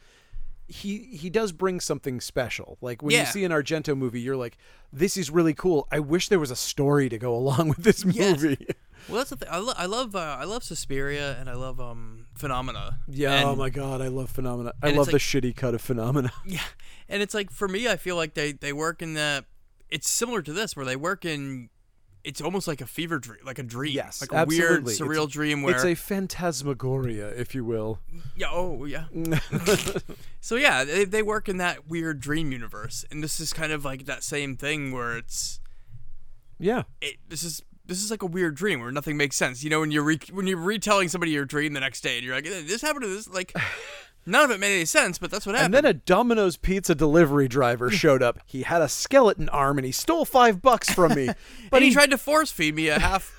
[SPEAKER 1] he he does bring something special like when you
[SPEAKER 2] Yeah.
[SPEAKER 1] see an argento movie you're like this is really cool i wish there was a story to go along [LAUGHS] with this
[SPEAKER 2] Yes.
[SPEAKER 1] movie
[SPEAKER 2] Well, that's the thing. I, lo- I love uh, I love Suspiria and I love um Phenomena.
[SPEAKER 1] yeah oh
[SPEAKER 2] And-
[SPEAKER 1] my god i love phenomena i
[SPEAKER 2] and it's
[SPEAKER 1] love the
[SPEAKER 2] like-
[SPEAKER 1] shitty cut of phenomena
[SPEAKER 2] Yeah, and it's like for me, I feel like they they work in the. It's similar to this where they work in. It's almost like a fever dream, like a dream.
[SPEAKER 1] Yes,
[SPEAKER 2] like a weird
[SPEAKER 1] absolutely. It's-
[SPEAKER 2] surreal dream where
[SPEAKER 1] it's a phantasmagoria if you
[SPEAKER 2] [LAUGHS]
[SPEAKER 1] will
[SPEAKER 2] Yeah. Oh, yeah. so yeah, they, they work in that weird dream universe, and this is kind of like that same thing where it's
[SPEAKER 1] Yeah.
[SPEAKER 2] it. This is this is like a weird dream where nothing makes sense. You know, when you're re- when you're retelling somebody your dream the next day, and you're like, "Eh, this happened to this like.
[SPEAKER 1] [LAUGHS]
[SPEAKER 2] None of it made any sense, but that's what
[SPEAKER 1] And
[SPEAKER 2] happened.
[SPEAKER 1] then a Domino's pizza delivery
[SPEAKER 2] [LAUGHS]
[SPEAKER 1] driver showed up. He had a skeleton arm and he stole five bucks from me. But
[SPEAKER 2] [LAUGHS] and he,
[SPEAKER 1] he,
[SPEAKER 2] tried to force feed me a half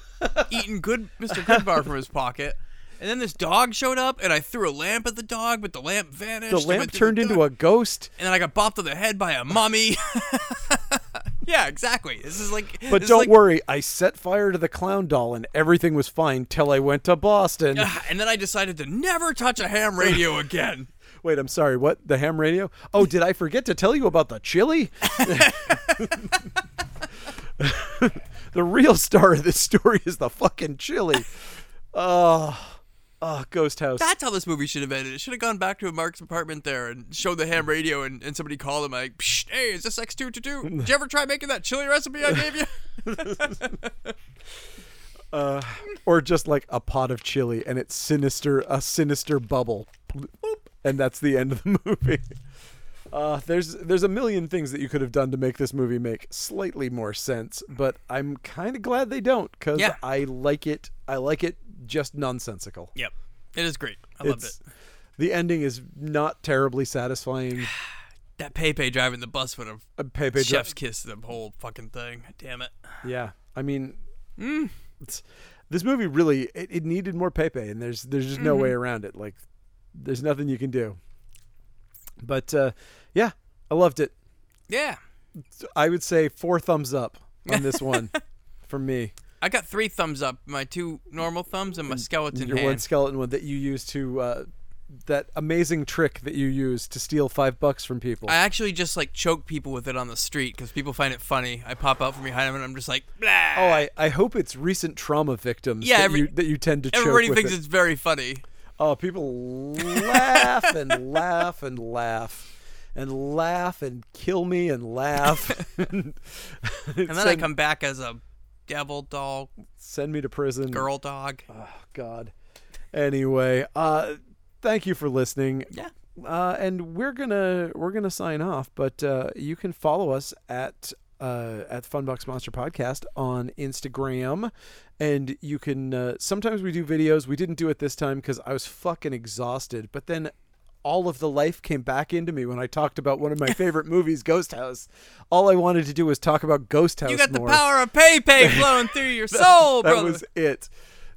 [SPEAKER 2] eaten good Mr. Goodbar from his pocket. And then this dog showed up, and I threw a lamp at the dog, but the lamp vanished.
[SPEAKER 1] the
[SPEAKER 2] I went
[SPEAKER 1] lamp
[SPEAKER 2] through
[SPEAKER 1] turned
[SPEAKER 2] the
[SPEAKER 1] into
[SPEAKER 2] dog-
[SPEAKER 1] a ghost.
[SPEAKER 2] and then I got bopped on the head by a mummy. [LAUGHS] yeah, exactly. This is like,
[SPEAKER 1] But
[SPEAKER 2] this is
[SPEAKER 1] don't
[SPEAKER 2] like-
[SPEAKER 1] worry, I set fire to the clown doll and everything was fine till I went to Boston.
[SPEAKER 2] Ah, And then I decided to never touch a
[SPEAKER 1] [LAUGHS]
[SPEAKER 2] ham radio again.
[SPEAKER 1] Wait, I'm sorry. What? The ham radio? Oh, did I forget to tell you about the chili? the real star of this story is the fucking chili. Oh, oh, ghost house.
[SPEAKER 2] That's how this movie should have ended. It should have gone back to Mark's apartment there and showed the ham radio, and, and somebody called him like, Psh, "Hey, is this X two two two? Did you ever try making that chili recipe
[SPEAKER 1] [LAUGHS]
[SPEAKER 2] I gave you?"
[SPEAKER 1] or just like a pot of chili and it's sinister a sinister bubble Boop. and that's the end of the [LAUGHS] movie uh, there's there's a million things that you could have done to make this movie make slightly more sense but i'm kind of glad they don't because
[SPEAKER 2] Yeah.
[SPEAKER 1] i like it i like it just nonsensical
[SPEAKER 2] Yep, it is great. I loved it.
[SPEAKER 1] it's the ending is not terribly satisfying
[SPEAKER 2] That Pepe driving the bus would have
[SPEAKER 1] Uh, Pepe Dra-
[SPEAKER 2] chef's kiss the whole fucking thing. Damn it.
[SPEAKER 1] Yeah, I mean,
[SPEAKER 2] Mm.
[SPEAKER 1] it's, this movie really it, it needed more Pepe, and there's there's just
[SPEAKER 2] Mm-hmm.
[SPEAKER 1] no way around it. Like, there's nothing you can do. But uh, yeah, I loved it.
[SPEAKER 2] Yeah,
[SPEAKER 1] I would say four thumbs up on this
[SPEAKER 2] [LAUGHS]
[SPEAKER 1] one for me.
[SPEAKER 2] I got three thumbs up. My two normal thumbs and my skeleton
[SPEAKER 1] Your
[SPEAKER 2] hand.
[SPEAKER 1] one skeleton one that you used to uh, that amazing trick that you used to steal five bucks from people.
[SPEAKER 2] I actually just like choke people with it on the street because people find it funny. I pop out from behind them and I'm just like, blah.
[SPEAKER 1] Oh, I, I hope it's recent trauma victims
[SPEAKER 2] Yeah,
[SPEAKER 1] that,
[SPEAKER 2] every-
[SPEAKER 1] you, that you tend to choke
[SPEAKER 2] Everybody
[SPEAKER 1] with
[SPEAKER 2] thinks
[SPEAKER 1] it.
[SPEAKER 2] it's very funny.
[SPEAKER 1] Oh, people laugh and laugh and laugh and laugh and kill me and
[SPEAKER 2] [LAUGHS]
[SPEAKER 1] laugh. and
[SPEAKER 2] And then I
[SPEAKER 1] send,
[SPEAKER 2] come back as a devil dog,
[SPEAKER 1] send me to prison.
[SPEAKER 2] girl dog.
[SPEAKER 1] Oh, God. Anyway, uh, thank you for listening.
[SPEAKER 2] Yeah.
[SPEAKER 1] Uh, and we're gonna we're gonna sign off, but uh, you can follow us at uh, at Funbox Monster Podcast on Instagram, and you can. Uh, sometimes we do videos. We didn't do it this time because I was fucking exhausted. But then all of the life came back into me when I talked about one of
[SPEAKER 2] [LAUGHS]
[SPEAKER 1] my favorite movies, Ghost House. All I wanted to do was talk about Ghost House.
[SPEAKER 2] You got the
[SPEAKER 1] more.
[SPEAKER 2] power
[SPEAKER 1] [LAUGHS]
[SPEAKER 2] of Pepe flowing through your soul,
[SPEAKER 1] that
[SPEAKER 2] brother.
[SPEAKER 1] was it.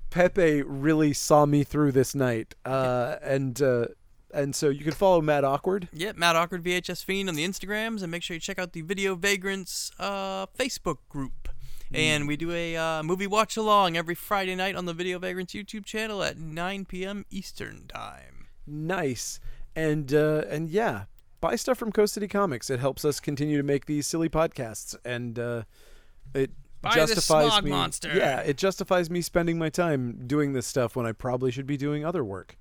[SPEAKER 1] Pepe really saw me through this
[SPEAKER 2] [LAUGHS]
[SPEAKER 1] night, uh, and uh, and so you can follow Matt Awkward.
[SPEAKER 2] Yeah, Matt Awkward VHS Fiend on the Instagrams, and make sure you check out the Video Vagrants uh, Facebook group. And we do a uh, movie watch along every Friday night on the Video Vagrants YouTube channel at 9 p.m. Eastern Time.
[SPEAKER 1] nice and uh and yeah buy stuff from coast city comics it helps us continue to make these silly podcasts and uh it
[SPEAKER 3] Buy this
[SPEAKER 1] justifies
[SPEAKER 3] smog
[SPEAKER 1] me
[SPEAKER 3] monster.
[SPEAKER 1] yeah it justifies me spending my time doing this stuff when i probably should be doing other work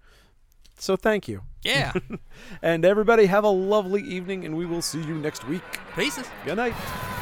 [SPEAKER 1] so thank you
[SPEAKER 2] Yeah.
[SPEAKER 1] and everybody have a lovely evening and we will see you next week
[SPEAKER 2] Pieces.
[SPEAKER 1] good night